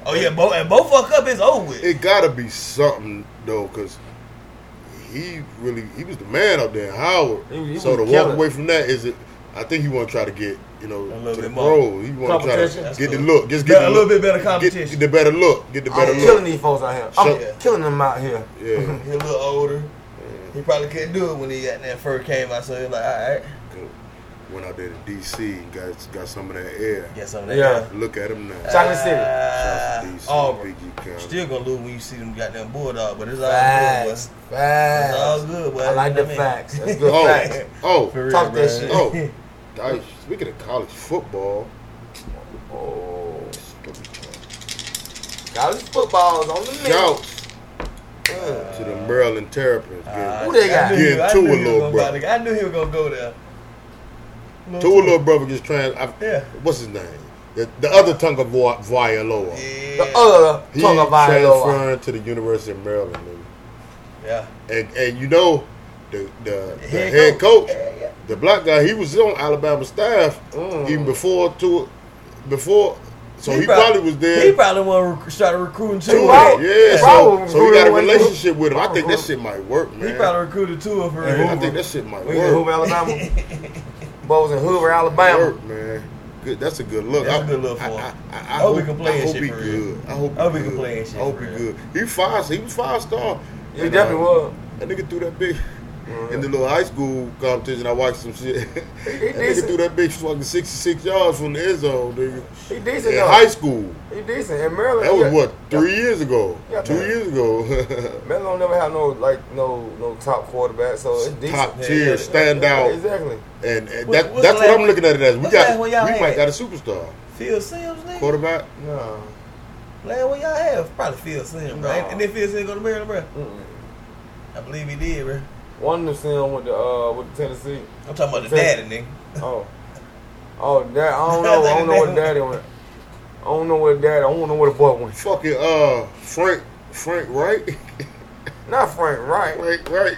Speaker 3: Oh yeah, Bo and Bo fuck up. It's over with.
Speaker 1: It gotta be something though, cause he really he was the man out there, in Howard.
Speaker 4: He was- he
Speaker 1: so
Speaker 4: was
Speaker 1: to walk
Speaker 4: killing.
Speaker 1: away from that is it. I think he want to try to get you know
Speaker 3: A little
Speaker 1: to the
Speaker 3: bit more.
Speaker 1: pro. He want to try
Speaker 4: Competition.
Speaker 1: to
Speaker 3: That's
Speaker 1: get the
Speaker 3: good.
Speaker 1: look, just get
Speaker 3: Better, a
Speaker 1: the
Speaker 3: little
Speaker 1: look,
Speaker 3: bit better
Speaker 1: get,
Speaker 3: competition.
Speaker 1: get the better look, get the
Speaker 4: I'm
Speaker 1: better
Speaker 4: killing
Speaker 1: look.
Speaker 4: these folks out here. I'm
Speaker 1: Shut-
Speaker 4: killing them out here.
Speaker 1: Yeah,
Speaker 3: He a little older. He probably couldn't do it when he got that first came out. So he like, all right,
Speaker 1: went out there to D.C. and got got some of that air.
Speaker 3: get some of that.
Speaker 4: Yeah.
Speaker 1: Look at him now.
Speaker 4: Chocolate City.
Speaker 3: Ah,
Speaker 1: Shots from DC,
Speaker 3: Auburn.
Speaker 1: Big E County.
Speaker 3: Still gonna lose when you see them goddamn bulldog, but it's all good.
Speaker 4: Facts.
Speaker 3: boy. It's all
Speaker 4: Facts.
Speaker 3: good, boy.
Speaker 4: I like
Speaker 3: You know
Speaker 4: the
Speaker 3: what mean?
Speaker 4: facts. That's good
Speaker 1: Oh,
Speaker 4: facts.
Speaker 1: oh,
Speaker 4: Talk that shit.
Speaker 1: oh. I, speaking of college football,
Speaker 4: Oh. College football is on the menu.
Speaker 1: shouts
Speaker 4: Mm.
Speaker 1: to the Maryland Terrapins.
Speaker 3: Ah,
Speaker 4: Who they got?
Speaker 3: I knew he-
Speaker 1: Getting
Speaker 3: I
Speaker 1: to
Speaker 3: knew
Speaker 1: a
Speaker 3: he was
Speaker 1: little
Speaker 3: gonna buy
Speaker 1: brother.
Speaker 3: the- I knew he was gonna go there.
Speaker 1: Two little brother gets trans. I,
Speaker 3: Yeah.
Speaker 1: What's his name? The, the other Tunga Vo- Vailoa.
Speaker 3: Yeah.
Speaker 2: Uh,
Speaker 4: The other
Speaker 1: He
Speaker 4: talk about it. though.
Speaker 1: transferring to the University of Maryland. nigga.
Speaker 3: Yeah.
Speaker 1: And and you know, the the, the
Speaker 3: Head
Speaker 1: head, coach,
Speaker 3: Yeah, yeah.
Speaker 1: the black guy, he was on Alabama staff
Speaker 4: Mm.
Speaker 1: even before two, before. So he,
Speaker 3: He
Speaker 1: probably,
Speaker 3: probably-
Speaker 1: was
Speaker 3: He
Speaker 1: there.
Speaker 3: probably want to rec- start recruiting
Speaker 1: too.
Speaker 3: Tua.
Speaker 1: Yeah, so,
Speaker 4: Probably
Speaker 1: so he got a
Speaker 4: was-
Speaker 1: relationship with him. I think that shit might work, man.
Speaker 3: He probably recruited Tua for
Speaker 4: Yeah,
Speaker 1: I
Speaker 3: real.
Speaker 1: think that shit might
Speaker 4: We in
Speaker 2: uh,
Speaker 4: Hoover,
Speaker 1: work.
Speaker 4: Alabama. Boy was in Hoover, Alabama.
Speaker 1: Work, man. Good. That's a good look.
Speaker 3: That's
Speaker 1: I-
Speaker 3: a good look for
Speaker 1: I-
Speaker 3: him.
Speaker 1: I, I, I
Speaker 3: Hope
Speaker 1: hope
Speaker 3: he can play
Speaker 1: I
Speaker 3: and
Speaker 1: hope
Speaker 3: shit
Speaker 1: he
Speaker 3: for real.
Speaker 1: good. I hope.
Speaker 3: Hope
Speaker 1: he
Speaker 3: he can
Speaker 1: good.
Speaker 3: play and shit
Speaker 1: I hope
Speaker 3: for
Speaker 1: he
Speaker 3: real.
Speaker 1: good. He five. He was five star.
Speaker 4: He definitely was.
Speaker 1: That nigga threw that big. In the little high school competition, I watched some shit. that nigga
Speaker 4: decent.
Speaker 1: threw that bitch fucking 66 yards from the end zone, nigga.
Speaker 4: He decent
Speaker 1: In
Speaker 4: though.
Speaker 1: high school.
Speaker 4: He decent. And Maryland.
Speaker 1: That was
Speaker 4: yeah.
Speaker 1: what, three years ago?
Speaker 4: Yeah,
Speaker 1: Two
Speaker 4: man.
Speaker 1: years ago.
Speaker 4: Maryland don't never have no like no no top quarterback, so it's decent.
Speaker 1: Top
Speaker 3: Yeah,
Speaker 1: tier,
Speaker 3: yeah.
Speaker 1: standout.
Speaker 4: Exactly.
Speaker 1: And, and
Speaker 3: What-
Speaker 1: that, that's
Speaker 3: what's the
Speaker 1: what
Speaker 3: last
Speaker 1: I'm
Speaker 3: one-
Speaker 1: looking at it as. We
Speaker 3: what's the
Speaker 1: got
Speaker 3: last one y'all
Speaker 1: we might
Speaker 3: had?
Speaker 1: got a superstar
Speaker 3: Phil Sims, nigga.
Speaker 1: quarterback.
Speaker 4: No.
Speaker 3: Last one y'all have probably Phil Sims, bro.
Speaker 4: Nah.
Speaker 3: And then Phil Sims go to Maryland, bro.
Speaker 4: Mm-mm.
Speaker 3: I believe he did, bro.
Speaker 4: One of them with the uh with the Tennessee.
Speaker 3: I'm talking about the
Speaker 4: Phil-
Speaker 3: daddy, nigga.
Speaker 4: Oh. Oh, dad. I don't know. I don't know what daddy went. I don't know where daddy. I don't know where the boy went.
Speaker 1: Fucking uh Frank Frank Wright.
Speaker 4: Not Frank, right?
Speaker 1: Frank Wright.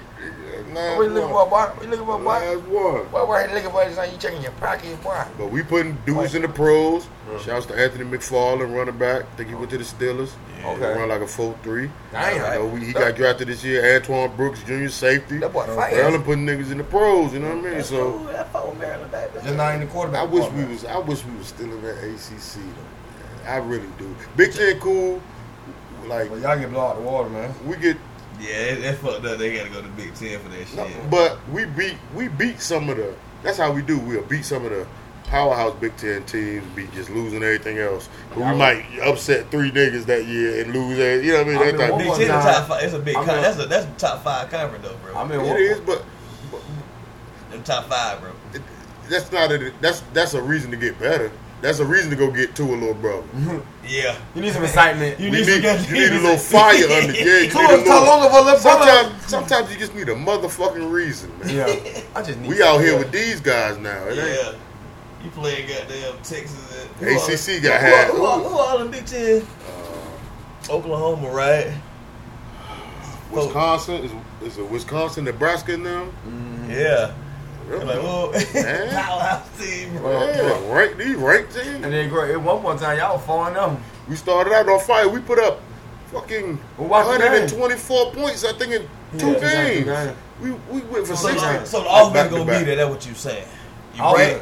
Speaker 1: Nah,
Speaker 4: What you looking for, boy? What you looking for, boy?
Speaker 1: Last one.
Speaker 4: Boy, boy, you looking for this? You checking your pocket, boy?
Speaker 1: But we putting dudes in the pros. Shouts to Anthony McFarland, running back. think he went to the Steelers.
Speaker 4: Okay.
Speaker 1: He run like a 4 3.
Speaker 4: Damn.
Speaker 1: I know we, he got drafted this year. Antoine Brooks Jr., safety.
Speaker 4: That boy
Speaker 1: Maryland
Speaker 4: fighting.
Speaker 1: putting niggas in the pros, you know what I mean? So
Speaker 3: Ooh, that fuck with Maryland, baby.
Speaker 4: Just not in the quarterback.
Speaker 1: I wish we was I wish we was still in that ACC though. I really do. Big Ten cool. Like
Speaker 4: But y'all get blown out the water, man.
Speaker 1: we get
Speaker 3: Yeah, that- that fucked up. They gotta go to Big Ten for that shit.
Speaker 1: No, But we beat we beat some of the. That's how we do. We'll beat some of the powerhouse Big Ten teams. Be just losing everything else. But we might upset three niggas that year and lose. Every, you know what I
Speaker 4: I
Speaker 1: mean? That
Speaker 4: mean,
Speaker 1: type
Speaker 4: one
Speaker 1: of-
Speaker 3: Big
Speaker 4: more
Speaker 3: Ten the
Speaker 4: time.
Speaker 3: top five. It's a big
Speaker 4: I'm
Speaker 3: con.
Speaker 4: a-
Speaker 3: That's a that's the top five conference though, bro.
Speaker 4: I mean,
Speaker 1: it is, but
Speaker 3: Them top five, bro.
Speaker 1: that's not a. That's that's a reason to get better. That's a reason to go get to a little brother.
Speaker 3: Yeah.
Speaker 4: you need some excitement.
Speaker 1: You need,
Speaker 3: need some
Speaker 1: you
Speaker 3: goddamn-
Speaker 1: need a little fire under. Yeah, you need a
Speaker 4: Tua's too
Speaker 1: little.
Speaker 4: long of a little brother.
Speaker 1: Sometimes, sometimes you just need a motherfucking reason, man.
Speaker 4: Yeah, I just need.
Speaker 1: We out here
Speaker 4: some-
Speaker 1: with these guys now. It ain't-
Speaker 3: Yeah. You playing goddamn Texas and who all-
Speaker 1: ACC got
Speaker 3: Who, all-
Speaker 1: had.
Speaker 3: who, all- who all in Big Ten?
Speaker 1: Uh,
Speaker 3: Oklahoma, right?
Speaker 1: Wisconsin is is it Wisconsin, Nebraska now?
Speaker 3: Yeah.
Speaker 1: Really?
Speaker 3: Like, whoa,
Speaker 1: Mm. Man.
Speaker 3: powerhouse team, bro.
Speaker 1: yeah, right, these right team.
Speaker 4: And then great. At one point time, y'all was falling them.
Speaker 1: We started out on fire. We put up fucking
Speaker 4: Well, watch the game.
Speaker 1: 124 points, I think, in two
Speaker 4: Yeah, watch the
Speaker 1: games.
Speaker 4: game.
Speaker 1: We we went for
Speaker 3: So,
Speaker 1: 60.
Speaker 3: the- so the
Speaker 1: Like,
Speaker 3: offense
Speaker 1: back to
Speaker 3: gonna
Speaker 1: back.
Speaker 3: be there. That's what you saying. You
Speaker 4: All
Speaker 3: right,
Speaker 4: in.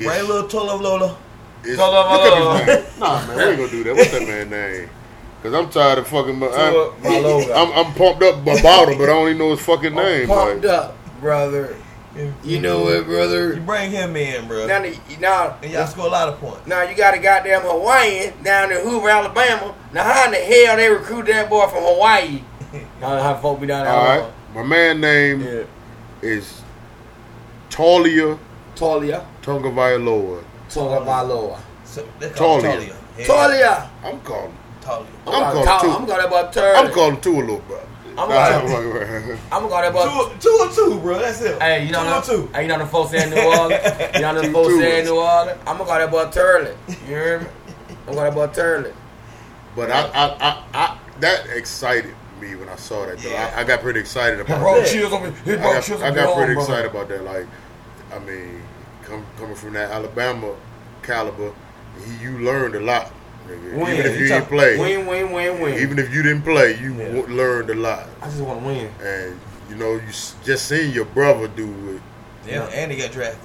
Speaker 1: It's-
Speaker 3: right, little Tolo Lola.
Speaker 1: it's-
Speaker 4: No, no, no,
Speaker 1: look
Speaker 4: no,
Speaker 1: at his name. Nah, man, we ain't gonna do that. What's that man's name? Because I'm tired of fucking. My,
Speaker 4: Tua
Speaker 1: I'm,
Speaker 4: Valoga.
Speaker 1: I'm, I'm pumped up about him, but I don't even know his fucking name.
Speaker 2: pumped
Speaker 1: like.
Speaker 2: up, brother. You know what,
Speaker 3: You
Speaker 2: brother?
Speaker 3: bring him in, bro,
Speaker 2: Now, the- now,
Speaker 3: and y'all score a lot of points.
Speaker 2: now you got a goddamn Hawaiian down in Hoover, Alabama. Now, how in the hell they recruit that boy from Hawaii?
Speaker 4: Y'all have folk be down there.
Speaker 1: All right, my man name
Speaker 4: Yeah.
Speaker 1: is Talia
Speaker 2: Tolia.
Speaker 1: Tungavailoa.
Speaker 2: Tolabaloa.
Speaker 3: So, they call him
Speaker 1: Talia.
Speaker 3: Yeah,
Speaker 2: Tolia.
Speaker 1: I'm calling.
Speaker 3: Talia.
Speaker 1: I'm calling
Speaker 2: call-
Speaker 1: two.
Speaker 2: I'm calling that boy Turley.
Speaker 1: I'm calling two a little bro.
Speaker 4: I'm
Speaker 1: Nah,
Speaker 4: calling-
Speaker 1: fucking-
Speaker 2: I'm calling that boy.
Speaker 3: Two, two or two, bro. That's it.
Speaker 4: Hey, you know
Speaker 3: two
Speaker 4: them-
Speaker 3: or two.
Speaker 4: Hey, you know the folks in New Orleans. You know the
Speaker 1: Two
Speaker 4: folks in
Speaker 1: twos.
Speaker 4: New Orleans.
Speaker 2: I'm gonna call that boy Turley. You hear me? I'm gonna call that boy Turley.
Speaker 1: But I, I, I, I, that excited me when I saw that. Though. I, I got pretty excited about
Speaker 4: Bro,
Speaker 1: that.
Speaker 4: chills on me. He
Speaker 1: I
Speaker 4: brought
Speaker 1: got,
Speaker 4: chills
Speaker 1: I
Speaker 4: on
Speaker 1: got
Speaker 4: me.
Speaker 1: pretty excited about that. Like, I mean, come, coming from that Alabama caliber, he, you learned a lot. Nigga.
Speaker 4: Win.
Speaker 1: Even if you
Speaker 4: You
Speaker 1: didn't
Speaker 4: talk-
Speaker 1: play,
Speaker 4: Win, win, win, win.
Speaker 1: even if you didn't play, you w- learned a lot.
Speaker 4: I just want to win.
Speaker 1: And you know, you s- just seen your brother do it.
Speaker 3: Yeah, and he got drafted.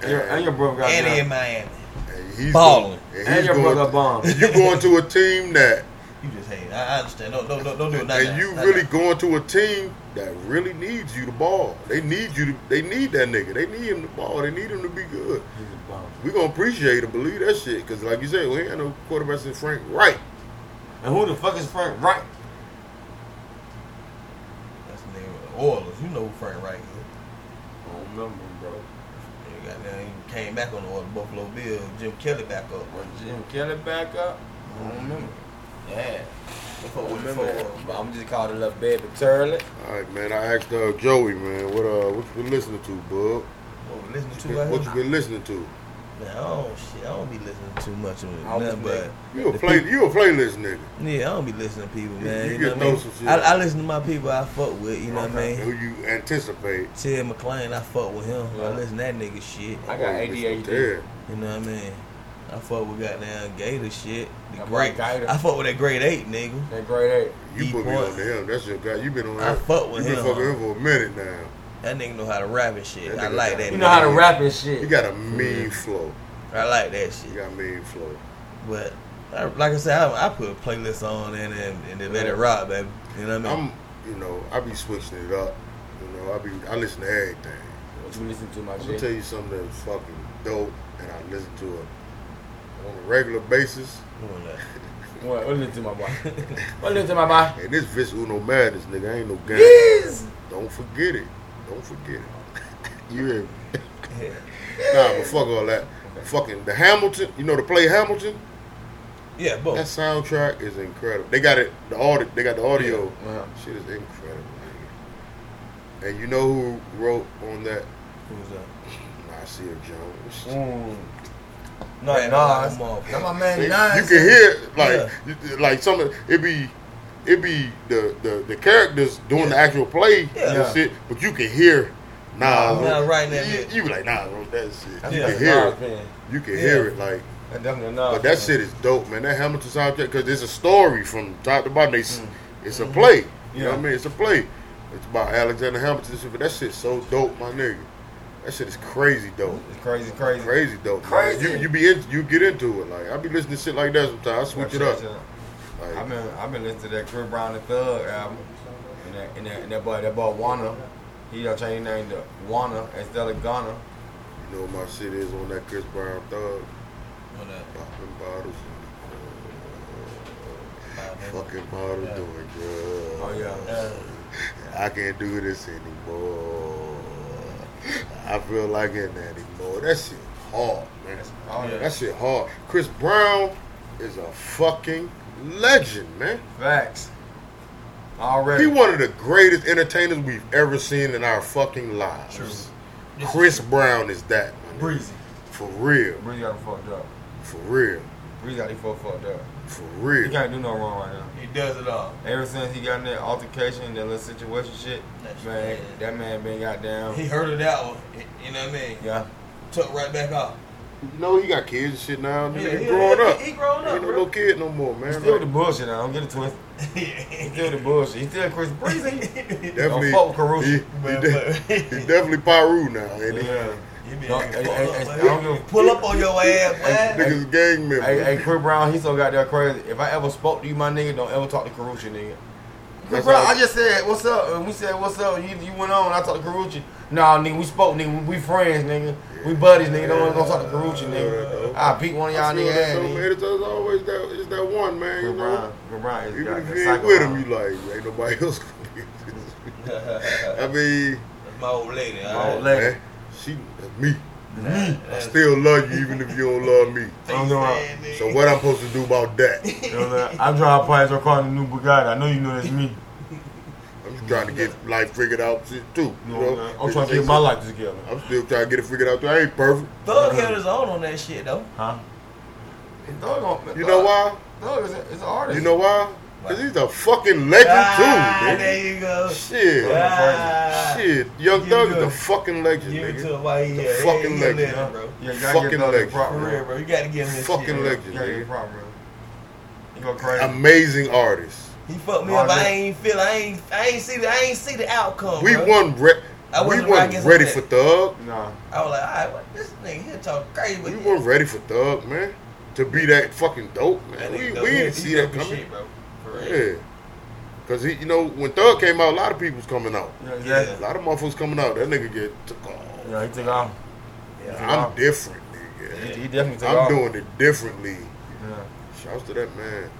Speaker 1: And,
Speaker 4: Your- and your brother got
Speaker 3: and he in
Speaker 4: down.
Speaker 3: Miami.
Speaker 1: and he's
Speaker 3: balling.
Speaker 1: Going,
Speaker 4: And your brother bomb.
Speaker 1: You going to a team that
Speaker 3: You just hate. it. I, I understand. Don't, don't, don't, don't do it. Not now.
Speaker 1: and you
Speaker 3: Not
Speaker 1: really
Speaker 3: now.
Speaker 1: going to a team that really needs you to ball. They need you to. They need that nigga. They need him to ball. They need him to be good.
Speaker 4: He's a bum.
Speaker 1: We gonna appreciate and believe that shit. Cause like you said, we ain't no quarterback since Frank Wright.
Speaker 4: And who the fuck is Frank Wright?
Speaker 3: That's the name of the Oilers. You know who Frank Wright is.
Speaker 4: I don't remember, bro.
Speaker 3: They got down, he came back on the Oilers. Buffalo Bill. Jim Kelly back up.
Speaker 4: Was Jim Kelly back up? I don't remember. Yeah.
Speaker 3: Before,
Speaker 4: I don't
Speaker 3: before,
Speaker 4: remember. But I'm just calling little baby Turley.
Speaker 1: All right, man. I asked uh, Joey, man, what uh, what you been listening to, bub?
Speaker 3: what we listening to
Speaker 1: What,
Speaker 3: right
Speaker 1: you
Speaker 3: here?
Speaker 1: been listening to?
Speaker 3: Man, oh shit, I don't be listening too much on it.
Speaker 4: I was
Speaker 3: Nothing but
Speaker 4: listening.
Speaker 1: You a play? You a playlist nigga?
Speaker 3: yeah, I don't be listening to people,
Speaker 1: You-
Speaker 3: man.
Speaker 1: you
Speaker 3: You,
Speaker 1: get
Speaker 3: know what I mean?
Speaker 1: those some shit.
Speaker 3: I, I listen to my people I fuck with. You know what I mean?
Speaker 1: Who you anticipate?
Speaker 3: Ted McLean, I fuck with him.
Speaker 4: Yeah.
Speaker 3: I listen to that nigga shit.
Speaker 4: I got
Speaker 1: Oh, you
Speaker 4: ADHD.
Speaker 1: there.
Speaker 3: You know what I mean? I fuck with goddamn Gator shit. The
Speaker 4: That boy
Speaker 3: great,
Speaker 4: Gator.
Speaker 3: I fuck with that grade eight nigga.
Speaker 4: That grade eight.
Speaker 1: You
Speaker 3: Deep
Speaker 1: put me
Speaker 3: one.
Speaker 1: on to him. That's your guy. You been on.
Speaker 3: I
Speaker 1: that-
Speaker 3: fuck with
Speaker 1: you been
Speaker 3: him,
Speaker 1: fucking
Speaker 3: huh?
Speaker 1: him for a minute now.
Speaker 3: That nigga know how to rap and shit.
Speaker 1: That
Speaker 3: I
Speaker 1: nigga
Speaker 3: like
Speaker 1: got-
Speaker 3: that.
Speaker 4: You know how to
Speaker 3: nigga.
Speaker 4: rap and shit.
Speaker 1: You got a mean flow.
Speaker 3: I like that
Speaker 1: You
Speaker 3: shit.
Speaker 1: got mean flow.
Speaker 3: But I, like I said, I, I put a playlist on and and, and then let it rock, baby. You know what I mean?
Speaker 1: I'm, you know, I be switching it up. You know, I be, I listen to everything.
Speaker 4: What you listen to, my
Speaker 1: I'm gonna
Speaker 4: shit?
Speaker 1: tell you something that's fucking dope, and I listen to it on a regular basis.
Speaker 3: Doing that.
Speaker 4: What, what listen to, my boy? what listen to, my boy?
Speaker 1: And this Vince Uno Madness, nigga, ain't no game.
Speaker 4: Yes!
Speaker 1: Don't forget it. Don't forget it. you hear me?
Speaker 3: Yeah.
Speaker 1: Nah, but fuck all that. Fucking the Hamilton, you know, the play Hamilton.
Speaker 3: Yeah,
Speaker 4: Oh.
Speaker 3: boom.
Speaker 1: That soundtrack is incredible. They got it. The audio. They got the audio.
Speaker 4: Yeah.
Speaker 1: Shit is incredible. nigga. And you know who wrote on that?
Speaker 3: Who was that?
Speaker 1: Nasir Jones.
Speaker 4: Mm.
Speaker 3: No,
Speaker 4: Nas.
Speaker 3: Nas.
Speaker 4: That's my
Speaker 1: You
Speaker 4: man, Nas.
Speaker 1: can hear like you- like some of it be it be the the, the characters doing the actual play and
Speaker 4: Yeah.
Speaker 1: shit, but you can hear nah,
Speaker 3: Nah, right now,
Speaker 1: You,
Speaker 3: yeah.
Speaker 1: you be like nah, bro, that shit.
Speaker 4: That's
Speaker 1: You
Speaker 3: Yeah.
Speaker 1: can
Speaker 4: Nas
Speaker 1: hear it.
Speaker 4: fan.
Speaker 1: You can
Speaker 3: Yeah.
Speaker 1: hear it like.
Speaker 4: That's definitely Nas.
Speaker 1: But that
Speaker 4: fan.
Speaker 1: shit is dope, man. That Hamilton soundtrack because it's a story from top to bottom. They, s It's a play. You know what I
Speaker 4: Yeah.
Speaker 1: mean? It's a play. It's about Alexander Hamilton. Shit, but that shit's so dope, my nigga. That shit is crazy dope.
Speaker 4: It's crazy, crazy.
Speaker 1: Crazy dope. man.
Speaker 4: Crazy.
Speaker 1: You you be in, you get into it. Like I be listening to shit like that sometimes. I switch it up. Like,
Speaker 4: I've been I've been listening to that Chris Brown and Thug album, and that and that, and that boy that boy Wanna, he done changed his name to Wanna instead of Ghana.
Speaker 1: you know what my shit is on that Chris Brown thug.
Speaker 3: What that?
Speaker 1: Popping bottles. uh,
Speaker 3: Bob Evans.
Speaker 1: Fucking bottles
Speaker 3: Yeah.
Speaker 1: doing
Speaker 4: Oh
Speaker 1: drugs.
Speaker 4: yeah,
Speaker 3: Uh,
Speaker 1: I can't do this anymore. I feel like it anymore. That shit hard, man.
Speaker 4: all
Speaker 3: Yeah.
Speaker 4: Oh, yeah.
Speaker 1: That shit hard. Chris Brown is a fucking legend, man.
Speaker 4: facts. Already,
Speaker 1: He one of the greatest entertainers we've ever seen in our fucking lives.
Speaker 3: True.
Speaker 1: Chris Brown is that. my nigga.
Speaker 3: Breezy.
Speaker 1: For real.
Speaker 4: Breeze got him fucked up.
Speaker 1: For real.
Speaker 4: Breeze got him fucked fucked up.
Speaker 1: For
Speaker 4: He
Speaker 1: real.
Speaker 4: can't do no wrong right now.
Speaker 3: He does it all.
Speaker 4: Ever since he got in that altercation, that little situation shit,
Speaker 3: That's
Speaker 4: man,
Speaker 3: right.
Speaker 4: that man been got down.
Speaker 3: He heard it out. You know what I mean?
Speaker 4: Yeah.
Speaker 3: Took right back off.
Speaker 1: You know he got kids and shit now.
Speaker 3: Yeah,
Speaker 1: Nigga
Speaker 3: he-
Speaker 1: growing
Speaker 3: he-
Speaker 1: up.
Speaker 3: he growing up,
Speaker 1: Ain't no
Speaker 3: bro.
Speaker 1: little kid no more,
Speaker 4: He's
Speaker 1: man.
Speaker 4: still the
Speaker 1: Like,
Speaker 4: bullshit now. Don't get it twisted. He's still the bullshit. He's still Chris Breezy.
Speaker 1: definitely,
Speaker 4: Don't fuck with Caruso.
Speaker 1: he, he
Speaker 3: Man,
Speaker 1: de-
Speaker 3: but-
Speaker 1: he definitely Pyru now. Ain't he?
Speaker 4: yeah.
Speaker 3: You be
Speaker 4: No,
Speaker 3: like, pull
Speaker 4: hey, hey,
Speaker 3: up,
Speaker 4: hey,
Speaker 3: man.
Speaker 4: I don't give a-
Speaker 3: Pull up on your ass, man.
Speaker 1: Niggas gang member.
Speaker 4: Hey, hey, Chris Brown, he so goddamn crazy. If I ever spoke to you, my nigga, don't ever talk to Carucci, nigga. Chris
Speaker 1: That's
Speaker 4: Brown,
Speaker 1: how-
Speaker 4: I just said, what's up? And we said, what's up? And you, you went on, and I talked to Carucci. Nah, nigga, we spoke, nigga. We friends, nigga. We buddies, nigga. Don't ever gonna talk to Carucci, nigga. I beat one of y'all
Speaker 1: I feel
Speaker 4: nigga
Speaker 1: that
Speaker 4: ass,
Speaker 1: though, man.
Speaker 4: nigga.
Speaker 1: It's just always that, it's that one, man. You
Speaker 4: Chris
Speaker 1: know?
Speaker 4: Brown, Chris Brown is
Speaker 1: Even if
Speaker 4: goddamn
Speaker 1: you ain't
Speaker 4: psycho.
Speaker 1: with him, you like, ain't nobody else gonna get this. I mean,
Speaker 3: My old lady. all
Speaker 4: My
Speaker 3: right?
Speaker 4: old lady.
Speaker 1: man, she, that's me. I still love you even if you don't love me.
Speaker 4: I'm doing right.
Speaker 1: So what I'm supposed to do about that?
Speaker 4: You know what I'm saying? I drive past your car in a new Bugatti. I know you know that's me.
Speaker 1: I'm just trying to get life figured out shit too.
Speaker 4: You
Speaker 1: You
Speaker 4: know what I'm saying?
Speaker 1: know?
Speaker 4: I'm trying to get my life together.
Speaker 1: I'm still trying to get it figured out too. I ain't perfect.
Speaker 3: Thug held his own on that shit though.
Speaker 4: Huh?
Speaker 1: You know why?
Speaker 4: Thug is, a- is an artist.
Speaker 1: You know why? Cause he's a fucking legend
Speaker 3: Ah,
Speaker 1: too, nigga.
Speaker 3: there you go.
Speaker 1: Shit,
Speaker 3: Ah,
Speaker 1: shit. Young
Speaker 3: You
Speaker 1: Thug is
Speaker 3: good.
Speaker 1: a fucking legend,
Speaker 3: You
Speaker 1: nigga.
Speaker 3: took why he
Speaker 1: The
Speaker 3: yeah,
Speaker 1: fucking
Speaker 3: he, he
Speaker 1: legend,
Speaker 3: living, bro.
Speaker 4: Yeah, you gotta
Speaker 1: Fucking
Speaker 4: get Thug
Speaker 1: legend.
Speaker 4: his prop,
Speaker 3: For
Speaker 4: bro.
Speaker 3: real, bro. You gotta give him this
Speaker 1: Fucking
Speaker 3: shit. bro.
Speaker 1: legend,
Speaker 4: You gotta get his
Speaker 1: nigga.
Speaker 4: prop, bro. He go crazy.
Speaker 1: Amazing artist.
Speaker 3: He fucked me up.
Speaker 4: All
Speaker 3: I
Speaker 4: day.
Speaker 3: ain't feel. I ain't. I ain't see the. I ain't see the outcome.
Speaker 1: We
Speaker 3: bro.
Speaker 1: wasn't re-
Speaker 3: I
Speaker 1: we
Speaker 3: wasn't
Speaker 1: wasn't
Speaker 3: rocking
Speaker 1: ready
Speaker 3: with
Speaker 1: for
Speaker 3: that.
Speaker 1: Thug.
Speaker 4: Nah.
Speaker 3: I was like, all right, what, this nigga he talk crazy. But
Speaker 1: We
Speaker 3: yeah,
Speaker 1: weren't ready for Thug, man. To be that fucking dope, man.
Speaker 3: that
Speaker 1: We,
Speaker 3: nigga
Speaker 1: we
Speaker 3: dope. He-
Speaker 1: didn't
Speaker 3: he
Speaker 1: see
Speaker 3: dope
Speaker 1: that
Speaker 3: as
Speaker 1: coming.
Speaker 3: shit, bro. For real.
Speaker 1: Yeah. Cause he, you know, when Thug came out, a lot of people was coming out.
Speaker 4: Yeah, exactly.
Speaker 1: A lot of motherfuckers coming out. That nigga get took off.
Speaker 4: Yeah, he took off.
Speaker 1: I'm different, nigga.
Speaker 4: He, he definitely took
Speaker 1: I'm
Speaker 4: off.
Speaker 1: doing it differently.
Speaker 4: Yeah.
Speaker 1: Shouts to that man.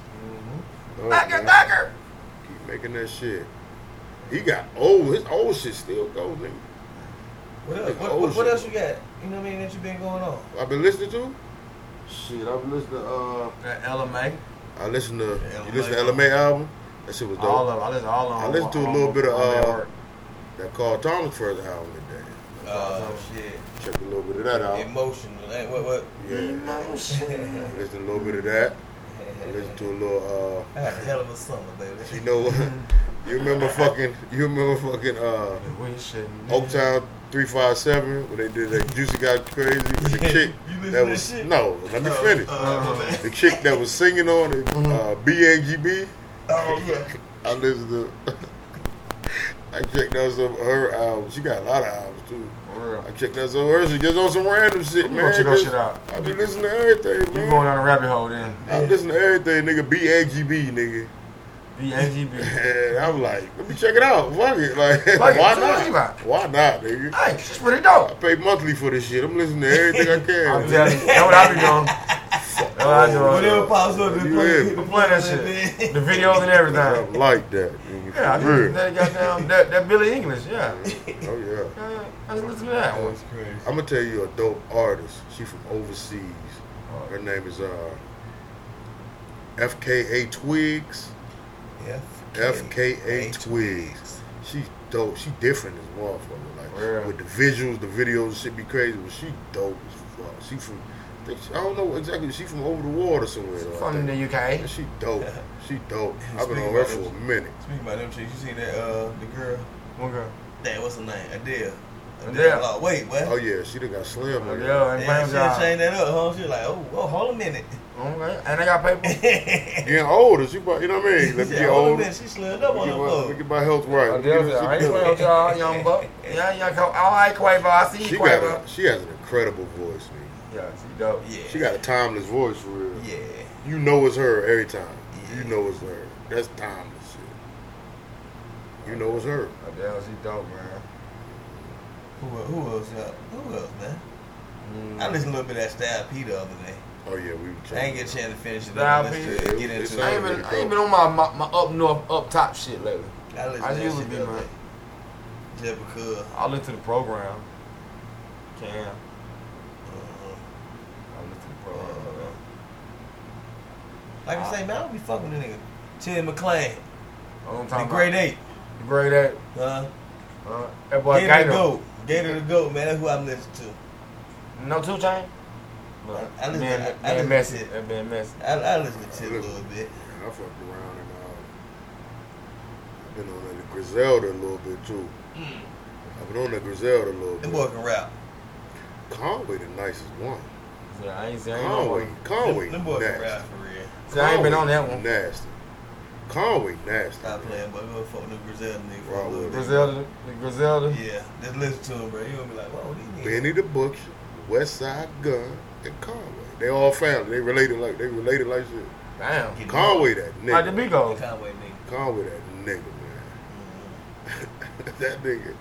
Speaker 1: Oh,
Speaker 3: Thugger,
Speaker 1: man.
Speaker 3: thugger.
Speaker 1: Keep making that shit. He got old. His old shit still goes, nigga.
Speaker 3: What else? What,
Speaker 1: old
Speaker 3: what, what
Speaker 1: Oh, shit.
Speaker 3: else you got? You know what I mean? That you been going on?
Speaker 1: I've been listening to. Shit, I've been listening. To, uh,
Speaker 4: That LMA.
Speaker 1: I listened to.
Speaker 3: LMA.
Speaker 1: You listen to LMA album. That shit was dope.
Speaker 4: All of them. I listen to all of them.
Speaker 1: I listened to a
Speaker 4: All
Speaker 1: little
Speaker 4: of
Speaker 1: bit of,
Speaker 4: them.
Speaker 1: uh, That Carl Thomas first album today.
Speaker 3: Oh shit!
Speaker 1: Check a little bit of that out.
Speaker 3: Emotional. Like, what? What?
Speaker 1: Yeah. I listened to a little bit of that. I listened to a little. uh
Speaker 3: I had a hell of a summer, baby.
Speaker 1: You know what? You remember fucking? You remember fucking? Uh,
Speaker 4: We should.
Speaker 1: Oaktown three five seven when they did that Juicy got crazy. The chick
Speaker 3: listen to
Speaker 1: that
Speaker 3: that
Speaker 1: was
Speaker 3: shit?
Speaker 1: no, let me finish.
Speaker 3: Uh,
Speaker 1: The chick that was singing on it, uh, BNGB.
Speaker 3: oh yeah.
Speaker 1: I listened to. I checked out some of her albums. She got a lot of albums too.
Speaker 4: For real.
Speaker 1: I checked out some of hers. She just on some random shit,
Speaker 4: You
Speaker 1: man.
Speaker 4: gonna check her
Speaker 1: Just-
Speaker 4: shit out.
Speaker 1: I be listening to everything,
Speaker 4: You
Speaker 1: man.
Speaker 4: going down a rabbit hole then.
Speaker 1: I listen to everything, nigga. BNGB, nigga.
Speaker 4: BNGB.
Speaker 1: And I'm like, let me check it out. Fuck it, like
Speaker 4: Fuck it,
Speaker 1: why
Speaker 4: check it
Speaker 1: not?
Speaker 4: out.
Speaker 1: Why not, nigga?
Speaker 4: hey, she's pretty
Speaker 1: I
Speaker 4: dope.
Speaker 1: pay monthly for this shit. I'm listening to everything I
Speaker 4: I'm
Speaker 1: can.
Speaker 4: telling you. That's what I be doing. That's what I be doing.
Speaker 3: Whatever pops up,
Speaker 1: You
Speaker 3: just play,
Speaker 1: in.
Speaker 3: hit the
Speaker 4: I'm playing that
Speaker 3: button, man.
Speaker 4: shit. The videos and everything.
Speaker 1: I'm like that. Nigga.
Speaker 4: Yeah, I
Speaker 1: For
Speaker 4: just
Speaker 1: real.
Speaker 4: listened to that goddamn that, that Billy English. Yeah.
Speaker 1: Oh yeah.
Speaker 4: Yeah, I just listened to that one.
Speaker 3: crazy.
Speaker 1: I'm gonna tell you a dope artist. She from overseas. Her name is uh, FKA Twigs.
Speaker 3: Yeah.
Speaker 1: FKA Twigs. She's dope. She different as well Like
Speaker 4: Yeah.
Speaker 1: with the visuals, the videos, shit be crazy. But she dope as fuck. She from. I think she- I don't know exactly. She from over the water somewhere. though, I think.
Speaker 4: From the UK.
Speaker 1: And She dope. She dope. I've been
Speaker 3: Speaking
Speaker 1: on her
Speaker 3: about
Speaker 1: for
Speaker 3: this-
Speaker 1: a minute.
Speaker 3: Speaking about them chicks, you seen that uh the girl?
Speaker 4: One girl.
Speaker 3: That what's her name? Adele.
Speaker 4: Adele.
Speaker 3: Like, wait, what?
Speaker 1: Oh yeah, she done got slim.
Speaker 4: One
Speaker 1: on
Speaker 4: girl and
Speaker 3: Damn,
Speaker 4: Pam
Speaker 3: she
Speaker 4: job.
Speaker 3: changed that up, huh? She was like, oh, oh, hold a minute.
Speaker 4: Okay. And they got paper.
Speaker 1: it. Getting older, she about, you know what I mean? Let me
Speaker 3: She
Speaker 1: get
Speaker 3: said, hold a
Speaker 1: older.
Speaker 3: minute. She slid up
Speaker 1: Let
Speaker 3: on
Speaker 1: me
Speaker 3: her
Speaker 1: get my- let me
Speaker 3: phone.
Speaker 1: get my health right.
Speaker 4: I
Speaker 1: Let me get this
Speaker 4: ain't
Speaker 1: shit
Speaker 4: playing with
Speaker 1: together.
Speaker 4: y'all, young buck. Yeah, yeah, Quavo. All right, Quavo. I see
Speaker 1: She
Speaker 4: you,
Speaker 1: got
Speaker 4: Quavo.
Speaker 1: a, she has an incredible voice, man.
Speaker 4: Yeah, she dope.
Speaker 3: Yeah.
Speaker 1: She got a timeless voice for real.
Speaker 3: Yeah.
Speaker 1: You know it's her every time. You
Speaker 3: Yeah.
Speaker 1: know it's her. That's timeless shit. You know it's her.
Speaker 4: Adele, she dope, man.
Speaker 3: Who, el- who else? Uh, who else, man? I
Speaker 1: Mm.
Speaker 3: listened a little bit of that Style P the other day.
Speaker 1: Oh yeah, we were
Speaker 3: I ain't
Speaker 1: talking.
Speaker 3: get a chance to finish it.
Speaker 4: Style
Speaker 3: up unless
Speaker 4: P?
Speaker 3: you
Speaker 1: Yeah,
Speaker 3: Get
Speaker 1: it- it
Speaker 3: into
Speaker 4: I ain't
Speaker 1: sound
Speaker 4: been, I
Speaker 1: dope.
Speaker 4: ain't been on my, my, my up north, up top shit lately.
Speaker 3: I listened
Speaker 4: I
Speaker 3: to that
Speaker 4: usually
Speaker 3: shit
Speaker 4: be,
Speaker 3: the other
Speaker 4: man.
Speaker 3: day. Just because.
Speaker 4: I listen to the program. Cam.
Speaker 3: uh,
Speaker 4: I listen to the program.
Speaker 3: Like I say, man, I don't be fucking with nigga. Tim McClain,
Speaker 4: I don't
Speaker 3: the
Speaker 4: talk
Speaker 3: great
Speaker 4: about
Speaker 3: eight,
Speaker 4: the grade eight.
Speaker 3: huh?
Speaker 4: Uh, that boy
Speaker 3: Gator the
Speaker 4: Gator.
Speaker 3: goat, Gator the goat, man. That's who I'm listening to.
Speaker 4: No two chain. Look,
Speaker 3: I listen-
Speaker 4: man,
Speaker 3: I- I
Speaker 4: man,
Speaker 3: listen
Speaker 4: messy.
Speaker 3: to-
Speaker 4: That man messy.
Speaker 3: I, I listen to Tip a little bit.
Speaker 1: I fucked around and uh, I've been on that Griselda a little bit too.
Speaker 3: Hmm.
Speaker 1: I've been on that Griselda a little
Speaker 3: That
Speaker 1: bit.
Speaker 3: boy can rap.
Speaker 1: Conway the nicest one.
Speaker 4: Yeah, I ain't, I ain't on
Speaker 1: Conway,
Speaker 4: one.
Speaker 1: Conway,
Speaker 3: Them boy can rap
Speaker 1: nasty.
Speaker 3: for real.
Speaker 4: See, I ain't been on that
Speaker 1: Conway
Speaker 4: one.
Speaker 1: Nasty. Conway, nasty.
Speaker 3: Stop playing, boy. Go fuck with Griselda nigga for a
Speaker 1: Right,
Speaker 3: little bit.
Speaker 4: Griselda, Griselda.
Speaker 3: Yeah, just listen to him, bro. You gonna be like, whoa, these niggas.
Speaker 1: Benny the Butcher, West Side Gun, and Conway. They all family. They related like they related like shit.
Speaker 4: Damn.
Speaker 3: Get
Speaker 1: Conway that
Speaker 4: Like the
Speaker 1: nigga.
Speaker 3: the
Speaker 4: Migos.
Speaker 3: Conway nigga. Mm-hmm.
Speaker 1: Conway that nigga, man. that nigga.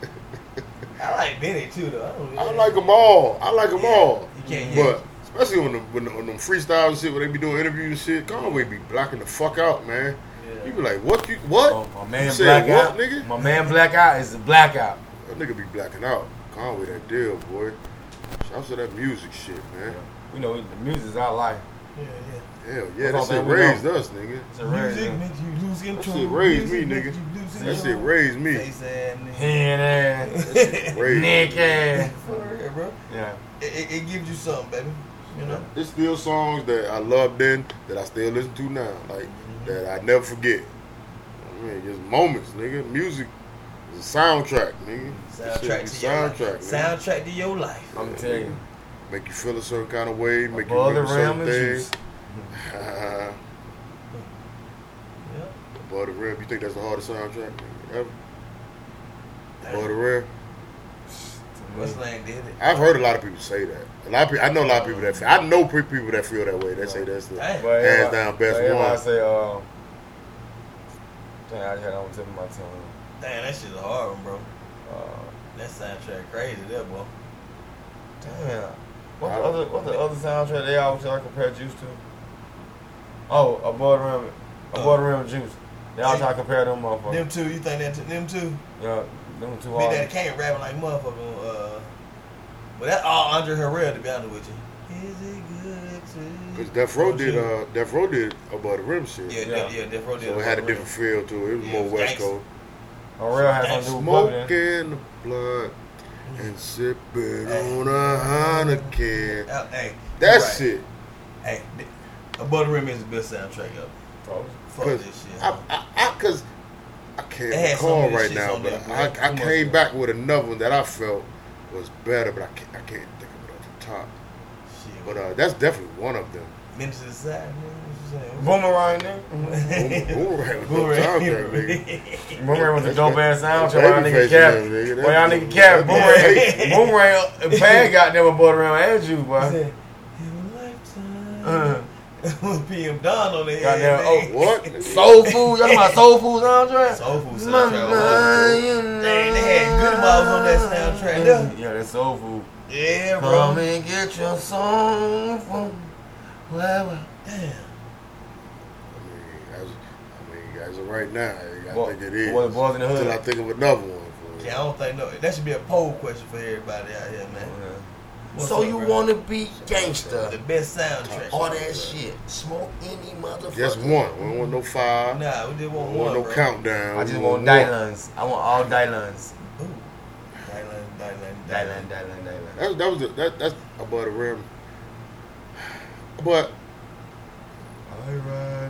Speaker 3: I like Benny too, though. I, don't
Speaker 1: I like them all. I like them all.
Speaker 3: You can't hear.
Speaker 1: But especially on them, when, on them freestyle and shit where they be doing interviews and shit, Conway be blocking the fuck out, man.
Speaker 3: Yeah.
Speaker 1: You be like, what? You what?
Speaker 4: Oh, my man
Speaker 1: you said
Speaker 4: blackout.
Speaker 1: what, nigga?
Speaker 4: My man blackout is a blackout.
Speaker 1: That nigga be blacking out. Conway that deal, boy. Shouts to that music shit, man.
Speaker 4: You know, the music's our life.
Speaker 3: Yeah, yeah.
Speaker 1: Hell yeah, that
Speaker 4: That's all
Speaker 1: shit
Speaker 4: that we
Speaker 1: raised us, nigga.
Speaker 4: It's a rare.
Speaker 3: Music
Speaker 4: thing.
Speaker 3: makes you lose control.
Speaker 1: shit raised
Speaker 3: Music
Speaker 1: me,
Speaker 3: makes
Speaker 1: nigga.
Speaker 3: you lose
Speaker 1: That shit
Speaker 3: control.
Speaker 1: raised me.
Speaker 3: Face ass nigga.
Speaker 4: Hand ass,
Speaker 1: That shit raised
Speaker 4: neck
Speaker 1: me.
Speaker 4: ass.
Speaker 3: For real, bro.
Speaker 4: Yeah.
Speaker 3: It, it, it gives you something, baby. You know.
Speaker 1: There's still songs that I loved then that I still listen to now, like that I never forget. I mean, just moments, nigga. Music is a soundtrack, nigga. This shit
Speaker 3: Soundtrack
Speaker 1: is
Speaker 3: to your life.
Speaker 1: soundtrack, nigga.
Speaker 3: Soundtrack to your life.
Speaker 4: I'm telling you.
Speaker 1: Make you feel a certain kind of way, make you
Speaker 4: Above the
Speaker 1: remember
Speaker 4: rim
Speaker 1: certain
Speaker 4: is
Speaker 1: things.
Speaker 4: juice.
Speaker 3: Yeah.
Speaker 1: Above the rim, you think that's the hardest soundtrack nigga, ever? Above the rim.
Speaker 3: Westland did it.
Speaker 1: I've heard a lot of people say that. A lot of people, I know a lot of people that feel, I know pre- people that feel that way. That say that's the
Speaker 3: Damn.
Speaker 4: But
Speaker 1: Hands
Speaker 4: everybody-
Speaker 1: down, best
Speaker 4: but everybody
Speaker 1: one.
Speaker 4: say, uh, dang, I just had it on the tip of my tongue.
Speaker 3: Damn, that shit's a hard one, bro.
Speaker 4: Uh,
Speaker 3: That soundtrack crazy, that boy.
Speaker 4: damn. What's the other? What's the other soundtrack they always try to compare Juice to? Oh, above the rim, above the rim Juice. They always try to compare them motherfuckers.
Speaker 3: Them two, you think that them two?
Speaker 4: Yeah, them two
Speaker 3: Big Daddy
Speaker 4: artists.
Speaker 3: Kane rapping like motherfucker. Uh, but that's all Andre Herrera, to be honest with you. Is it good
Speaker 1: because
Speaker 3: to?
Speaker 1: Death Row did uh, Death Row did above the rim shit.
Speaker 3: Oh, Yeah, yeah,
Speaker 4: Yeah.
Speaker 3: yeah. Death Row did.
Speaker 1: So it had a different feel to it. It was
Speaker 3: Yeah,
Speaker 1: more
Speaker 3: it was
Speaker 1: West
Speaker 3: gangsta.
Speaker 1: Coast.
Speaker 4: Orel has something to do with Bubba then.
Speaker 1: Smoking the blood and sipping on a Heineken.
Speaker 3: Uh, hey,
Speaker 1: That's
Speaker 3: you're right.
Speaker 1: it.
Speaker 3: Hey, th- Above the Rim is the best soundtrack up. Fuck
Speaker 1: Cause
Speaker 3: this shit.
Speaker 1: I, I, I, cause I
Speaker 3: It had
Speaker 1: can't
Speaker 3: so
Speaker 1: recall
Speaker 3: many
Speaker 1: right
Speaker 3: shits
Speaker 1: now,
Speaker 3: on
Speaker 1: but
Speaker 3: there,
Speaker 1: I,
Speaker 3: bro.
Speaker 1: I
Speaker 3: Come on,
Speaker 1: came
Speaker 3: bro.
Speaker 1: back with another one that I felt was better, but I can't, I can't think of it off the top.
Speaker 3: shit.
Speaker 1: But uh, that's definitely one of them.
Speaker 3: Minutes to the side, man. What
Speaker 4: Boomerang, nigga.
Speaker 3: you saying?
Speaker 1: Boomerang was no soundtrack,
Speaker 3: Boomerang.
Speaker 1: nigga.
Speaker 4: Boomerang was a
Speaker 1: That's
Speaker 4: dope
Speaker 1: that-
Speaker 4: ass soundtrack.
Speaker 1: that's
Speaker 4: Why y'all
Speaker 1: babyface
Speaker 4: nigga cap?
Speaker 1: in there, nigga. That's
Speaker 4: Why y'all
Speaker 1: baby-
Speaker 4: nigga
Speaker 1: that's
Speaker 4: cap? Boomerang,
Speaker 1: babyface.
Speaker 4: Boomerang, Pan got never bought around as you, boy.
Speaker 3: He said, In a lifetime.
Speaker 4: Uh,
Speaker 3: With PM Don on the head. nigga.
Speaker 4: Goddamn,
Speaker 1: What?
Speaker 4: soul food, y'all talking about soul food soundtrack?
Speaker 3: Soul Food soundtrack.
Speaker 4: Mama, you know. Mm-hmm.
Speaker 3: Dang, they had good vibes on that soundtrack, though.
Speaker 4: Yeah, that's soul food.
Speaker 3: Yeah,
Speaker 4: Come
Speaker 3: bro.
Speaker 4: and get your soul food. Whatever.
Speaker 3: Damn.
Speaker 1: I mean, as, I mean, as of right now, I
Speaker 4: Boy-
Speaker 1: think it is.
Speaker 4: boy, boys in the hood.
Speaker 1: Until I think of another one. For
Speaker 3: Yeah, I don't think no. That should be a poll question for everybody out here, man. What's
Speaker 2: So
Speaker 3: up,
Speaker 2: you
Speaker 3: bro?
Speaker 2: wanna be gangster?
Speaker 3: the best soundtrack?
Speaker 2: All that shit. Smoke any motherfucker.
Speaker 1: Just one. We don't want no five.
Speaker 3: Nah, we just
Speaker 1: we
Speaker 3: want
Speaker 1: don't
Speaker 3: one,
Speaker 1: want no
Speaker 3: bro.
Speaker 1: countdown.
Speaker 4: I just
Speaker 1: we
Speaker 4: want
Speaker 1: one.
Speaker 4: Dylan's. I want all Dylan's.
Speaker 3: Ooh. Dylan, Dylan,
Speaker 4: Dylan, Dylan, Dylan.
Speaker 1: That, that was the, that, that's above the rim. But
Speaker 4: I ride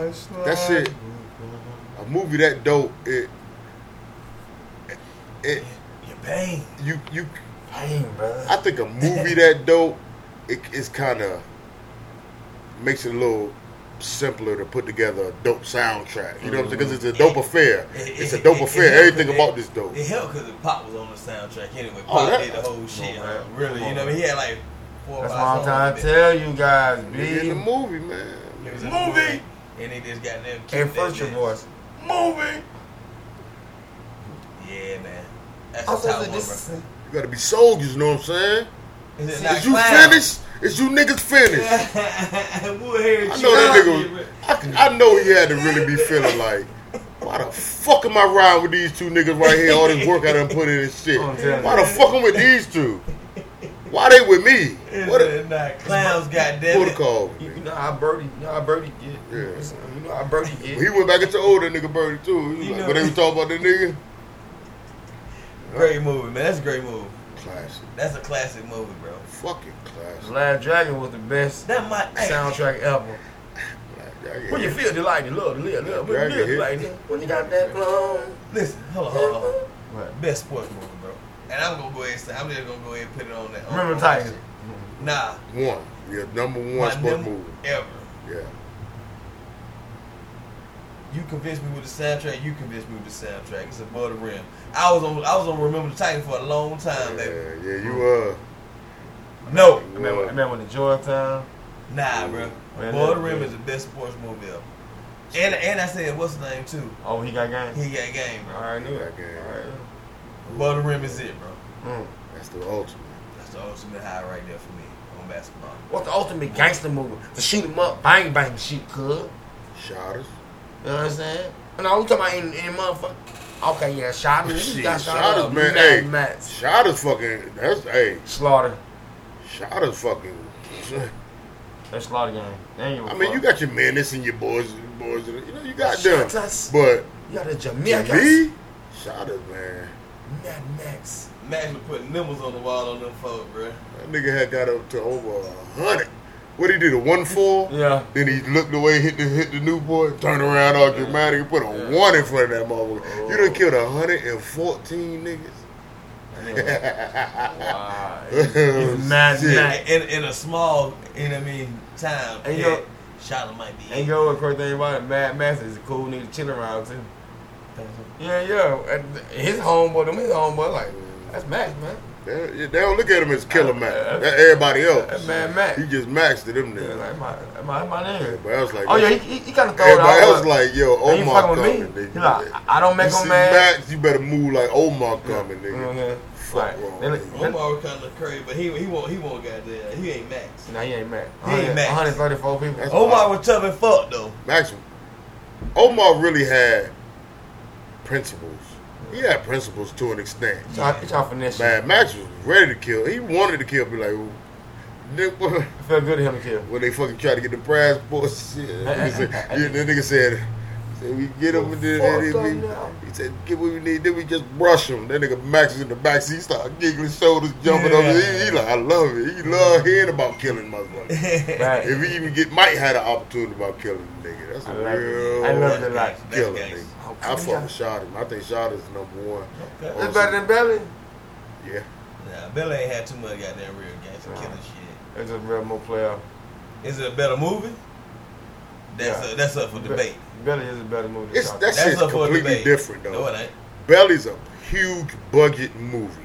Speaker 4: with
Speaker 1: That shit- a movie that dope, it, it,
Speaker 3: Your pain.
Speaker 1: you, you.
Speaker 4: Pain, bro.
Speaker 1: I think a movie that dope, it, it's kind of makes it a little simpler to put together a dope soundtrack. You know what I'm saying? Because it's a dope affair.
Speaker 3: It-
Speaker 1: It's a
Speaker 3: it-
Speaker 1: dope
Speaker 3: it-
Speaker 1: affair.
Speaker 3: it helped
Speaker 1: Everything
Speaker 3: 'cause
Speaker 1: about
Speaker 3: they-
Speaker 1: this dope.
Speaker 3: It helped because Pop was on the soundtrack anyway. Pop
Speaker 1: Oh, that-
Speaker 3: did the whole shit.
Speaker 4: on, man.
Speaker 3: really,
Speaker 4: Come
Speaker 3: you
Speaker 4: on,
Speaker 3: know, what I mean? he had like four or
Speaker 4: That's what
Speaker 3: five
Speaker 4: I'm trying to
Speaker 3: songs.
Speaker 4: tell you guys,
Speaker 1: It's in the
Speaker 4: B.
Speaker 1: movie, man.
Speaker 3: It was in
Speaker 4: Movie.
Speaker 3: the movie, and they just got them.
Speaker 4: And first your voice.
Speaker 3: movie. Yeah, man. That's
Speaker 2: I'm
Speaker 3: the top
Speaker 2: supposed
Speaker 3: one,
Speaker 2: to
Speaker 3: bro.
Speaker 2: just.
Speaker 1: You gotta be soldiers. You know what I'm saying?
Speaker 3: Is it
Speaker 1: Is you finished? Is you niggas finished?
Speaker 3: we'll hear
Speaker 1: I know that nigga. I, I know he had to really be feeling like, why the fuck am I riding with these two niggas right here? All this work I done put in and shit.
Speaker 4: I'm telling
Speaker 1: Why
Speaker 4: you.
Speaker 1: the fuck I'm with these two? Why they with me? What a
Speaker 3: What not clowns, goddamn it.
Speaker 1: protocol.
Speaker 4: You, you know how Birdie, you know how Birdie get.
Speaker 1: Yeah.
Speaker 4: You know how Birdie get.
Speaker 1: He went back into older nigga Birdie too. He was
Speaker 3: You
Speaker 1: like,
Speaker 3: know-
Speaker 1: but they was talking about that nigga.
Speaker 3: Great movie, man. That's a great movie.
Speaker 1: Classic.
Speaker 3: That's a classic movie, bro.
Speaker 1: Fucking classic.
Speaker 2: Last Dragon was the best
Speaker 3: That might hey,
Speaker 2: soundtrack ever. When you feel the light, you love, live, live. When you live, like, when you got that long.
Speaker 3: Listen, hold on, hold on, hold on.
Speaker 2: What?
Speaker 3: Best sports movie, bro. And I'm gonna go ahead. And say, I'm just gonna go ahead and put it on that. on-
Speaker 2: Remember
Speaker 3: on-
Speaker 2: Titans.
Speaker 3: Nah,
Speaker 1: One. Your number one
Speaker 3: my
Speaker 1: sport
Speaker 3: number
Speaker 1: movie.
Speaker 3: ever.
Speaker 1: Yeah.
Speaker 3: You convinced me with the soundtrack. You convinced me with the soundtrack. It's above the rim. I was on. I was on. Remember the Titans for a long time, baby.
Speaker 1: Yeah, yeah, you uh
Speaker 3: No,
Speaker 2: I remember, I remember the Georgetown.
Speaker 3: nah, bro.
Speaker 2: Man,
Speaker 3: Above the
Speaker 2: that-
Speaker 3: rim
Speaker 2: yeah.
Speaker 3: is the best sports movie ever. And and I said, what's the name too?
Speaker 2: Oh, he got game.
Speaker 3: He got game,
Speaker 2: I
Speaker 3: bro.
Speaker 2: already knew it.
Speaker 1: that game.
Speaker 2: All right.
Speaker 3: Above the rim is it, bro.
Speaker 2: Mm.
Speaker 1: That's the ultimate.
Speaker 3: That's the ultimate high right there for me on basketball.
Speaker 2: What's the ultimate gangster movie? To shoot him up, bang, bang, shoot, cuz.
Speaker 1: Shotters.
Speaker 2: You know what I'm saying? No, we talking about in, in motherfucker. Okay, yeah, shot me. You
Speaker 1: Shit,
Speaker 2: got uh, shot
Speaker 1: shotters,
Speaker 2: up.
Speaker 1: man.
Speaker 2: You got
Speaker 1: Hey.
Speaker 2: Matt's.
Speaker 1: Shotters fucking that's hey,
Speaker 2: Slaughter.
Speaker 1: shotters fucking
Speaker 2: That's slaughter game. They ain't
Speaker 1: I mean you got your menace and your boys boys you know you got them.
Speaker 2: Shotters.
Speaker 1: But
Speaker 2: You got the
Speaker 1: to
Speaker 2: Jamaicans.
Speaker 1: me, shotters, man.
Speaker 2: Mad Max.
Speaker 3: Imagine putting nimbles on the wall on them folk, bro.
Speaker 1: That nigga had got up to over a hundred. What he did, a one four?
Speaker 2: Yeah.
Speaker 1: Then he looked away, hit the hit the new boy, turned around all dramatic, and put a one in front of that motherfucker. You
Speaker 2: Oh.
Speaker 1: done killed a hundred and fourteen
Speaker 2: Wow.
Speaker 1: niggas.
Speaker 2: It's Mad
Speaker 1: Shit.
Speaker 2: Max.
Speaker 3: In, in a small, you know what I mean, time.
Speaker 2: And
Speaker 3: And
Speaker 2: yo-
Speaker 3: yeah, Charlotte might be.
Speaker 2: And you know what crazy thing about it? Mad Max is a cool nigga to chill around too. Yeah, yeah. And his homeboy, them his homeboy, like, that's Max, man.
Speaker 1: They, they don't look at him as Killer Mac.
Speaker 2: Uh,
Speaker 1: That everybody else.
Speaker 2: That's Mad Max.
Speaker 1: He just maxed at them
Speaker 2: Yeah,
Speaker 1: niggas.
Speaker 2: like, my, that's my, that's my name.
Speaker 1: Everybody else like,
Speaker 2: Oh, yeah,
Speaker 1: that.
Speaker 2: he, he, he kind of throw it out.
Speaker 1: everybody else
Speaker 2: but-
Speaker 1: like, yo,
Speaker 2: Hey, you
Speaker 1: Omar
Speaker 2: fucking
Speaker 1: coming,
Speaker 2: with me?
Speaker 1: nigga.
Speaker 2: He like, I- I don't make
Speaker 1: you
Speaker 2: him
Speaker 1: see
Speaker 2: mad.
Speaker 1: Max, you better move like Omar coming,
Speaker 2: You know what
Speaker 1: nigga.
Speaker 2: I'm saying?
Speaker 1: Fuck
Speaker 2: Like,
Speaker 1: wrong
Speaker 2: they-
Speaker 1: with you.
Speaker 2: they-
Speaker 3: Omar was kind of crazy, but he he won't he won't goddamn. He ain't Max.
Speaker 2: Nah, he ain't mad.
Speaker 3: He ain't mad.
Speaker 2: 134 people.
Speaker 1: That's
Speaker 3: Omar was tough and fuck though.
Speaker 1: Max, Omar really had principles. He had principles to an extent.
Speaker 2: Y'all, get y'all finesse. shit.
Speaker 1: Man, Max was ready to kill. He wanted to kill. Be like, "Ooh, nigga,
Speaker 2: It felt good to him to kill.
Speaker 1: when they fucking tried to get the prize boy, shit. That nigga said, yeah, that nigga said, said we get him and then and
Speaker 2: Fuck
Speaker 1: then
Speaker 2: him now.
Speaker 1: we, he said, get what we need. Then we just brush him. That nigga Max is in the backseat, start giggling, shoulders jumping
Speaker 3: Yeah.
Speaker 1: over. He, he like, I love it. He love hearing about killing motherfuckers.
Speaker 2: Right.
Speaker 1: if he even get, Mike had an opportunity about killing the nigga. That's a
Speaker 2: I love it.
Speaker 1: real
Speaker 2: I love it a lot.
Speaker 3: That's
Speaker 1: killer
Speaker 3: gangsta.
Speaker 1: nigga.
Speaker 2: Oh,
Speaker 1: I
Speaker 2: come
Speaker 1: fucking
Speaker 2: on.
Speaker 1: shot him. I think shot is number one.
Speaker 3: Okay.
Speaker 2: It's better than Belly.
Speaker 1: Yeah.
Speaker 3: Nah, Bella ain't had too much goddamn real gangster killer shit.
Speaker 2: It's a real more player.
Speaker 3: Is it a better movie? That's
Speaker 2: Yeah.
Speaker 3: up- that's up for debate.
Speaker 2: Belly is a better movie. than
Speaker 1: It's that
Speaker 2: Shawshank.
Speaker 3: That's
Speaker 1: shit's
Speaker 3: up for
Speaker 1: completely
Speaker 3: debate.
Speaker 1: different though.
Speaker 3: No, it ain't.
Speaker 1: Belly's a huge budget movie.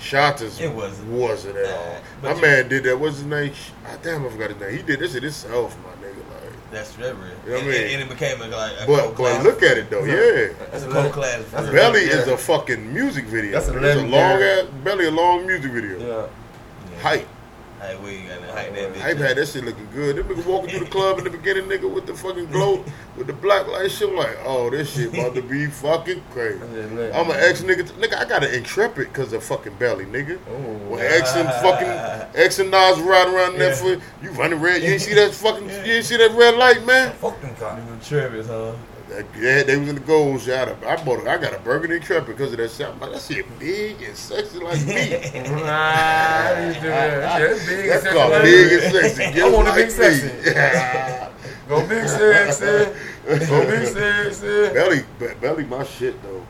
Speaker 1: Shotters
Speaker 3: It wasn't.
Speaker 1: wasn't at all.
Speaker 3: Nah,
Speaker 1: My
Speaker 3: but you-
Speaker 1: man did that. What's his name? Sh- I damn, I forgot his name. He did this shit himself, my nigga. Like,
Speaker 3: That's that real.
Speaker 1: You know what I
Speaker 3: and,
Speaker 1: mean?
Speaker 3: and it became a, like a
Speaker 1: but
Speaker 3: cult
Speaker 1: but
Speaker 3: classic.
Speaker 1: look at it though, yeah.
Speaker 3: It's a
Speaker 2: a
Speaker 3: cult
Speaker 2: leg-
Speaker 3: classic. for
Speaker 2: that's a
Speaker 3: real.
Speaker 1: Belly
Speaker 2: Yeah.
Speaker 1: is a fucking music video.
Speaker 2: That's a
Speaker 1: it's a long
Speaker 2: legendary-
Speaker 1: ass Belly a long music video.
Speaker 2: Yeah.
Speaker 1: Hype,
Speaker 3: Hey, we ain't got to hype that bitch.
Speaker 1: hype
Speaker 3: up.
Speaker 1: had that shit looking good. Them nigga walking through the club in the beginning, nigga, with the fucking glow, with the black light shit. Like, oh, this shit about to be fucking crazy.
Speaker 2: That's just lit.
Speaker 1: I'm an ex nigga. Nigga, I got an intrepid because of fucking belly, nigga.
Speaker 2: Ooh.
Speaker 1: When X and fucking X and Nas riding around
Speaker 3: Yeah.
Speaker 1: that foot, you running red. You ain't see that fucking. You ain't see that red light, man.
Speaker 2: Fuck them cops.
Speaker 3: Them Trippers, huh?
Speaker 1: That- Yeah, they was in the gold shot. I bought. A, I got a Burgundy intrepid because of that shot. I'm Like, that shit big and sexy like me. Ah,
Speaker 2: Nah, he's doing that. Shit, that's big and
Speaker 1: That's
Speaker 2: sexy.
Speaker 1: called big and sexy.
Speaker 2: I
Speaker 1: just
Speaker 2: want a
Speaker 1: like
Speaker 2: big sexy.
Speaker 1: me. Yeah.
Speaker 2: Go big sexy. Go big sexy.
Speaker 1: belly, Be- belly, my shit though.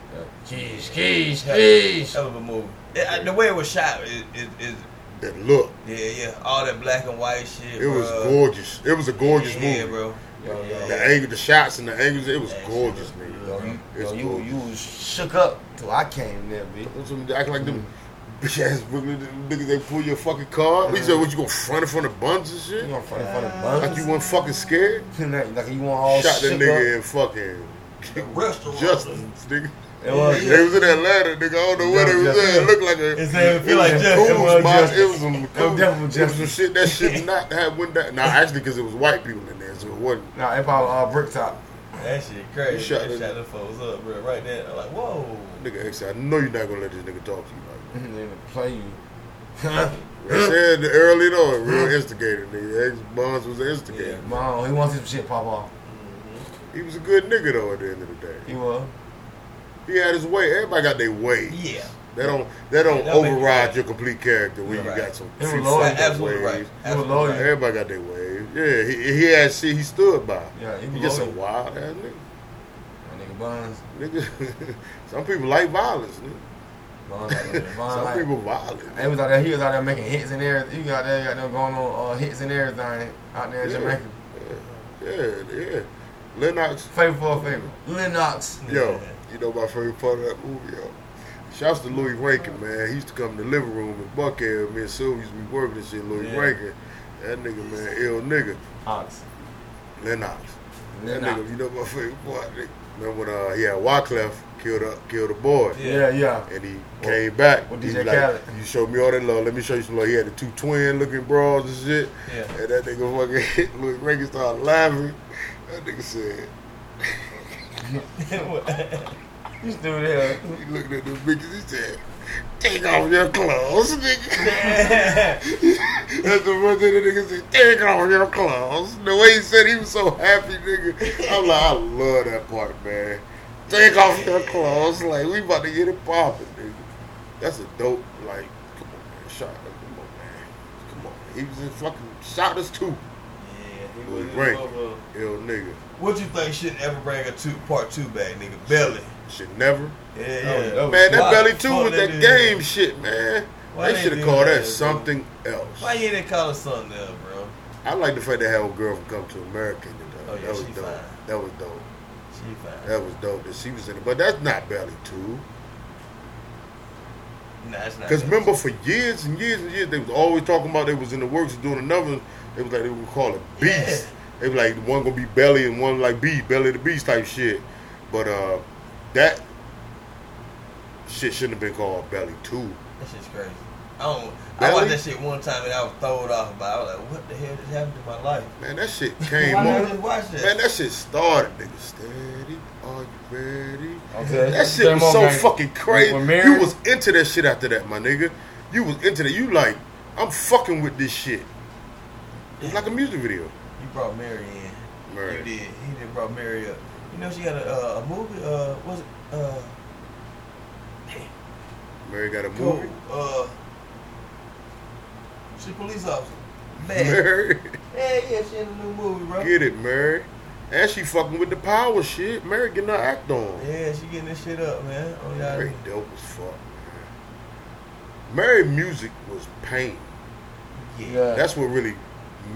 Speaker 2: Keys, keys, keys.
Speaker 3: Hell of a movie. It- I- the way it was shot is, is, is
Speaker 1: That look,
Speaker 3: yeah, yeah. All that black and white shit.
Speaker 1: it was
Speaker 3: bruh.
Speaker 1: gorgeous. It was a gorgeous
Speaker 3: Yeah,
Speaker 1: movie.
Speaker 3: bro.
Speaker 2: Yo, yo,
Speaker 1: The angle, the shots, and the angles. It was
Speaker 3: That shit
Speaker 1: gorgeous,
Speaker 3: look
Speaker 1: nigga.
Speaker 2: yo, you,
Speaker 1: It's
Speaker 2: yo, you,
Speaker 1: cool.
Speaker 2: you was shook up till I came there, B.
Speaker 1: That's what they act like them bitch ass Brooklyn niggas. They pull your fucking car. He said, "What you gonna front in front of buns and
Speaker 2: You
Speaker 1: shit?
Speaker 2: gonna front in front of
Speaker 1: Like
Speaker 2: buns?
Speaker 1: you weren't fucking scared?
Speaker 2: like you want all
Speaker 1: Shot
Speaker 2: shook
Speaker 1: that nigga in fucking
Speaker 3: restaurant.
Speaker 1: Justin's, nigga.
Speaker 2: Up. It was.
Speaker 1: They was in Atlanta, nigga. I don't know where they was at. It looked like a.
Speaker 3: It's that- it feel like
Speaker 1: was cool
Speaker 3: Justin, it was
Speaker 1: spot.
Speaker 3: Justin.
Speaker 1: It was some cool.
Speaker 2: definitely
Speaker 1: It was
Speaker 2: Justin.
Speaker 1: some shit that shit not have went down. Nah, actually, because it was white people in there, so it wasn't.
Speaker 2: Nah, it probably uh, brick top.
Speaker 3: That shit crazy.
Speaker 1: You shot
Speaker 3: Shot,
Speaker 1: it.
Speaker 3: shot the folks up, bro. Right there, I'm like, whoa.
Speaker 1: Nigga, X, I know you're not gonna let this nigga talk to you like
Speaker 2: They gonna play you.
Speaker 1: that. I said early though, real instigator, nigga. X Bonds was an instigator.
Speaker 2: Mom, he wants his shit pop off.
Speaker 1: He was a good nigga though. At the end of the day.
Speaker 2: He was.
Speaker 1: He had his way. Everybody got their way.
Speaker 3: Yeah.
Speaker 1: They don't they don't
Speaker 3: That make-
Speaker 1: override your complete character when
Speaker 3: You're
Speaker 1: you
Speaker 3: right.
Speaker 1: got some.
Speaker 3: You're
Speaker 1: some
Speaker 3: right.
Speaker 1: fucked up ways.
Speaker 3: Absolutely right.
Speaker 1: Like,
Speaker 3: Absolutely
Speaker 9: a lawyer.
Speaker 3: right.
Speaker 1: Everybody got their wave. Yeah, he, he had shit he stood by.
Speaker 4: Yeah, he
Speaker 1: he
Speaker 4: was
Speaker 1: just a
Speaker 4: loyal.
Speaker 1: wild ass
Speaker 4: That nigga Bonds.
Speaker 1: nigga. Nigga, some people like violence. Nigga.
Speaker 4: Bonds like that. Bonds
Speaker 1: some
Speaker 4: like
Speaker 1: people violent.
Speaker 4: He was out there. He was out there making hits and everything. He got there, got them going on uh, hits and everything out there in
Speaker 1: Yeah.
Speaker 4: Jamaica.
Speaker 1: Yeah, yeah. Lennox,
Speaker 4: Favor for a favor. Lennox.
Speaker 1: yo, you know my favorite part of that movie, yo. Shouts to Louis Rankin, man. He used to come in the living room and Buckhead. Me and Sylvia used to be working and shit. Louis
Speaker 3: Yeah.
Speaker 1: Rankin, that nigga, man, ill nigga,
Speaker 4: Ox.
Speaker 1: Lennox. That
Speaker 4: Lennox.
Speaker 1: nigga, you know my favorite part. Nigga. Remember when uh, he had Wyclef killed up, killed a boy,
Speaker 4: Yeah, yeah.
Speaker 1: and he came back.
Speaker 4: with
Speaker 1: he
Speaker 4: DJ
Speaker 1: was like,
Speaker 4: Khaled.
Speaker 1: You showed me all that love. Let me show you some love. He had the two twin looking bras and shit.
Speaker 3: Yeah.
Speaker 1: And that nigga fucking hit Louis Rankin started laughing. That nigga said.
Speaker 4: You still there?
Speaker 1: He looked at them bitches. He said, "Take off your clothes, nigga." That's the first thing the nigga said. Take off your clothes. The way he said, it, he was so happy, nigga. I'm like, I love that part, man. Take off your clothes, like we about to get it popping, nigga. That's a dope, like, come on, man, shot. us, Come on, man. Come on. He was in fucking shot us too,
Speaker 3: Yeah.
Speaker 1: was great. ill nigga.
Speaker 3: What you think should ever bring a two part two back, nigga? Belly.
Speaker 1: Should never.
Speaker 3: Yeah, yeah.
Speaker 4: that was
Speaker 1: Oh, Man, that
Speaker 3: Why
Speaker 1: belly
Speaker 3: the
Speaker 1: too
Speaker 3: fuck
Speaker 1: with
Speaker 3: they
Speaker 1: that
Speaker 3: did
Speaker 1: game shit, man.
Speaker 3: Why
Speaker 1: they
Speaker 3: they
Speaker 1: should have
Speaker 3: do
Speaker 1: called
Speaker 3: that,
Speaker 1: that
Speaker 3: dude?
Speaker 1: something else.
Speaker 3: Why you didn't call it something else, bro?
Speaker 1: I like the fact they had a girl from Come to America. in it, though.
Speaker 3: Oh, yeah,
Speaker 1: that was
Speaker 3: she
Speaker 1: dope.
Speaker 3: fine.
Speaker 1: That was dope.
Speaker 3: She fine.
Speaker 1: That was dope that she was in it. But that's not Belly 2.
Speaker 3: Nah, it's not.
Speaker 1: Because
Speaker 3: that.
Speaker 1: remember, for years and years and years, they was always talking about they was in the works of doing another one. It was like they would call it Beast. They was like, one going to be Belly and one like Beast, Belly the Beast type shit. But uh, that shit shouldn't have been called Belly 2.
Speaker 3: That shit's crazy. I don't. I
Speaker 1: Belly?
Speaker 3: watched that shit one time and I was thrown off by. it. I was like, what the hell just happened to my life?
Speaker 1: Man, that shit came
Speaker 3: Why
Speaker 1: on.
Speaker 3: did I just watch that?
Speaker 1: Man, that shit started, nigga. Steady, are you ready?
Speaker 4: Okay.
Speaker 1: That shit was so fucking crazy.
Speaker 4: With Mary?
Speaker 1: You was into that shit after that, my nigga. You was into that. You like, I'm fucking with this shit. It's like a music video.
Speaker 3: you brought Mary in. You
Speaker 1: Mary.
Speaker 3: did. He did brought Mary up. You know she got a, uh, a movie. Uh, was it? Uh,
Speaker 1: Mary got a
Speaker 3: cool.
Speaker 1: movie.
Speaker 3: Uh, she police officer. Man.
Speaker 1: Mary.
Speaker 3: Yeah, yeah, she in a new movie, bro.
Speaker 1: Get it, Mary. And she fucking with the power shit. Mary getting her act on.
Speaker 3: Yeah, she getting this shit up, man. Oh yeah.
Speaker 1: Mary dope as fuck, man. Mary music was pain.
Speaker 3: Yeah.
Speaker 4: Yeah.
Speaker 1: That's what really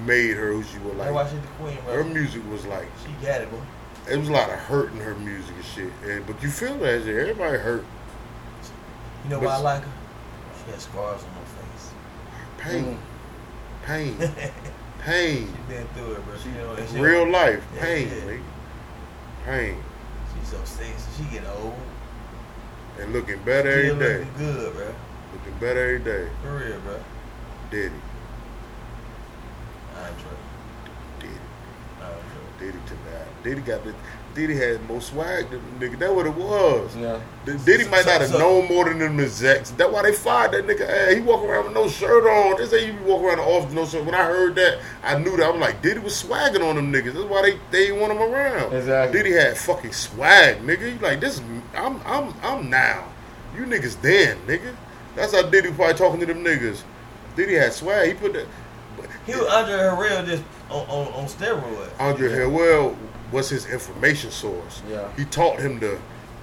Speaker 1: made her who she was
Speaker 3: That's why
Speaker 1: like.
Speaker 3: she the queen,
Speaker 1: Her
Speaker 3: bro.
Speaker 1: music was like
Speaker 3: She got it, bro.
Speaker 1: it was a lot of hurt in her music and shit. And, but you feel that shit. Everybody hurt.
Speaker 3: You know why I
Speaker 1: But-
Speaker 3: like her? She has scars on her Mm.
Speaker 1: Pain. Pain.
Speaker 3: face.
Speaker 1: Pain.
Speaker 3: she been through it, bro. She, know that shit.
Speaker 1: Real life.
Speaker 3: Yeah,
Speaker 1: Pain.
Speaker 3: yeah.
Speaker 1: nigga. Pain.
Speaker 3: She's so sexy. She getting old.
Speaker 1: And looking better
Speaker 3: Still
Speaker 1: every day.
Speaker 3: looking good, bro.
Speaker 1: Looking better every day.
Speaker 3: For real, bro.
Speaker 1: Diddy.
Speaker 3: Andre.
Speaker 1: Diddy.
Speaker 3: Andre.
Speaker 1: Diddy to that. Diddy got the Diddy had more swag than the nigga. That what it was.
Speaker 4: Yeah.
Speaker 1: D- Diddy might
Speaker 3: So-
Speaker 1: not have
Speaker 3: so-
Speaker 1: known more than them his ex. That's why they fired that nigga. Hey, he walk around with no shirt on. They say he be walking around the office with no shirt. When I heard that, I knew that. I'm like, Diddy was swagging on them niggas. That's why they they didn't want him around.
Speaker 4: Exactly.
Speaker 1: Diddy had fucking swag, nigga. You like this? is- I'm I'm I'm now. You niggas then, nigga. That's how Diddy probably talking to them niggas. Diddy had swag. He put that.
Speaker 3: He was Andre Harrell just on, on, on steroids.
Speaker 1: Andre Harwell was his information source.
Speaker 4: Yeah.
Speaker 1: He taught him the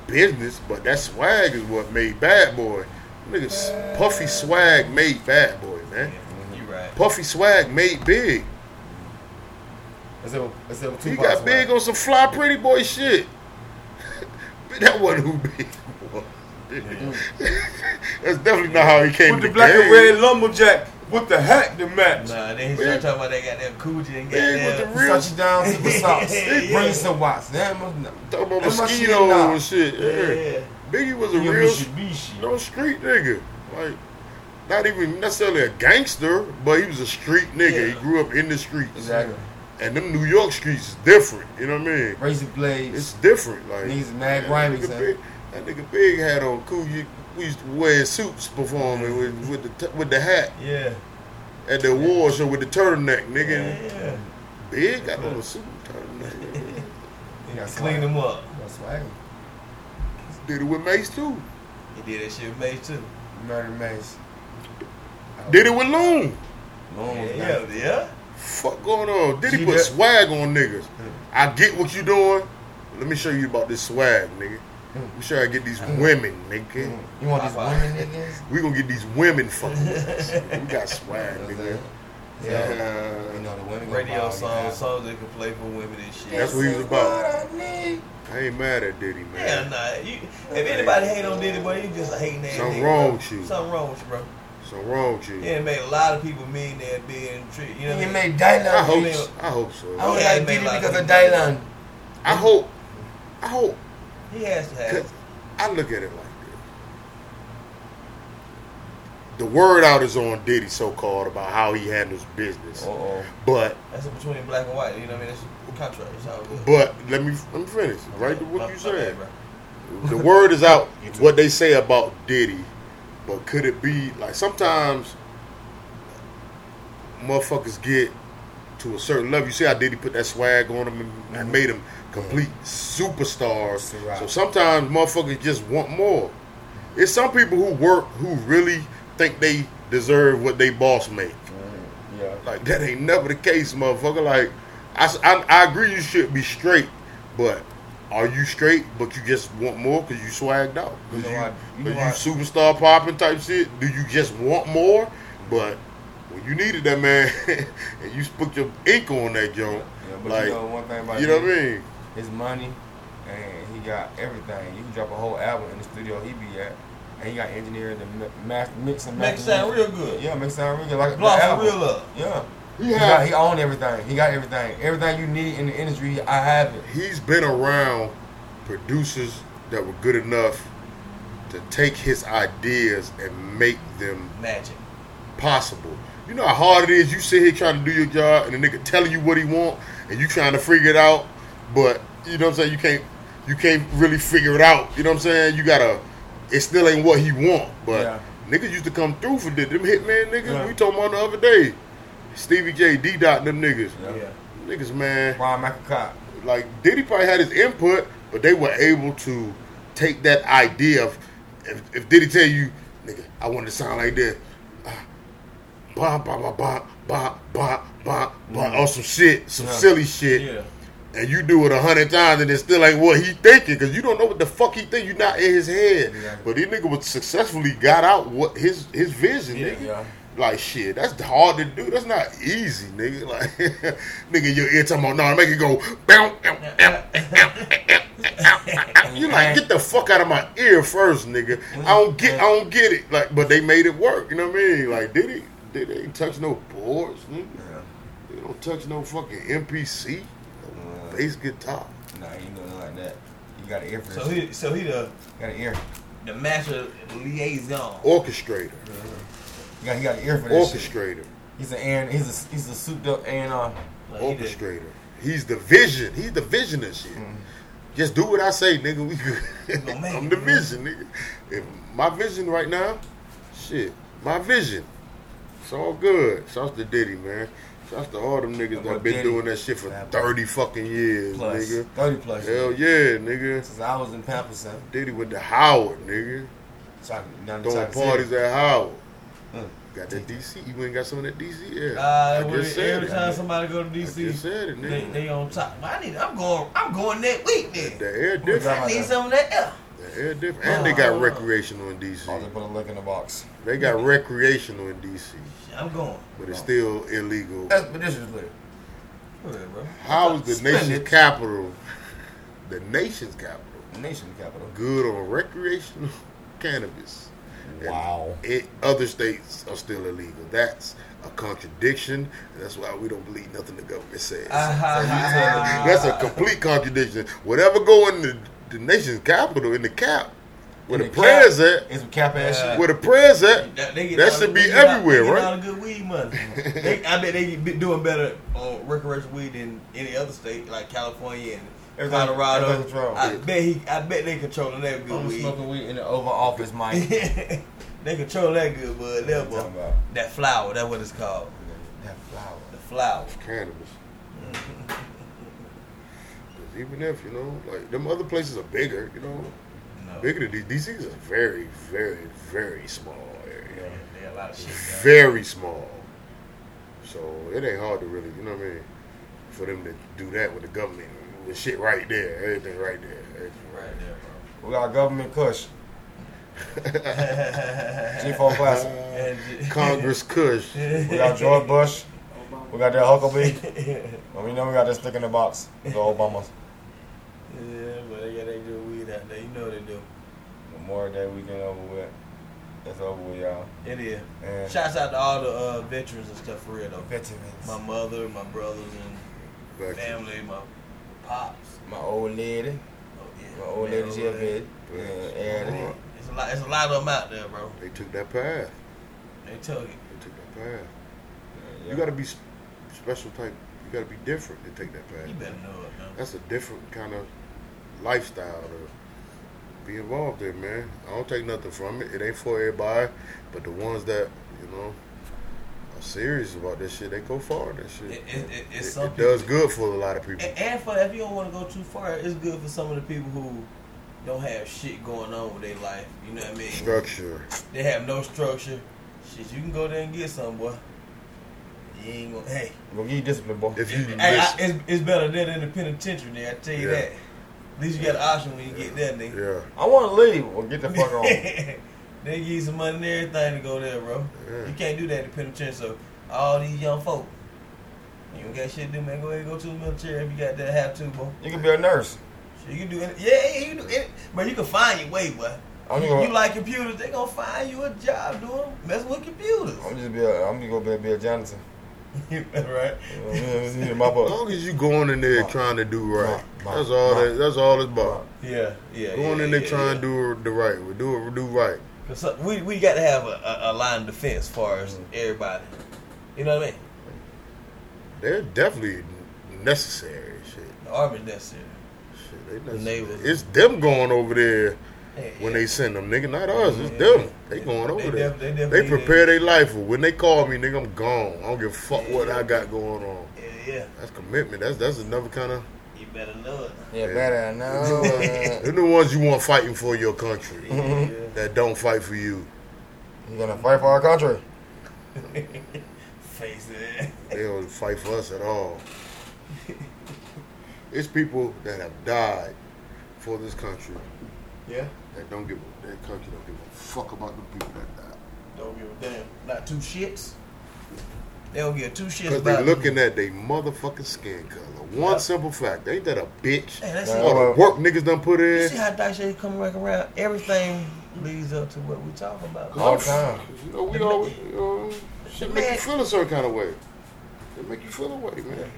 Speaker 1: business, but that swag is what made Bad Boy. Niggas, puffy swag made Bad Boy, man.
Speaker 3: Mm-hmm. You right.
Speaker 1: Puffy swag made big.
Speaker 4: Except, except
Speaker 1: he
Speaker 4: Tupac
Speaker 1: got
Speaker 4: swag.
Speaker 1: big on some fly pretty boy shit. but that wasn't who big was. That's definitely not how he came
Speaker 4: With
Speaker 1: to
Speaker 4: the black
Speaker 1: game.
Speaker 4: and red lumberjack. With the hat to match.
Speaker 3: Nah, then he started talking about that goddamn coochie and
Speaker 1: Big with the
Speaker 3: goddamn.
Speaker 1: real
Speaker 4: Shut you down to the socks.
Speaker 3: Yeah.
Speaker 4: Bring some watts. That must not.
Speaker 1: talking about
Speaker 4: That my shit
Speaker 1: mosquito
Speaker 4: now.
Speaker 1: and shit. Yeah.
Speaker 3: Yeah.
Speaker 1: Biggie was a
Speaker 4: Yeah,
Speaker 1: real
Speaker 4: Mitsubishi.
Speaker 1: no street nigga. Like, not even necessarily a gangster, but he was a street nigga.
Speaker 3: Yeah.
Speaker 1: He grew up in the streets.
Speaker 4: Exactly.
Speaker 1: And them New York streets is different. You know what I mean?
Speaker 4: Razor blades.
Speaker 1: It's different. Like
Speaker 4: Niggas mad
Speaker 1: that
Speaker 4: grimy,
Speaker 1: nigga
Speaker 4: son.
Speaker 1: Big- That nigga Big had on cool. You, we used to wear suits performing
Speaker 3: Mm-hmm.
Speaker 1: with, with the t- with the hat
Speaker 3: Yeah.
Speaker 1: at the award show with the turtleneck,
Speaker 3: Yeah.
Speaker 1: nigga.
Speaker 3: yeah.
Speaker 1: Big got on a suit and turtleneck.
Speaker 4: He
Speaker 3: Clean
Speaker 4: got swag.
Speaker 3: him up.
Speaker 4: Got swag.
Speaker 1: Did it with Mace too.
Speaker 3: He did that shit with Mace too.
Speaker 2: Murder Mace.
Speaker 1: Did it with Loon.
Speaker 2: Long was
Speaker 3: Yeah,
Speaker 2: nice.
Speaker 3: yeah.
Speaker 1: Fuck going on. Did he
Speaker 2: G Hmm.
Speaker 1: put
Speaker 2: Dep-
Speaker 1: swag on niggas? I get what you doing. Let me show you about this swag, nigga.
Speaker 2: Hmm.
Speaker 1: We sure I get these women, nigga.
Speaker 2: You want these women niggas?
Speaker 1: We gonna get these women fucking. we got swag, nigga.
Speaker 2: Yeah. You
Speaker 1: Uh,
Speaker 2: know the women gonna buy all
Speaker 3: Radio
Speaker 2: you
Speaker 3: songs,
Speaker 2: down.
Speaker 3: songs they can play for women and shit.
Speaker 1: That's what he was about. I ain't mad at Diddy,
Speaker 3: Hell
Speaker 1: man.
Speaker 3: nah. You, if anybody hate on Diddy, boy, you just a hating ass
Speaker 1: Something
Speaker 3: nigga,
Speaker 1: wrong
Speaker 3: bro.
Speaker 1: with you.
Speaker 3: Something wrong with you, bro.
Speaker 1: So wrong with you.
Speaker 3: Yeah, it made a lot of people mean that being treated. You know what I
Speaker 2: You
Speaker 3: mean?
Speaker 2: made Dylan.
Speaker 1: I hope.
Speaker 3: mean-
Speaker 1: so. I hope so.
Speaker 2: I don't
Speaker 3: Yeah, he
Speaker 2: like
Speaker 3: made
Speaker 2: Diddy
Speaker 3: a lot of
Speaker 2: because of
Speaker 3: people.
Speaker 2: Dylan.
Speaker 1: I hope. I hope.
Speaker 3: He has to have. it.
Speaker 1: Cause I look at it like this. The word out is on Diddy, so called, about how he handles business.
Speaker 2: Oh.
Speaker 3: Uh-oh.
Speaker 1: But
Speaker 3: That's between black and white. You know what I mean? That's a contract. It's all good.
Speaker 1: but let me let me finish. Right to
Speaker 3: My-
Speaker 1: what you
Speaker 3: my
Speaker 1: said.
Speaker 3: bad, bro.
Speaker 1: The word is out what they say about Diddy, but could it be like sometimes motherfuckers get to a certain level? You see how Diddy put that swag on him and, and made him complete superstars.
Speaker 2: Right.
Speaker 1: So sometimes motherfuckers just want more. It's some people who work who really think they deserve what they boss make.
Speaker 2: Yeah.
Speaker 1: Like that ain't never the case, motherfucker. Like I, s- I- I agree you should be straight, but are you straight? But you just want more because you swagged out. 'Cause
Speaker 2: You know
Speaker 1: you,
Speaker 2: I- you know
Speaker 1: but
Speaker 2: I-
Speaker 1: you superstar popping type shit. Do you just want more? But when you needed that man, and you put your ink on that joint,
Speaker 2: Yeah, but
Speaker 1: like
Speaker 2: you know one thing about
Speaker 1: you know
Speaker 2: Diddy,
Speaker 1: what I mean?
Speaker 2: his money, and he got everything. You can drop a whole album in the studio he be at, and he got engineering to ma- mas- mix and
Speaker 3: Make it
Speaker 2: master.
Speaker 3: sound real good.
Speaker 2: Yeah, make it sound real good. Like
Speaker 3: Gloss
Speaker 2: the
Speaker 3: it
Speaker 2: album.
Speaker 3: real up.
Speaker 2: Yeah. He,
Speaker 1: He
Speaker 2: got,
Speaker 1: had-
Speaker 2: he owned everything. He got everything. Everything you need in the industry, I have it.
Speaker 1: He's been around producers that were good enough to take his ideas and make them
Speaker 3: Magic.
Speaker 1: possible. You know how hard it is. You sit here trying to do your job, and the nigga telling you what he want, and you trying to figure it out. But you know what I'm saying. You can't, you can't really figure it out. You know what I'm saying. You gotta. It still ain't what he want. But
Speaker 2: Yeah.
Speaker 1: niggas used to come through for this. Them hitman niggas
Speaker 2: Yeah.
Speaker 1: we talking about the other day. Stevie J, D Dot, them niggas.
Speaker 2: Yeah.
Speaker 1: Niggas, man.
Speaker 2: Brian McCock.
Speaker 1: Like Diddy probably had his input, but they were able to take that idea of if, if Diddy tell you, nigga, I want to sound like this, ah, bah bah bah bah bah bah bah, bah or some shit, some
Speaker 2: Yeah.
Speaker 1: silly shit,
Speaker 3: Yeah.
Speaker 1: and you do it a hundred times and it still ain't what he thinking because you don't know what the fuck he think. You're not in his head.
Speaker 2: Yeah.
Speaker 1: But this nigga was successfully got out what his his vision, nigga.
Speaker 2: Yeah.
Speaker 1: Like shit, that's hard to do. That's not easy, nigga. Like, nigga, your ear talking about no, make it go. bow, ow, ow, ow, ow, ow, ow, ow." You like get the fuck out of my ear first, nigga. I don't get, I don't get it. Like, but they made it work. You know what I mean? Like, did he? Did they touch no boards? Hmm? Nigga?
Speaker 2: Yeah.
Speaker 1: They don't touch no fucking MPC, no bass guitar.
Speaker 2: Nah, you know nothing like that. You got an ear for
Speaker 3: So
Speaker 2: this.
Speaker 3: he, so he the
Speaker 2: You got an ear.
Speaker 3: the master liaison.
Speaker 1: Oh, Orchestrator,
Speaker 2: He got, he got an ear for this shit.
Speaker 1: orchestrator,
Speaker 2: He's an A he's a he's a souped up A and R.
Speaker 3: Like, he the-
Speaker 1: orchestrator. He's the vision. He's the vision of shit. Just do what I say, nigga. We good.
Speaker 3: gonna make
Speaker 1: I'm
Speaker 3: it,
Speaker 1: the
Speaker 3: man.
Speaker 1: vision, nigga. If my vision right now, shit, my vision. It's all good. Shouts to Diddy, man. Shouts to all them niggas
Speaker 2: Well,
Speaker 1: that been
Speaker 2: Diddy-
Speaker 1: doing that shit for
Speaker 2: Yeah.
Speaker 1: 30 fucking years,
Speaker 2: Plus.
Speaker 1: nigga.
Speaker 2: Thirty plus.
Speaker 1: Hell yeah, nigga.
Speaker 2: Since I was in Pampers, son.
Speaker 1: Diddy with the Howard, nigga.
Speaker 2: Chocolate, down the
Speaker 1: Throwing
Speaker 2: chocolate
Speaker 1: parties at Howard.
Speaker 2: Huh.
Speaker 1: Got that DC? You ain't got some of that DC? Yeah.
Speaker 3: Uh,
Speaker 1: I
Speaker 3: every,
Speaker 1: just said
Speaker 3: every
Speaker 1: it.
Speaker 3: time somebody go to
Speaker 1: I just
Speaker 3: DC,
Speaker 1: said it,
Speaker 3: they,
Speaker 1: nigga.
Speaker 3: they on top. I need. I'm going. I'm going next week.
Speaker 1: The
Speaker 3: Then
Speaker 1: air different.
Speaker 3: I need some of that. Air.
Speaker 1: The air different. And they got recreational in
Speaker 2: cereal. I'll just
Speaker 1: DC.
Speaker 2: put a look in the box.
Speaker 1: They got recreational in DC,
Speaker 3: I'm going.
Speaker 1: but it's still illegal.
Speaker 2: Expeditions later.
Speaker 3: Come here, bro.
Speaker 1: How is the nation's capital, the nation's capital,
Speaker 2: Nation capital.
Speaker 1: good on recreational cannabis? And
Speaker 2: Wow.
Speaker 1: It, other states are still illegal. That's a contradiction. and that's why we don't believe nothing the government says.
Speaker 3: Ah, ha, ha, ha.
Speaker 1: That's a complete contradiction. Whatever go in the, the nation's capital, in the cap, where
Speaker 2: In
Speaker 1: the,
Speaker 2: the
Speaker 1: prayers at,
Speaker 2: It's some cap ass
Speaker 3: Yeah.
Speaker 2: shit.
Speaker 1: where the prayers at,
Speaker 3: That, they get
Speaker 1: That
Speaker 3: all
Speaker 1: should
Speaker 3: the-
Speaker 1: be
Speaker 3: they get all-
Speaker 1: everywhere,
Speaker 3: they get
Speaker 1: right?
Speaker 3: All the good weed money. they, I bet they be doing better on recreational weed than any other state like California and
Speaker 2: Everything-
Speaker 3: Colorado.
Speaker 2: everything controlled.
Speaker 3: I bet he. I bet they controlling that good
Speaker 2: I'm
Speaker 3: weed.
Speaker 2: smoking weed in the Oval Office, Mike.
Speaker 3: they control that good bud. There,
Speaker 2: What you talking
Speaker 3: boy.
Speaker 2: about?
Speaker 3: That flower. That's what it's called.
Speaker 2: That flower.
Speaker 3: The flower.
Speaker 1: cannabis. 'Cause even if you know, like them other places are bigger, you know,
Speaker 2: Oh.
Speaker 3: No.
Speaker 1: Bigger than D- DC is a very, very, very small area.
Speaker 3: They got a lot of shit. down there.
Speaker 1: Very small. So it ain't hard to really, you know what I mean? For them to do that with the government, with shit right there, everything right there, everything right
Speaker 3: Right there,
Speaker 4: We got government Kush. G4 Classic.
Speaker 3: bro. And j-
Speaker 1: Congress Kush.
Speaker 4: We got George Bush. We got that Huckabee. Well, we know we got that stick in the box. The Obama.
Speaker 3: yeah, but they got they do weed out there. You know they do.
Speaker 4: Memorial Day weekend over with. It's over with, y'all.
Speaker 3: It is.
Speaker 4: And
Speaker 3: Shouts out to all the uh, veterans and stuff for real though.
Speaker 4: veterans.
Speaker 3: My mother, my brothers and
Speaker 1: Back
Speaker 3: family, my pops.
Speaker 4: My old lady.
Speaker 3: Oh, yeah.
Speaker 4: My old
Speaker 3: Man,
Speaker 4: lady, she a vet. Yeah, and-
Speaker 3: It's a lot. It's a lot of them out there, bro.
Speaker 1: They took that path.
Speaker 3: They took it.
Speaker 1: They took that path.
Speaker 4: yeah.
Speaker 1: You got to be sp- special type. You got to be different to take that path.
Speaker 3: You better know it, man.
Speaker 1: That's a different kind of lifestyle to be involved in, man. I don't take nothing from it. It ain't for everybody, but the ones that you know are serious about this shit, they go far in this shit.
Speaker 3: It- it- it- it's
Speaker 1: it,
Speaker 3: some
Speaker 1: does good for a lot of people.
Speaker 3: And, and for if you don't want to go too far, it's good for some of the people who don't have shit going on with their life. You know what I mean?
Speaker 1: Structure.
Speaker 3: They have no structure. Shit, you can go there and get some, boy. You ain't gonna. Hey,
Speaker 4: Go get you discipline, boy.
Speaker 1: If you listen,
Speaker 3: hey I, it's, it's better than in the penitentiary. nigga, I tell you
Speaker 1: Yeah.
Speaker 3: that. At least you got an option when you get there, nigga.
Speaker 1: yeah,
Speaker 4: I want to leave. Well, get the fuck on.
Speaker 3: they give you some money and everything to go there, bro.
Speaker 1: Yeah.
Speaker 3: You can't do that in penitentiary. So all these young folk, you don't got shit to do, man. Go ahead and go to the military if you got that have to, bro.
Speaker 4: You can be a nurse.
Speaker 3: Shit, you can do any, yeah, you can do any, but you can find your way, boy.
Speaker 4: I'm just
Speaker 3: You,
Speaker 4: gonna,
Speaker 3: you like computers, they gonna find you a job doing messing with computers,
Speaker 4: I'm just be a, I'm just gonna be a, be a janitor.
Speaker 3: right?
Speaker 4: You know, we need to mop up.
Speaker 1: as long as you going in there trying to do right,
Speaker 4: Right.
Speaker 1: that's all.
Speaker 4: Right.
Speaker 1: That, that's all it's about.
Speaker 3: Yeah, yeah.
Speaker 1: Going
Speaker 3: yeah,
Speaker 1: in there
Speaker 3: yeah,
Speaker 1: trying
Speaker 3: yeah.
Speaker 1: to do the right. way. do it. Do right.
Speaker 3: 'Cause so- we we got to have a, a, a line of defense as far as everybody. You know what I mean?
Speaker 1: They're definitely necessary. Shit.
Speaker 3: The army's necessary.
Speaker 1: Shit, they necessary.
Speaker 3: neighbors.
Speaker 1: It's them going over there.
Speaker 3: Yeah,
Speaker 1: when
Speaker 3: yeah.
Speaker 1: they send them, nigga. Not us. It's
Speaker 3: Yeah.
Speaker 1: them. They
Speaker 3: They-
Speaker 1: going over
Speaker 3: they
Speaker 1: there.
Speaker 3: def- they
Speaker 1: they
Speaker 3: definitely need
Speaker 1: prepare their life for when they call me, nigga. I'm gone. I don't give a fuck what
Speaker 3: Yeah.
Speaker 1: I got going on.
Speaker 3: Yeah, yeah.
Speaker 1: That's commitment. That's that's another kind of.
Speaker 3: You better know it.
Speaker 4: Yeah, better know.
Speaker 1: They're the ones you want fighting for your country
Speaker 3: Yeah.
Speaker 1: that don't fight for you.
Speaker 4: You're gonna fight for our country.
Speaker 3: Face it.
Speaker 1: They don't fight for us at all. It's people that have died for this country
Speaker 3: Yeah.
Speaker 1: that don't give a, that country don't give a fuck about the people that died.
Speaker 3: Don't give a damn. Not two shits. They don't give two shits
Speaker 1: Because
Speaker 3: about
Speaker 1: they looking at they motherfucking skin color. One
Speaker 3: Yeah.
Speaker 1: simple fact. Ain't that a bitch?
Speaker 3: Hey, that's
Speaker 4: Nah.
Speaker 1: All the work niggas done put
Speaker 3: You
Speaker 1: in.
Speaker 3: see how Dasha come back around? Everything leads up to what we talking about.
Speaker 4: All the time.
Speaker 1: You know, we all, you know, shit make you
Speaker 3: man-
Speaker 1: feel a certain kind of way. It make you feel a way, man.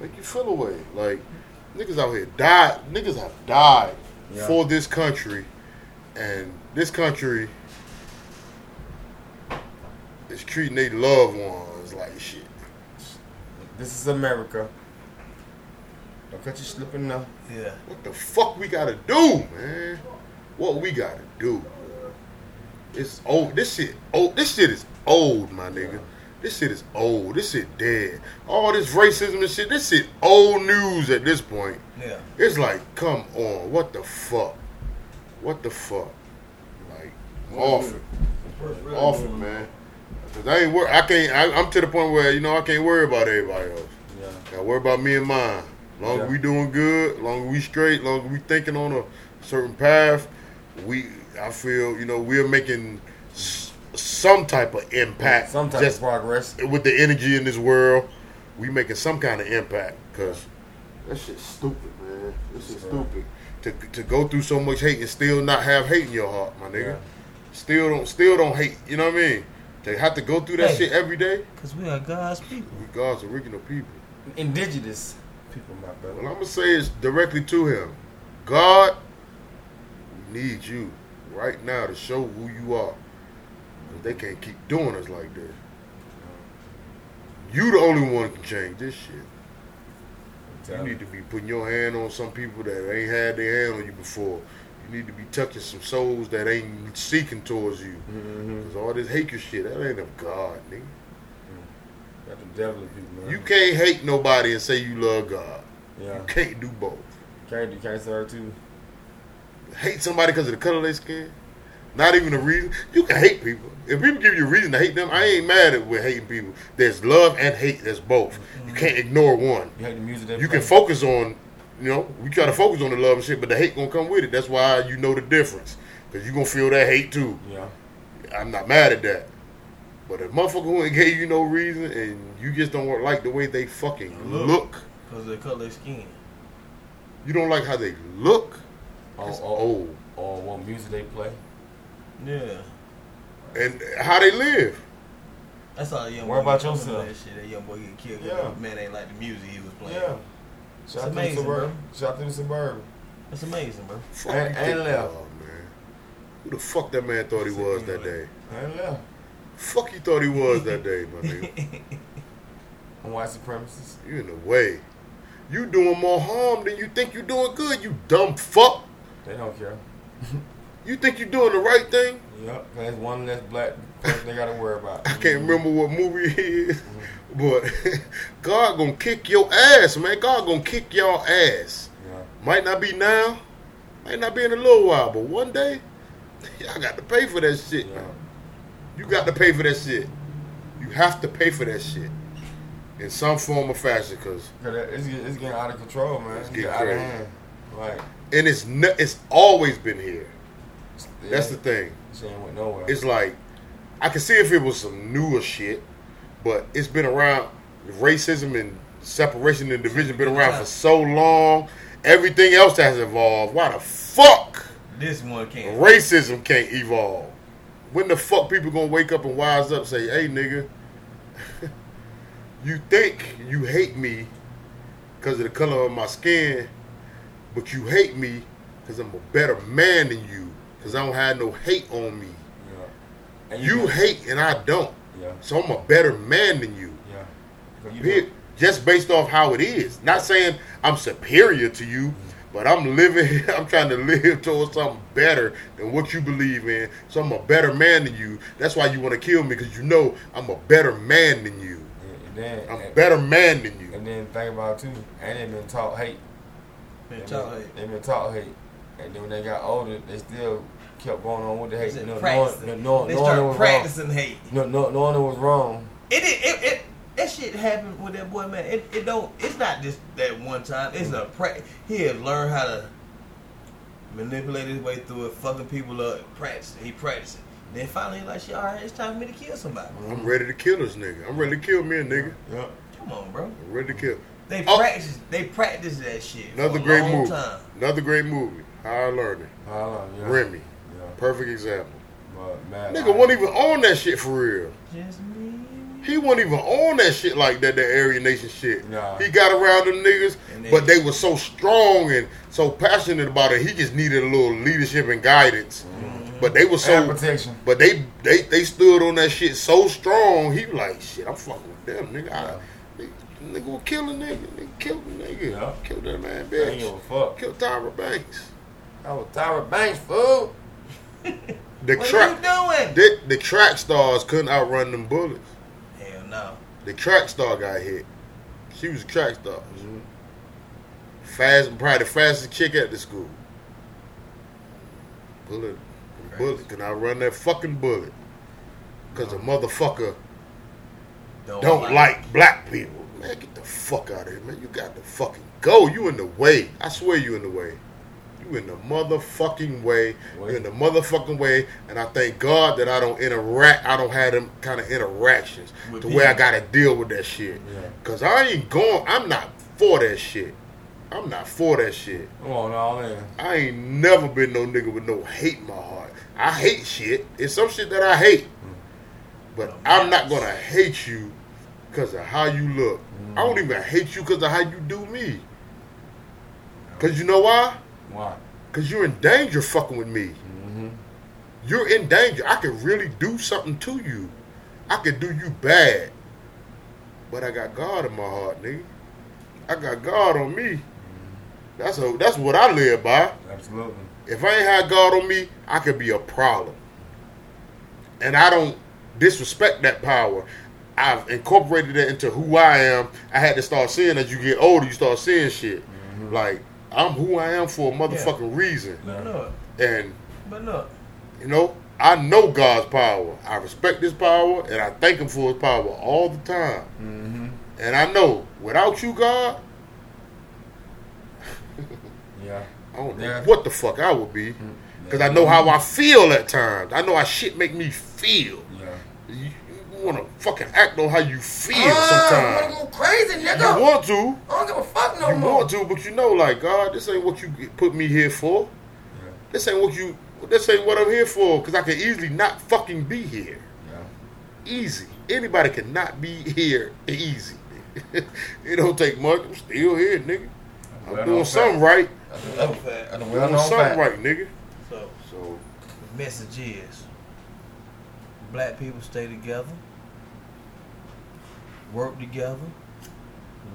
Speaker 1: Make you feel a way. Like, niggas out here died. Niggas have died
Speaker 4: Yeah.
Speaker 1: for this country. And this country is treating their loved ones like shit.
Speaker 4: This is America. Don't cut you slipping now.
Speaker 3: Yeah.
Speaker 1: What the fuck we gotta do, man? What we gotta do? It's old. This shit. Old. This shit is old, my nigga. This shit is old. This shit dead. All this racism and shit. This shit old news at this point.
Speaker 3: Yeah.
Speaker 1: It's like, come on. What the fuck? What the fuck? Like, off it. Off it, man. Cause I ain't worry. I can't. I, I'm to the point where you know I can't worry about everybody else.
Speaker 4: Yeah.
Speaker 1: Gotta worry about me and mine. Long
Speaker 4: Yeah.
Speaker 1: as we doing good, long as we straight, long as we thinking on a certain path, we I feel you know we're making s- some type of impact.
Speaker 4: Some type
Speaker 1: just
Speaker 4: of progress.
Speaker 1: with the energy in this world, we making some kind of impact. Cause that shit's stupid, man. This is stupid. To to go through so much hate and still not have hate in your heart, my nigga.
Speaker 4: Yeah.
Speaker 1: Still don't still don't hate. You know what I mean? To have to go through that
Speaker 3: Hey.
Speaker 1: shit every day.
Speaker 3: Because we are God's people.
Speaker 1: God's original people.
Speaker 4: Indigenous people, my brother.
Speaker 1: Well, I'm gonna say it's directly to him. God, we need you right now to show who you are. 'Cause they can't keep doing us like this. You the only one can change this shit. You need to be putting your hand on some people that ain't had their hand on you before. You need to be touching some souls that ain't seeking towards you.
Speaker 4: Mm-hmm.
Speaker 1: Cause all this hatred shit, that ain't of God, nigga.
Speaker 4: Got the devil in people, man.
Speaker 1: You can't hate nobody and say you love God.
Speaker 4: yeah.
Speaker 1: You can't do both.
Speaker 4: Can't do can't serve too.
Speaker 1: hate somebody because of the color of their skin. Not even a reason. You can hate people. If people give you a reason to hate them, I ain't mad at with hating people. There's love and hate. There's both. You can't ignore one.
Speaker 4: You hate the music that
Speaker 1: You can focus on, you know, we try to focus on the love and shit, but the hate gonna come with it. That's why you know the difference, cause you gonna feel that hate too.
Speaker 4: Yeah.
Speaker 1: I'm not mad at that. But a motherfucker who ain't gave you no reason and you just don't like the way they fucking
Speaker 3: Look.
Speaker 1: look,
Speaker 3: Because of the color of their skin.
Speaker 1: you don't like how they look,
Speaker 4: Or,
Speaker 1: it's
Speaker 4: or,
Speaker 1: old.
Speaker 4: or what music they play.
Speaker 3: Yeah.
Speaker 1: and how they live.
Speaker 3: That's all the young
Speaker 4: Worry
Speaker 3: boy
Speaker 4: about
Speaker 3: get coming to
Speaker 4: yourself.
Speaker 3: That, shit. that young boy get killed.
Speaker 4: Yeah.
Speaker 3: Yeah. Man ain't like the music he was playing.
Speaker 4: Yeah. Shout out to the
Speaker 3: amazing,
Speaker 4: suburban. Shout out to the suburban.
Speaker 3: That's amazing, bro.
Speaker 1: Fuck
Speaker 4: And-
Speaker 1: you
Speaker 4: and
Speaker 1: think-
Speaker 4: left.
Speaker 1: Oh, man. Who the fuck that man thought he was that day?
Speaker 4: And left.
Speaker 1: Fuck he thought he was that day, my nigga.
Speaker 4: And white supremacists.
Speaker 1: You in the way. You doing more harm than you think you doing good, you dumb fuck.
Speaker 4: They don't care.
Speaker 1: You think you doing the right thing?
Speaker 4: Yep. Cause there's one less black person they gotta worry about.
Speaker 1: I can't remember what movie it is, but God gonna kick your ass, man. God gonna kick y'all ass.
Speaker 4: Yeah.
Speaker 1: Might not be now, might not be in a little while, but one day, y'all got to pay for that shit,
Speaker 4: Yeah.
Speaker 1: man. You got to pay for that shit. You have to pay for that shit in some form or fashion, cause
Speaker 4: Cause that- it's, get- it's getting out of control, man. It's,
Speaker 1: getting
Speaker 4: getting out of
Speaker 1: crazy.
Speaker 4: hand. Like
Speaker 1: and it's ne- it's always been here.
Speaker 4: it
Speaker 1: That's the
Speaker 4: ain't-
Speaker 1: thing.
Speaker 4: She ain't went nowhere.
Speaker 1: It's like I can see if it was some newer shit, but it's been around. Racism and separation and division been around for so long. Everything else has evolved. Why the fuck
Speaker 3: This one can't.
Speaker 1: racism can't evolve? When the fuck people gonna wake up and wise up? And say, hey nigga, you think you hate me because of the color of my skin, but you hate me because I'm a better man than you because I don't have no hate on me.
Speaker 4: yeah. And
Speaker 1: You
Speaker 4: can-
Speaker 1: hate and I don't.
Speaker 4: Yeah.
Speaker 1: So I'm a better man than you.
Speaker 4: Yeah. 'Cause you
Speaker 1: Period.
Speaker 4: don't-
Speaker 1: Just based off how it is. Not saying I'm superior to you, but I'm living I'm trying to live towards something better than what you believe in. So I'm a better man than you. That's why you want to kill me because you know I'm a better man than you.
Speaker 4: and- and then
Speaker 1: I'm a
Speaker 4: and-
Speaker 1: better man than you.
Speaker 4: And then think about it too. And they been taught hate.
Speaker 3: Been
Speaker 4: They
Speaker 3: taught
Speaker 4: been-
Speaker 3: hate.
Speaker 4: They been taught hate. And then when they got older, they still kept going on with the hate.
Speaker 3: They
Speaker 4: No,
Speaker 3: practicing.
Speaker 4: knowing, no,
Speaker 3: they
Speaker 4: knowing it
Speaker 3: start
Speaker 4: was wrong.
Speaker 3: practicing hate.
Speaker 4: No, no, knowing it was wrong.
Speaker 3: It, it, it, it that shit happened with that boy man. It, it don't. It's not just that one time. It's a practice. He had learned how to manipulate his way through it, fucking people up, practice. He practiced. Then finally, he like, shit, all right, it's time for me to kill somebody.
Speaker 1: I'm ready to kill this nigga. I'm ready to kill me a nigga.
Speaker 4: Yep.
Speaker 3: Come on, bro.
Speaker 1: I'm ready to kill.
Speaker 3: They
Speaker 1: Oh.
Speaker 3: practice. They practice that shit. for
Speaker 1: Another
Speaker 3: a
Speaker 1: great
Speaker 3: long
Speaker 1: movie.
Speaker 3: Time.
Speaker 1: Another great movie. How I learned it.
Speaker 4: I don't know. Yeah.
Speaker 1: Remy.
Speaker 4: Yeah.
Speaker 1: Perfect example.
Speaker 4: But man,
Speaker 1: Nigga wasn't even on that shit for real.
Speaker 3: Just me.
Speaker 1: He wasn't even on that shit like that, that Aryan Nation shit.
Speaker 4: Nah.
Speaker 1: He got around them niggas,
Speaker 3: And they-
Speaker 1: but they were so strong and so passionate about it. He just needed a little leadership and guidance. But they were
Speaker 4: And
Speaker 1: so,
Speaker 4: protection.
Speaker 1: but they, they they stood on that shit so strong. He was like, shit, I'm fucking with them, nigga. I, nigga, nigga will kill a nigga, nigga kill a nigga,
Speaker 4: Yeah.
Speaker 1: kill that man,
Speaker 4: I ain't give
Speaker 1: bitch,
Speaker 4: a fuck.
Speaker 1: kill Tyra Banks.
Speaker 4: I was Tyra Banks, fool.
Speaker 1: The
Speaker 3: What
Speaker 1: track,
Speaker 3: you doing?
Speaker 1: the, the track stars couldn't outrun them bullets.
Speaker 3: Hell no.
Speaker 1: The track star got hit. She was a track star. Fast, probably the fastest chick at the school. Bullet, bullet. Can I run that fucking bullet? Cause a motherfucker don't like black people. Man, get the fuck out of here, man. You got to fucking go. You in the way. I swear you in the way. You in the motherfucking way. You in the motherfucking way. And I thank God that I don't interact. I don't have them kind of interactions
Speaker 3: With
Speaker 1: to where I
Speaker 3: people.
Speaker 1: got to deal with that shit.
Speaker 4: Yeah.
Speaker 1: Cause I ain't going. I'm not for that shit. I'm not for that shit.
Speaker 4: Come on, all in.
Speaker 1: I ain't never been no nigga with no hate in my heart. I hate shit. It's some shit that I hate. But I'm not gonna hate you because of how you look. I don't even hate you because of how you do me. Cause you know why?
Speaker 4: Why?
Speaker 1: Cause you're in danger fucking with me.
Speaker 4: Mm-hmm.
Speaker 1: You're in danger. I could really do something to you. I could do you bad. But I got God in my heart, nigga. I got God on me. That's a, that's what I live by.
Speaker 4: Absolutely.
Speaker 1: If I ain't had God on me, I could be a problem. And I don't disrespect that power. I've incorporated it into who I am. I had to start seeing as you get older, you start seeing shit. Like, I'm who I am for a motherfucking reason.
Speaker 3: But look,
Speaker 1: And
Speaker 3: but look,
Speaker 1: you know, I know God's power. I respect His power, and I thank Him for His power all the time.
Speaker 4: Mm-hmm.
Speaker 1: And I know without you, God,
Speaker 4: Yeah.
Speaker 1: I don't know
Speaker 4: Yeah.
Speaker 1: what the fuck I would be, because I know how I feel at times. I know how shit make me feel.
Speaker 4: Yeah.
Speaker 1: You, you want to fucking act on how you feel
Speaker 4: Uh,
Speaker 2: Ah, I
Speaker 1: sometimes.
Speaker 2: wanna go crazy,
Speaker 1: You
Speaker 2: nigga.
Speaker 1: want to,
Speaker 2: I don't give a fuck no
Speaker 1: you
Speaker 2: more.
Speaker 1: want to, but you know, like God, this ain't what you put me here for.
Speaker 4: Yeah.
Speaker 1: This ain't what you. This ain't what I'm here for. Because I could easily not fucking be here.
Speaker 4: Yeah.
Speaker 1: easy. Anybody cannot be here easy. it don't take much. I'm still here, nigga. I'm
Speaker 4: Well, no
Speaker 1: doing something
Speaker 4: fact.
Speaker 1: right.
Speaker 3: no fact.
Speaker 4: That's a
Speaker 1: I'm doing
Speaker 4: well-known
Speaker 1: something
Speaker 4: fact.
Speaker 1: right, nigga.
Speaker 3: So
Speaker 1: So
Speaker 3: the message is: black people stay together, work together,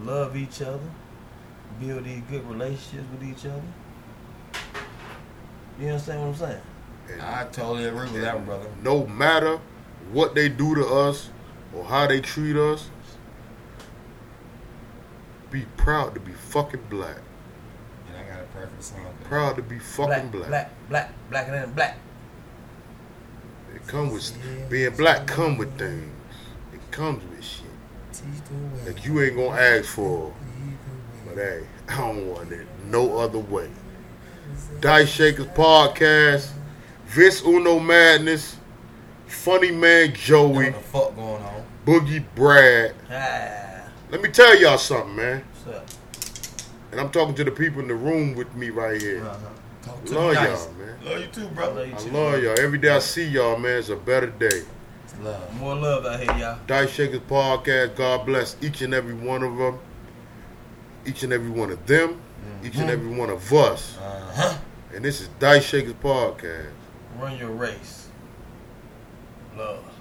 Speaker 3: love each other, build these good relationships with each other. You understand what I'm saying?
Speaker 4: I totally agree with that, brother.
Speaker 1: no matter what they do to us or how they treat us, be proud to be fucking black.
Speaker 4: And I got a perfect song. for
Speaker 1: Proud to be fucking
Speaker 3: Black,
Speaker 1: black.
Speaker 3: black, black, black, and then black.
Speaker 1: It come with being black. Come with things. It comes with shit that you ain't gonna ask for. But hey, I don't want it no other way. Dice Shakers Podcast, Vince Uno Madness, Funny Man
Speaker 4: that.
Speaker 1: Joey,
Speaker 4: What the fuck going on?
Speaker 1: Boogie Brad.
Speaker 3: Ah,
Speaker 1: Let me tell y'all something, man.
Speaker 3: what's up?
Speaker 1: And I'm talking to the people in the room with me right here.
Speaker 4: Uh-huh. Talk to
Speaker 1: Love
Speaker 4: me nice.
Speaker 1: y'all, man.
Speaker 4: Love you too,
Speaker 3: I
Speaker 4: brother.
Speaker 3: love you
Speaker 1: I
Speaker 3: too.
Speaker 1: love y'all. Every day I see y'all, man, it's a better day.
Speaker 4: It's love.
Speaker 3: More love out here, y'all.
Speaker 1: Dice Shakers Podcast. God bless each and every one of them, each and every one of them, each and every one of us.
Speaker 4: Uh-huh.
Speaker 1: And this is Dice Shakers Podcast.
Speaker 3: Run your race. Love.